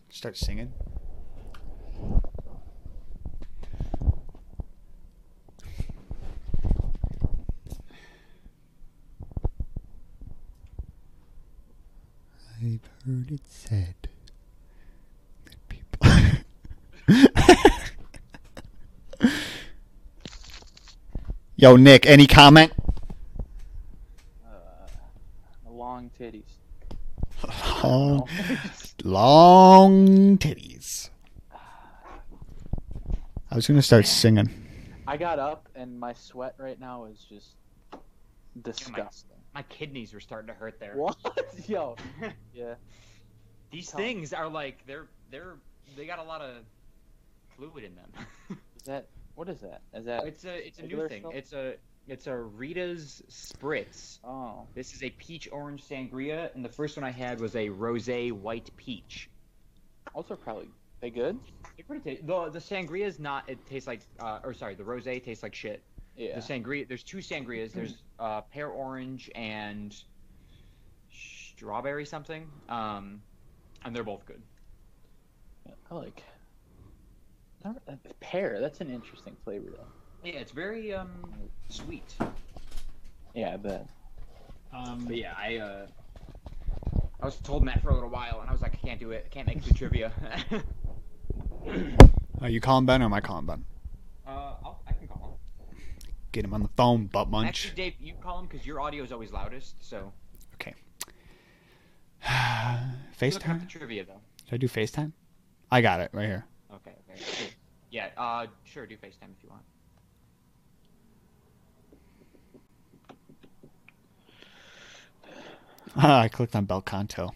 Speaker 3: Start singing. I've heard it said that people. <laughs> Yo, Nick, any comment?
Speaker 1: long titties.
Speaker 2: <laughs>
Speaker 3: Long, long titties. I was gonna start singing.
Speaker 1: I got up and my sweat right now is just disgusting.
Speaker 2: My kidneys were starting to hurt
Speaker 1: <laughs>
Speaker 2: there.
Speaker 1: What? Yo. Yeah.
Speaker 2: These
Speaker 1: Tell-
Speaker 2: things are like they're they're they got a lot of fluid in them.
Speaker 1: Is that what is that? Is that
Speaker 2: <laughs> it's a it's a new
Speaker 1: Regular
Speaker 2: thing.
Speaker 1: stuff?
Speaker 2: It's a it's a Rita's Spritz.
Speaker 1: oh
Speaker 2: This is a peach orange sangria, and the first one I had was a rose white peach.
Speaker 1: also probably they good?
Speaker 2: They're pretty ta- the the sangria is not. It tastes like uh, or sorry, the rose tastes like shit.
Speaker 1: Yeah.
Speaker 2: The sangria. There's two sangrias. There's uh, pear orange and strawberry something. Um, and they're both good.
Speaker 1: I like not- uh, pear. That's an interesting flavor though.
Speaker 2: Yeah, it's very um sweet.
Speaker 1: Yeah, I bet.
Speaker 3: Um,
Speaker 2: But yeah, I uh, I was holding that for a little while, and I was like, I can't do it. I can't make the trivia. <laughs> uh,
Speaker 3: Are you calling Ben or am I calling Ben?
Speaker 2: I'll, I can call
Speaker 3: Get him on the phone, butt
Speaker 2: him.
Speaker 3: munch.
Speaker 2: Actually, Dave, you call him because your audio is always loudest. So
Speaker 3: Okay.
Speaker 2: you look up the
Speaker 3: FaceTime?
Speaker 2: trivia though.
Speaker 3: Should I do FaceTime? I got it right here. <laughs>
Speaker 2: Okay. Okay. cool. Yeah. Uh, sure. Do FaceTime if you want.
Speaker 3: I clicked on Bel Canto.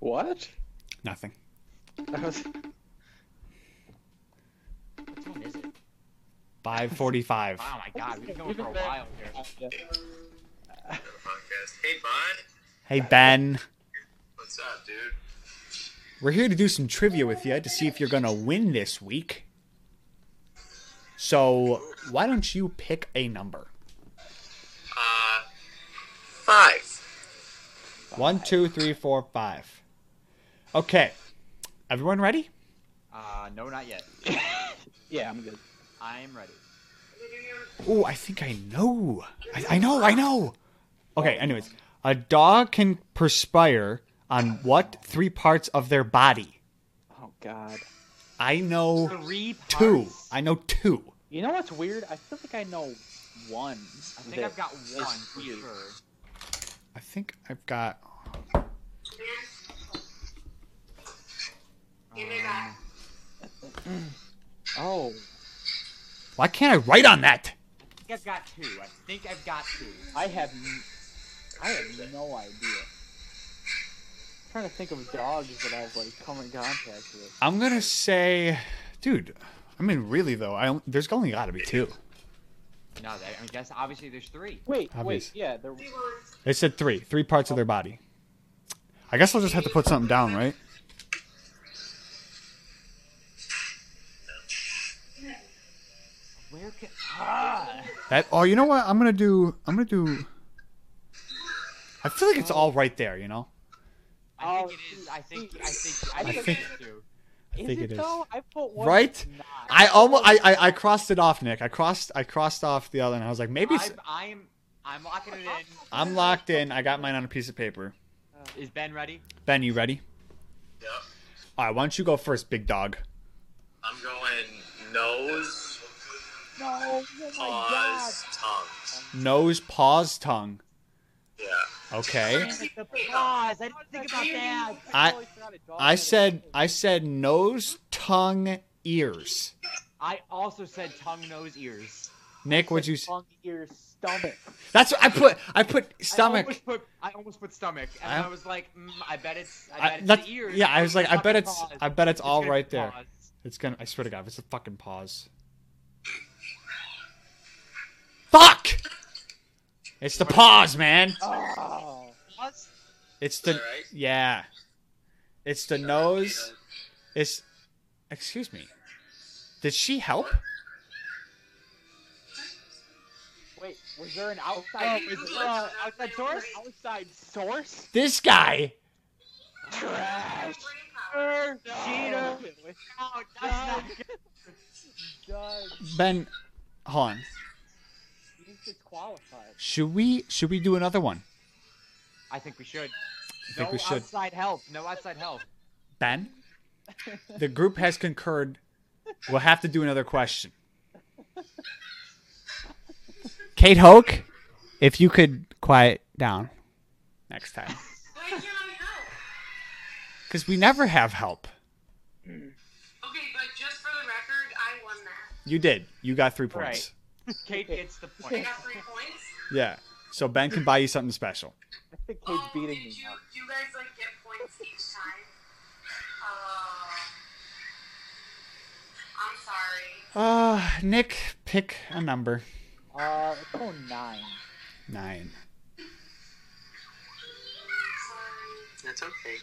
Speaker 1: What?
Speaker 3: Nothing.
Speaker 1: I was
Speaker 2: Which one is it?
Speaker 3: 545.
Speaker 2: Wow, my God, we've been going for a while here.
Speaker 1: yeah.
Speaker 5: podcast. Hey, bud.
Speaker 3: Hey, Ben.
Speaker 5: What's up, dude?
Speaker 3: We're here to do some trivia with you to see if you're going to win this week. So, why don't you pick a number?
Speaker 5: Uh, five.
Speaker 3: One, two, three, four, five. Okay. Everyone ready?
Speaker 2: Uh, no, not yet.
Speaker 1: yeah, I'm good.
Speaker 2: I'm ready.
Speaker 3: Oh, I think I know. I, I know, I know. Okay, anyways. A dog can perspire on what three parts of their body?
Speaker 1: Oh god.
Speaker 3: I know
Speaker 2: Three
Speaker 3: two.
Speaker 2: parts.
Speaker 3: I know two.
Speaker 1: You know what's weird? I feel like I know one.
Speaker 2: I think I've got one for sure.
Speaker 3: I think I've got.
Speaker 2: Um,
Speaker 1: Oh.
Speaker 3: Why can't I write on that?
Speaker 2: I think I've got two. I think I've got two.
Speaker 1: I have, n- I have no idea. I'm trying to think of dogs that I've like come in contact with.
Speaker 3: I'm gonna say, dude. I mean, really though, I don't- there's only got to be two.
Speaker 2: No, I mean, that's obviously there's three.
Speaker 1: Wait,
Speaker 3: Obvious.
Speaker 1: wait, yeah, there.
Speaker 3: They said three, three parts of their body. I guess I'll just have to put something down, right?
Speaker 2: Where can? Ah!
Speaker 3: That. Oh, you know what? I'm gonna do. I'm gonna do. I feel like it's all right there, you know.
Speaker 2: I
Speaker 1: Oh,
Speaker 2: think it is. I think. I think.
Speaker 1: I
Speaker 2: I think.
Speaker 3: think-
Speaker 2: it is, too.
Speaker 3: I
Speaker 1: Is
Speaker 3: think
Speaker 1: it
Speaker 3: it is.
Speaker 1: though? I put one
Speaker 3: Right?
Speaker 1: that's not.
Speaker 3: I almost I, I I crossed it off, Nick. I crossed I crossed off the other, and I was like, maybe s-
Speaker 2: I'm, I'm. I'm locking it in.
Speaker 3: I'm locked in. I got mine on a piece of paper.
Speaker 2: Is Ben ready?
Speaker 3: Ben, you ready?
Speaker 5: Yep.
Speaker 3: All right, why don't you go first, big dog?
Speaker 5: I'm going nose,
Speaker 1: No, oh my god.
Speaker 5: paws, tongues.
Speaker 3: Nose, paws, tongue.
Speaker 5: Yeah.
Speaker 3: Okay.
Speaker 2: The pause. I didn't think about that.
Speaker 3: I-
Speaker 1: totally forgot a dog
Speaker 3: I
Speaker 1: had a
Speaker 3: said
Speaker 1: nose.
Speaker 3: I said nose, tongue, ears.
Speaker 2: I also said tongue, nose, ears.
Speaker 3: Nick, what'd you? s-
Speaker 1: Tongue, ear, stomach.
Speaker 3: That's what I put. I put
Speaker 2: I
Speaker 3: stomach.
Speaker 2: almost put, I almost put stomach, and
Speaker 3: I-
Speaker 2: I, was like, mm, I bet it's. I bet
Speaker 3: I,
Speaker 2: it's
Speaker 3: that's,
Speaker 2: the ears.
Speaker 3: yeah, I was like, I
Speaker 2: Fucking
Speaker 3: bet it's.
Speaker 2: pause.
Speaker 3: I bet it's all
Speaker 2: gonna
Speaker 3: right there.
Speaker 2: pause.
Speaker 3: It's gonna. I swear to God, if it's a fucking pause. Fuck! It's the pause, man.
Speaker 1: Oh.
Speaker 2: Pause?
Speaker 3: It's
Speaker 5: Is that
Speaker 3: the
Speaker 5: right?
Speaker 3: yeah. It's the nose. It's. Excuse me. Did she help?
Speaker 1: Wait, was there an
Speaker 2: Oh,
Speaker 1: outside?
Speaker 2: is it, uh, outside source?
Speaker 1: outside source?
Speaker 3: This guy.
Speaker 1: Trash.
Speaker 2: Cheater.
Speaker 1: <laughs>
Speaker 2: No, that's not
Speaker 1: Doug.
Speaker 2: good.
Speaker 1: Doug.
Speaker 3: Ben, hold on.
Speaker 1: He's disqualified.
Speaker 3: Should we should we do another one?
Speaker 2: I think we should.
Speaker 3: I think
Speaker 2: no
Speaker 3: we should.
Speaker 2: outside help. No outside help.
Speaker 3: Ben, the group has concurred. We'll have to do another question. Kate Hoke, if you could quiet down next time,
Speaker 6: Why can't I help?
Speaker 3: because we never have help.
Speaker 6: Okay, but just for the record, I won that.
Speaker 3: You did. You got three points.
Speaker 2: Kate gets the
Speaker 6: I
Speaker 2: point.
Speaker 6: got three points.
Speaker 3: Yeah. So Ben can buy you something special.
Speaker 1: I think Kate's
Speaker 6: oh,
Speaker 1: beating
Speaker 6: did
Speaker 1: me.
Speaker 6: you,
Speaker 1: now.
Speaker 6: do you guys like get points each time? Uh, I'm sorry.
Speaker 3: Uh, Nick, pick a number.
Speaker 1: Uh, let's go nine.
Speaker 3: Nine.
Speaker 6: Sorry.
Speaker 5: That's okay.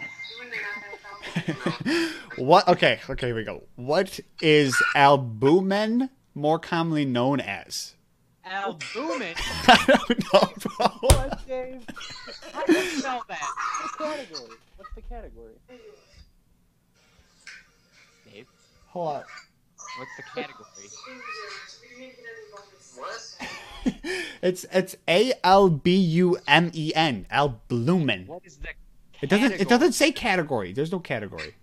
Speaker 6: You wouldn't have got that
Speaker 3: <laughs>
Speaker 6: though.
Speaker 3: what? Okay. Okay. Here we go. What is albumin more commonly known as? <laughs>
Speaker 2: Albumin.
Speaker 3: I don't know, bro.
Speaker 1: What, Dave?
Speaker 2: How do you spell that?
Speaker 1: What's the category? What's the category?
Speaker 2: Dave,
Speaker 3: Hold on.
Speaker 2: what's the category?
Speaker 5: What?
Speaker 3: It's it's A L B U M E N. Albumin.
Speaker 2: What is the?
Speaker 3: It doesn't it
Speaker 2: category?
Speaker 3: doesn't say category. There's no category.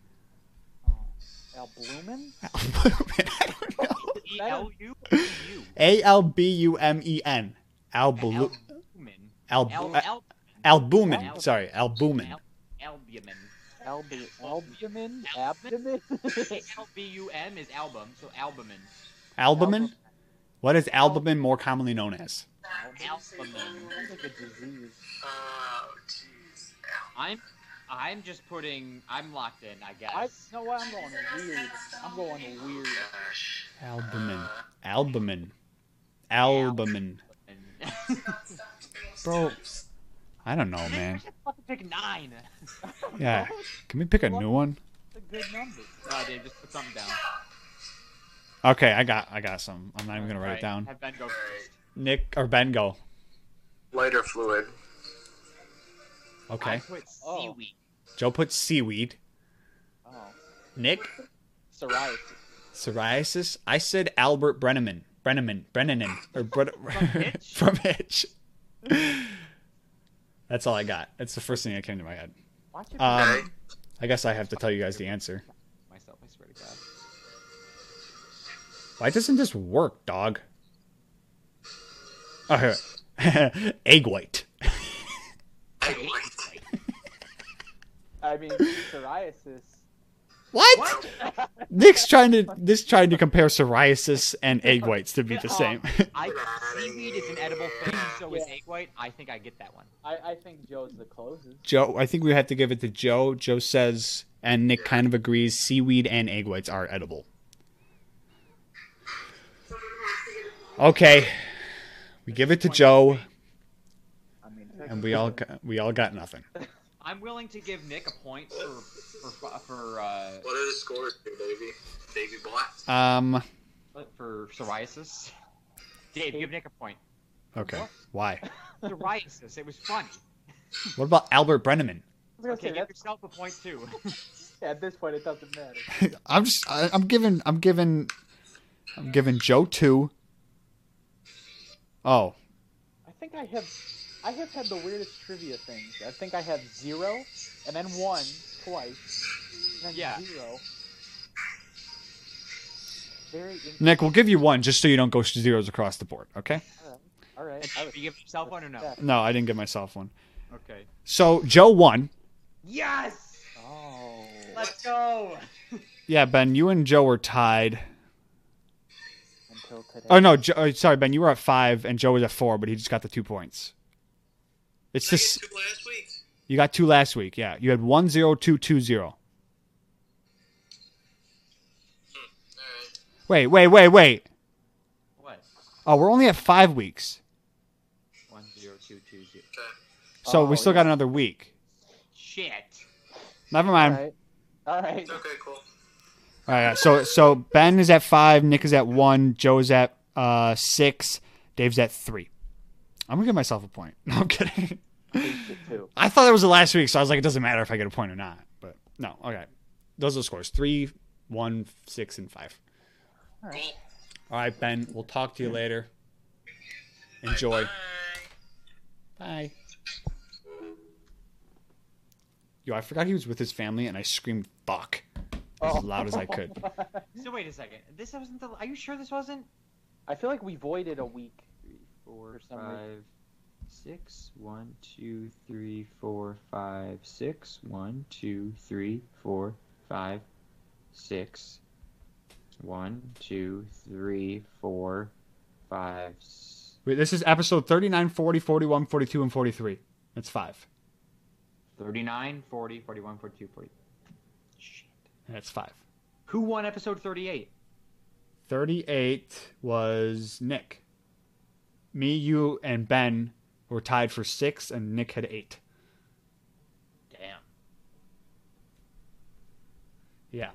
Speaker 1: Al Blumen?
Speaker 3: Albumin. I don't know.
Speaker 2: E L U B U.
Speaker 3: <laughs> A L B U M E N. Albu
Speaker 2: Albumin.
Speaker 3: albu-
Speaker 2: Al-
Speaker 3: uh,
Speaker 2: al-
Speaker 3: albumin.
Speaker 2: al-
Speaker 3: Sorry, albumin.
Speaker 2: al- albumin.
Speaker 1: Albu- albumin? Abdomen? <laughs>
Speaker 2: L B U M is album, so albumin.
Speaker 3: Albumin. What is albumin more commonly known as?
Speaker 2: Albumin.
Speaker 1: Sounds like a disease.
Speaker 5: Oh, jeez.
Speaker 2: I'm, I'm just putting. I'm locked in. I guess.
Speaker 1: I know what I'm going weird. I'm going weird.
Speaker 5: Gosh.
Speaker 3: Albumin. Albumin. Albumin.
Speaker 2: And-
Speaker 3: Bro, I don't
Speaker 2: <laughs>
Speaker 3: know, Oh, man.
Speaker 2: Fucking pick nine.
Speaker 3: Yeah. Can we pick a new one?
Speaker 1: It's a good number.
Speaker 2: No, Dave, just put something down.
Speaker 3: Okay, I got I got some. I'm not even gonna write
Speaker 2: Alright,
Speaker 3: it down.
Speaker 2: Have Ben go first.
Speaker 3: Nick or Ben go.
Speaker 5: Lighter fluid.
Speaker 2: I
Speaker 3: Okay.
Speaker 2: put
Speaker 1: Oh.
Speaker 2: seaweed.
Speaker 3: Joe put seaweed.
Speaker 1: Oh.
Speaker 3: Nick
Speaker 1: Psoriasis.
Speaker 3: psoriasis. I said Albert Brenneman. Brenneman. Brennan. Or Bre- from
Speaker 2: Hitch?
Speaker 3: <laughs> from Hitch. That's all I got. That's the first thing that came to my head.
Speaker 1: Watch it.
Speaker 3: Um,
Speaker 5: Okay.
Speaker 3: I guess I have to tell you guys the answer.
Speaker 2: Myself, I swear to God.
Speaker 3: Why doesn't this work, dog? Oh, here. <laughs> Egg white.
Speaker 1: I mean, psoriasis.
Speaker 3: What? <laughs> Nick's trying to this trying to compare psoriasis and egg whites to be the same. <laughs>
Speaker 2: I seaweed is an edible thing, so is egg white. I think I get that one.
Speaker 1: I, I think Joe's the closest.
Speaker 3: Joe, I think we have to give it to Joe. Joe says, and Nick kind of agrees, seaweed and egg whites are edible. Okay, we give it to Joe,
Speaker 1: I mean,
Speaker 3: and we all got, we all got nothing.
Speaker 2: I'm willing to give Nick a point for for for uh,
Speaker 5: What are the scores, here, baby? Baby boy.
Speaker 3: Um,
Speaker 2: for psoriasis. Dave, give Nick a point.
Speaker 3: okay, why?
Speaker 2: Psoriasis. It was funny.
Speaker 3: What about Albert Brenneman?
Speaker 1: was gonna
Speaker 2: Okay,
Speaker 1: say,
Speaker 2: give
Speaker 1: that's-
Speaker 2: yourself a point too.
Speaker 1: at this point, it doesn't matter.
Speaker 3: I'm just I, I'm giving I'm giving I'm giving Joe two. Oh,
Speaker 1: I think I have, I have had the weirdest trivia things. I think I have zero, and then one twice, and then
Speaker 2: Yeah.
Speaker 1: zero. Very interesting.
Speaker 3: Nick, we'll give you one just so you don't go to zeros across the board. Okay?
Speaker 1: All
Speaker 2: And
Speaker 1: right. <laughs> I
Speaker 2: Did
Speaker 1: was-
Speaker 2: you give yourself one or no?
Speaker 3: No, I didn't give myself one.
Speaker 2: Okay.
Speaker 3: So Joe won.
Speaker 2: Yes.
Speaker 1: Oh.
Speaker 2: Let's go.
Speaker 3: Yeah, Ben, you and Joe were tied.
Speaker 1: Until today.
Speaker 3: Oh no, Joe, oh, sorry, Ben, you were at five and Joe was at four, but he just got the two points. It's
Speaker 5: I used
Speaker 3: just
Speaker 5: to last week.
Speaker 3: you got two last week. Yeah, you had one zero two two zero.
Speaker 5: Alright.
Speaker 3: Wait, wait, wait, wait.
Speaker 2: What?
Speaker 3: Oh, we're only at five weeks,
Speaker 2: One zero two two zero.
Speaker 3: so
Speaker 1: Oh,
Speaker 3: we still
Speaker 1: yeah.
Speaker 3: got another week.
Speaker 2: Shit.
Speaker 3: Never
Speaker 1: All
Speaker 3: mind.
Speaker 1: right. All right.
Speaker 5: It's okay, cool.
Speaker 3: All right. So so Ben is at five, Nick is at one, Joe is at uh six, Dave's at three. I'm gonna give myself a point. <laughs> No, I'm kidding.
Speaker 1: Two.
Speaker 3: I thought that was the last week, so I was like, it doesn't matter if I get a point or not. But no, okay. Those are the scores: three, one, six, and five. All
Speaker 1: right.
Speaker 3: All right, Ben. We'll talk to you later. Enjoy. Bye.
Speaker 5: Bye.
Speaker 3: Yo, I forgot he was with his family, and I screamed "fuck" as
Speaker 1: Oh.
Speaker 3: loud as I could.
Speaker 2: So wait a second. This wasn't the. Are you sure this wasn't?
Speaker 1: <laughs> I feel like we voided a week.
Speaker 2: Four,
Speaker 1: For some reason.
Speaker 2: six. One, two, three, four, five, six. One, two, three, four, five, six. One, two, three, four, five. s-
Speaker 3: Wait, this is episode 39, 40, 41, 42, and 43. That's five.
Speaker 2: 39, 40, 41, 42, 40. Shit.
Speaker 3: That's five.
Speaker 2: Who won episode 38?
Speaker 3: 38 was Nick. Me, you, and Ben were tied for six, and Nick had eight.
Speaker 2: Damn.
Speaker 3: Yeah.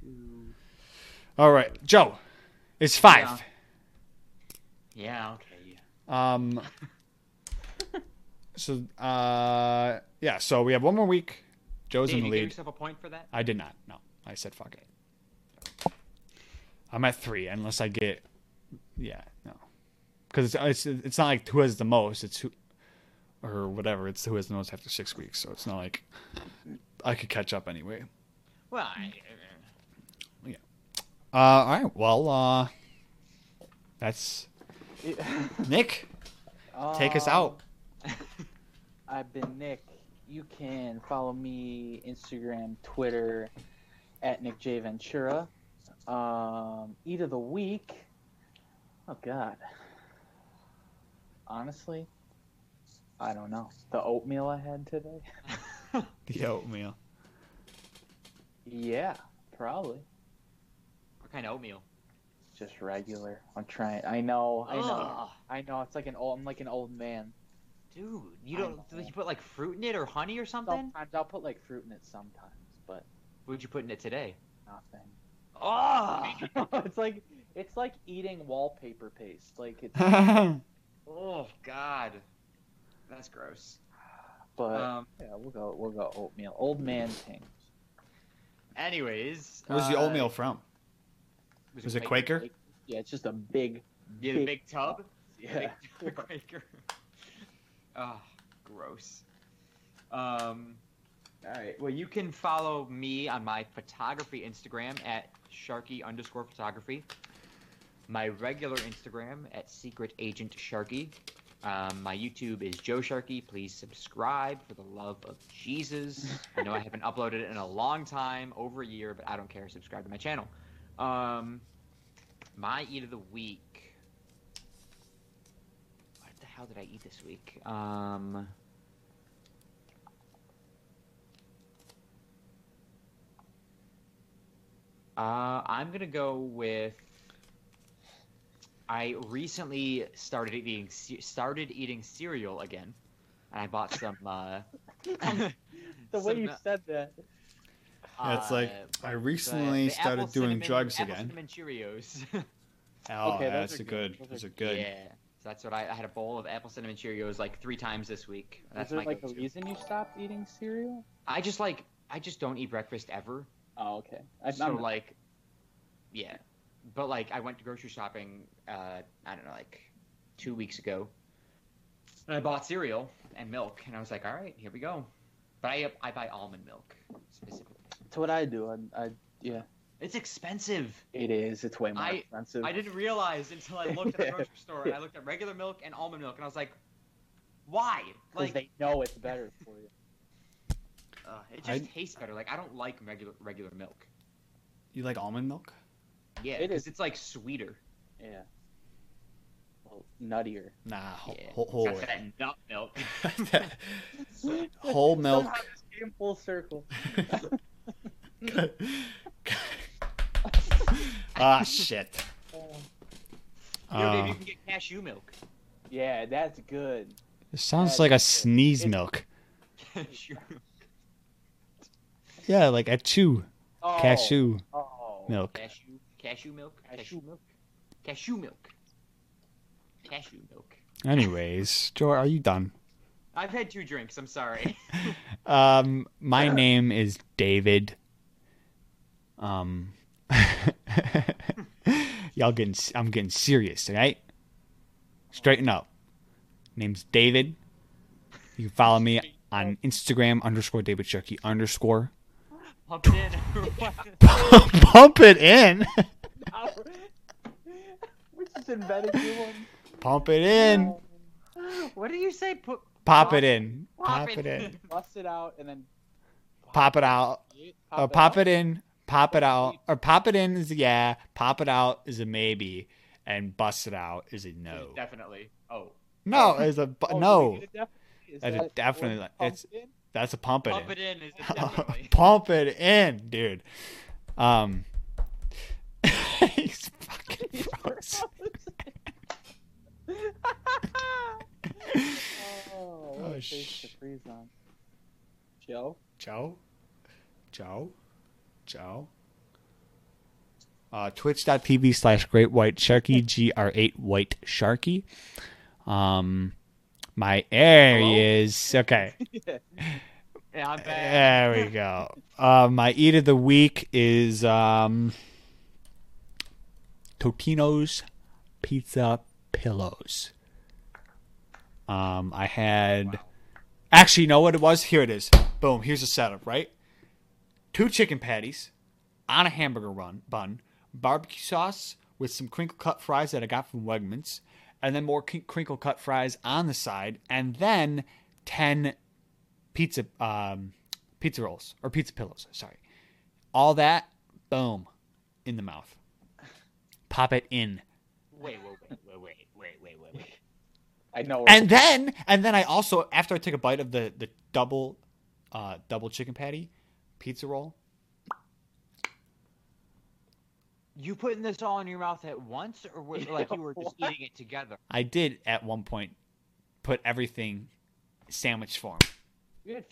Speaker 2: Two.
Speaker 3: All right, Joe. It's five.
Speaker 2: Yeah, okay.
Speaker 3: Um. so, uh, yeah. So we have one more week. Joe's
Speaker 2: Dave,
Speaker 3: in
Speaker 2: you
Speaker 3: the
Speaker 2: gave
Speaker 3: lead.
Speaker 2: yourself a point for that?
Speaker 3: I did not. No, I said fuck it. I'm at three unless I get, yeah, no, because it's, it's it's not like who has the most. It's who, or whatever. It's who has the most after six weeks. So it's not like I could catch up anyway.
Speaker 2: Well, I, <laughs>
Speaker 3: Uh, all right. Well, uh, that's Nick. Take us
Speaker 1: Um,
Speaker 3: out.
Speaker 1: I've been Nick. You can follow me Instagram, Twitter, at Nick J Ventura. Um, eat of the week. Oh God. Honestly, I don't know. The oatmeal I had today. Uh,
Speaker 3: The oatmeal. <laughs>
Speaker 1: Yeah, probably
Speaker 2: what kind of oatmeal?
Speaker 1: just regular. I'm trying. I know. I know.
Speaker 2: Ugh,
Speaker 1: I know. It's like an old. I'm like an old man.
Speaker 2: dude, you
Speaker 1: I
Speaker 2: don't.
Speaker 1: know.
Speaker 2: You put like fruit in it or honey or something?
Speaker 1: Sometimes I'll put like fruit in it. Sometimes, but
Speaker 2: What'd you put in it today?
Speaker 1: nothing.
Speaker 2: Oh,
Speaker 1: <laughs> it's like it's like eating wallpaper paste. Like
Speaker 3: <laughs>
Speaker 1: it's
Speaker 2: <laughs>
Speaker 3: Uh.
Speaker 1: uh,
Speaker 2: oh God, that's gross.
Speaker 1: but
Speaker 2: Um,
Speaker 1: yeah, we'll go we'll go oatmeal. Old man things.
Speaker 2: anyways,
Speaker 3: Where's the
Speaker 2: uh,
Speaker 3: oatmeal from? Was it Quaker?
Speaker 1: Yeah, it's just a big
Speaker 2: Yeah, the big tub.
Speaker 1: yeah.
Speaker 2: Big <laughs> Quaker. Ah, gross. Um, all right. Well, you can follow me on my photography Instagram at Sharky underscore photography. My regular Instagram at Secret Agent Sharky. Um, my YouTube is Joe Sharky. Please subscribe for the love of Jesus. I know I haven't uploaded it in a long time, over a year, but I don't care. Subscribe to my channel. Um, my eat of the week. What the hell did I eat this week? Um. Uh, I'm gonna go with. I recently started eating ce- started eating cereal again, and I bought some.
Speaker 3: <laughs>
Speaker 2: Uh,
Speaker 1: The way
Speaker 2: some,
Speaker 1: you said that.
Speaker 3: It's like,
Speaker 2: uh,
Speaker 3: I
Speaker 2: the-
Speaker 3: recently
Speaker 1: Uh,
Speaker 2: the
Speaker 3: started
Speaker 2: apple
Speaker 3: doing
Speaker 2: cinnamon-
Speaker 3: drugs
Speaker 2: apple
Speaker 3: again.
Speaker 2: Cinnamon Cheerios. <laughs>
Speaker 3: Oh,
Speaker 1: Okay, those
Speaker 3: that's
Speaker 1: are
Speaker 3: a
Speaker 1: good.
Speaker 3: good.
Speaker 1: Those
Speaker 3: That's
Speaker 1: are
Speaker 3: a good.
Speaker 2: Yeah. So that's what I, I had a bowl of apple cinnamon Cheerios like three times this week. That's
Speaker 1: Is there
Speaker 2: my
Speaker 1: like a
Speaker 2: go-to.
Speaker 1: reason you stopped eating cereal?
Speaker 2: I just like I just don't eat breakfast ever.
Speaker 1: Oh, okay. I,
Speaker 2: so
Speaker 1: I'm,
Speaker 2: like, yeah, but like I went to grocery shopping. Uh, I don't know, like two weeks ago, and I bought cereal and milk, and I was like, all right, here we go. But I I buy almond milk specifically.
Speaker 1: that's what I do. I, I,
Speaker 2: It's expensive.
Speaker 1: it is. It's way more
Speaker 2: I-
Speaker 1: expensive.
Speaker 2: I didn't realize until I looked at the
Speaker 1: <laughs>
Speaker 2: grocery store and I looked at regular milk and almond milk, and I was like, why?
Speaker 1: 'Cause
Speaker 2: Like,
Speaker 1: they know it's better for you.
Speaker 2: uh, it just
Speaker 3: I-
Speaker 2: tastes better. Like I don't like regular regular milk.
Speaker 3: You like almond milk?
Speaker 2: Yeah,
Speaker 1: It
Speaker 2: because
Speaker 1: is-
Speaker 2: it's like sweeter.
Speaker 1: Yeah. Well, nuttier.
Speaker 3: Nah, wh-
Speaker 2: Yeah.
Speaker 3: whole,
Speaker 2: It's
Speaker 3: whole,
Speaker 2: got that nut milk.
Speaker 3: <laughs>
Speaker 7: whole milk.
Speaker 1: Somehow this came full
Speaker 2: <laughs>
Speaker 1: circle.
Speaker 3: <laughs> ah, shit.
Speaker 1: Oh.
Speaker 2: You know,
Speaker 3: Uh,
Speaker 2: maybe you can get cashew milk. <laughs>
Speaker 1: yeah, that's good.
Speaker 3: It sounds like a sneeze
Speaker 1: It's-
Speaker 3: milk.
Speaker 2: Cashew.
Speaker 3: Yeah, like a chew.
Speaker 1: Oh,
Speaker 3: Cashew
Speaker 1: Oh.
Speaker 3: milk.
Speaker 2: Cashew. Cashew milk.
Speaker 1: Cashew
Speaker 2: milk. Cashew milk. Cashew milk.
Speaker 3: Anyways, Joe, are you done?
Speaker 2: I've had two drinks. I'm sorry. <laughs>
Speaker 3: Um, my name is David. Um, <laughs> y'all getting? I'm getting serious tonight. Straighten up. Name's David. You can follow me on Instagram underscore David Shucky underscore.
Speaker 2: Pump it in.
Speaker 3: <laughs> Pump it in.
Speaker 1: We just invented new ones.
Speaker 3: Pump it in.
Speaker 2: <laughs> what do you say? Put.
Speaker 3: Pop it in.
Speaker 2: Pop
Speaker 3: Pop it in.
Speaker 1: Bust it out and then
Speaker 3: Pop it out.
Speaker 1: pop
Speaker 3: or
Speaker 1: it
Speaker 3: Uh, pop
Speaker 1: out.
Speaker 3: it in, pop it out, or pop it in is a yeah, pop it out is a maybe, and bust it out is a no.
Speaker 2: <laughs> Definitely. Oh.
Speaker 3: No, is a bu-
Speaker 1: Oh,
Speaker 3: no.
Speaker 1: is it def- is
Speaker 3: That's a
Speaker 1: that-
Speaker 3: definitely
Speaker 1: was
Speaker 3: like-
Speaker 1: pumped
Speaker 3: it's- <laughs>
Speaker 1: in?
Speaker 3: That's a pump it
Speaker 2: Pump it
Speaker 3: in. <laughs>
Speaker 2: in is the definitely.
Speaker 3: Pump it in, dude. Um, <laughs> he's fucking froze.
Speaker 1: <laughs> oh, what
Speaker 3: Oh,
Speaker 1: a
Speaker 3: sh-
Speaker 1: face to freeze on. Joe?
Speaker 3: Ciao, ciao, ciao. Uh, twitch.tv slash great white sharky gr8 white sharky um my there
Speaker 2: Hello?
Speaker 3: he is okay
Speaker 2: Yeah, I'm back.
Speaker 3: There we go. Uh, my eat of the week is um, Totino's pizza pillows. Um, I had actually, you know what it was? Here it is. Boom. Here's the setup. Right, two chicken patties on a hamburger run bun, barbecue sauce with some crinkle cut fries that I got from Wegmans, and then more crin- crinkle cut fries on the side, and then ten pizza um, pizza rolls or pizza pillows. Sorry, all that boom in the mouth. Pop it in,
Speaker 2: Wait, wait, wait, wait, wait, wait, wait, wait, wait.
Speaker 1: I know.
Speaker 3: and then and then I also after I take a bite of the the double uh, double chicken patty pizza roll.
Speaker 2: You putting this all in your mouth at once, or <laughs> were, like you were just
Speaker 1: What?
Speaker 2: eating it together?
Speaker 3: I did at one point put everything sandwich form.
Speaker 1: you had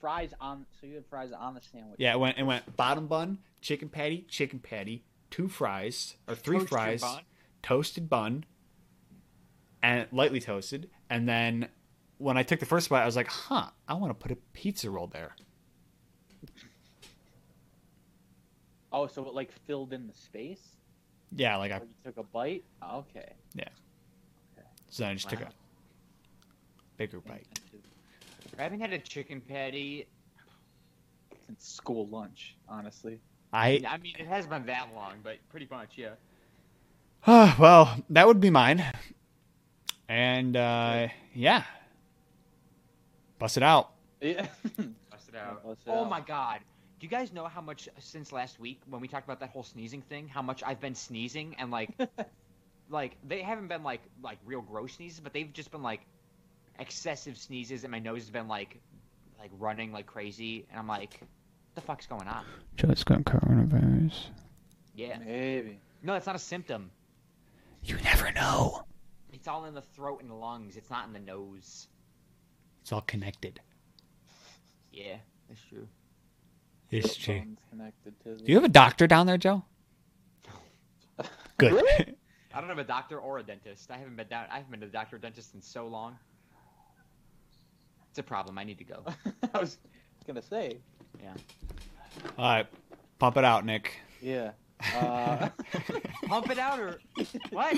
Speaker 1: fries on, so you had fries on the sandwich.
Speaker 3: Yeah, it went it went bottom bun, chicken patty, chicken patty, two fries or three
Speaker 2: Toasted
Speaker 3: fries,
Speaker 2: bun?
Speaker 3: toasted bun, and lightly toasted. And then when I took the first bite, I was like, "Huh, I want to put a pizza roll there."
Speaker 1: Oh, so it like filled in the space?
Speaker 3: Yeah, like I
Speaker 1: Or you took a bite? Okay.
Speaker 3: so then I just took
Speaker 2: Wow.
Speaker 3: a bigger bite.
Speaker 2: I haven't had a chicken patty.
Speaker 1: Since school lunch, honestly. <laughs>
Speaker 3: I
Speaker 2: I mean, it hasn't been that long, but pretty much, yeah.
Speaker 3: <sighs> well, that would be mine. And uh, yeah, bust it out.
Speaker 1: Yeah.
Speaker 2: Bust it out.
Speaker 1: Bust it
Speaker 2: oh
Speaker 1: out.
Speaker 2: my god. Do you guys know how much since last week when we talked about that whole sneezing thing, how much I've been sneezing and <laughs> like like they haven't been like like real gross sneezes, but they've just been like excessive sneezes and my nose has been like like running like crazy and I'm like what the fuck's going on?
Speaker 3: Just got coronavirus.
Speaker 2: Yeah.
Speaker 1: Maybe.
Speaker 2: No, that's not a symptom.
Speaker 3: You never know.
Speaker 2: It's all in the throat and lungs. It's not in the nose.
Speaker 3: It's all connected.
Speaker 2: Yeah, that's true.
Speaker 3: It's
Speaker 1: Throat
Speaker 3: true.
Speaker 1: bones Connected to
Speaker 3: Do you have a doctor down there, Joe? Good. <laughs>
Speaker 1: Really?
Speaker 2: I don't have a doctor or a dentist. I haven't been down. I haven't been to the doctor or dentist in so long. It's a problem. I need to go.
Speaker 1: <laughs> I was gonna say,
Speaker 8: All right, pump it out, Nick.
Speaker 1: yeah. Uh,
Speaker 2: <laughs> Pump it out or <laughs>
Speaker 1: <laughs>
Speaker 2: what?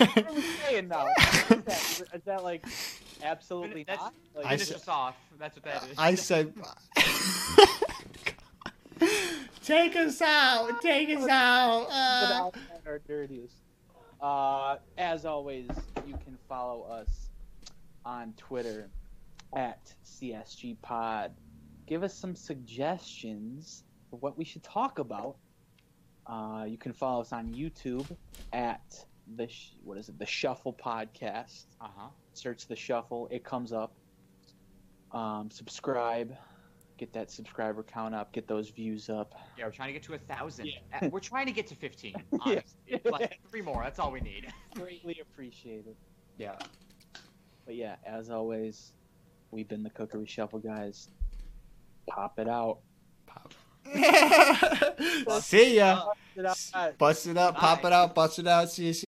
Speaker 1: what are we saying now? Is that, is that like absolutely
Speaker 2: That's-
Speaker 1: not? Like,
Speaker 8: I
Speaker 2: Finish
Speaker 8: s-
Speaker 2: us off. That's what that is.
Speaker 3: <laughs>
Speaker 1: <laughs>
Speaker 3: I said, <laughs> "Take us out! Take us
Speaker 8: Oh,
Speaker 3: out!"
Speaker 1: But
Speaker 3: Uh.
Speaker 1: outside our dirtiest. Uh, as always, you can follow us on Twitter at CSG Pod. Give us some suggestions for what we should talk about. Uh, you can follow us on YouTube at the sh- what is it? The Shuffle Podcast.
Speaker 2: Uh huh.
Speaker 1: Search the Shuffle. It comes up. Um, subscribe. Get that subscriber count up. Get those views up.
Speaker 2: Yeah, we're trying to get to a thousand. Uh, We're trying to get to <laughs> fifteen. Honestly, like three more. That's all we need.
Speaker 1: Greatly appreciated.
Speaker 2: Yeah.
Speaker 1: But yeah, as always, we've been the Cookery Shuffle guys. Pop it out.
Speaker 3: See ya.
Speaker 1: Pop it out.
Speaker 3: Bust it up, pop it out, bust it out. See you.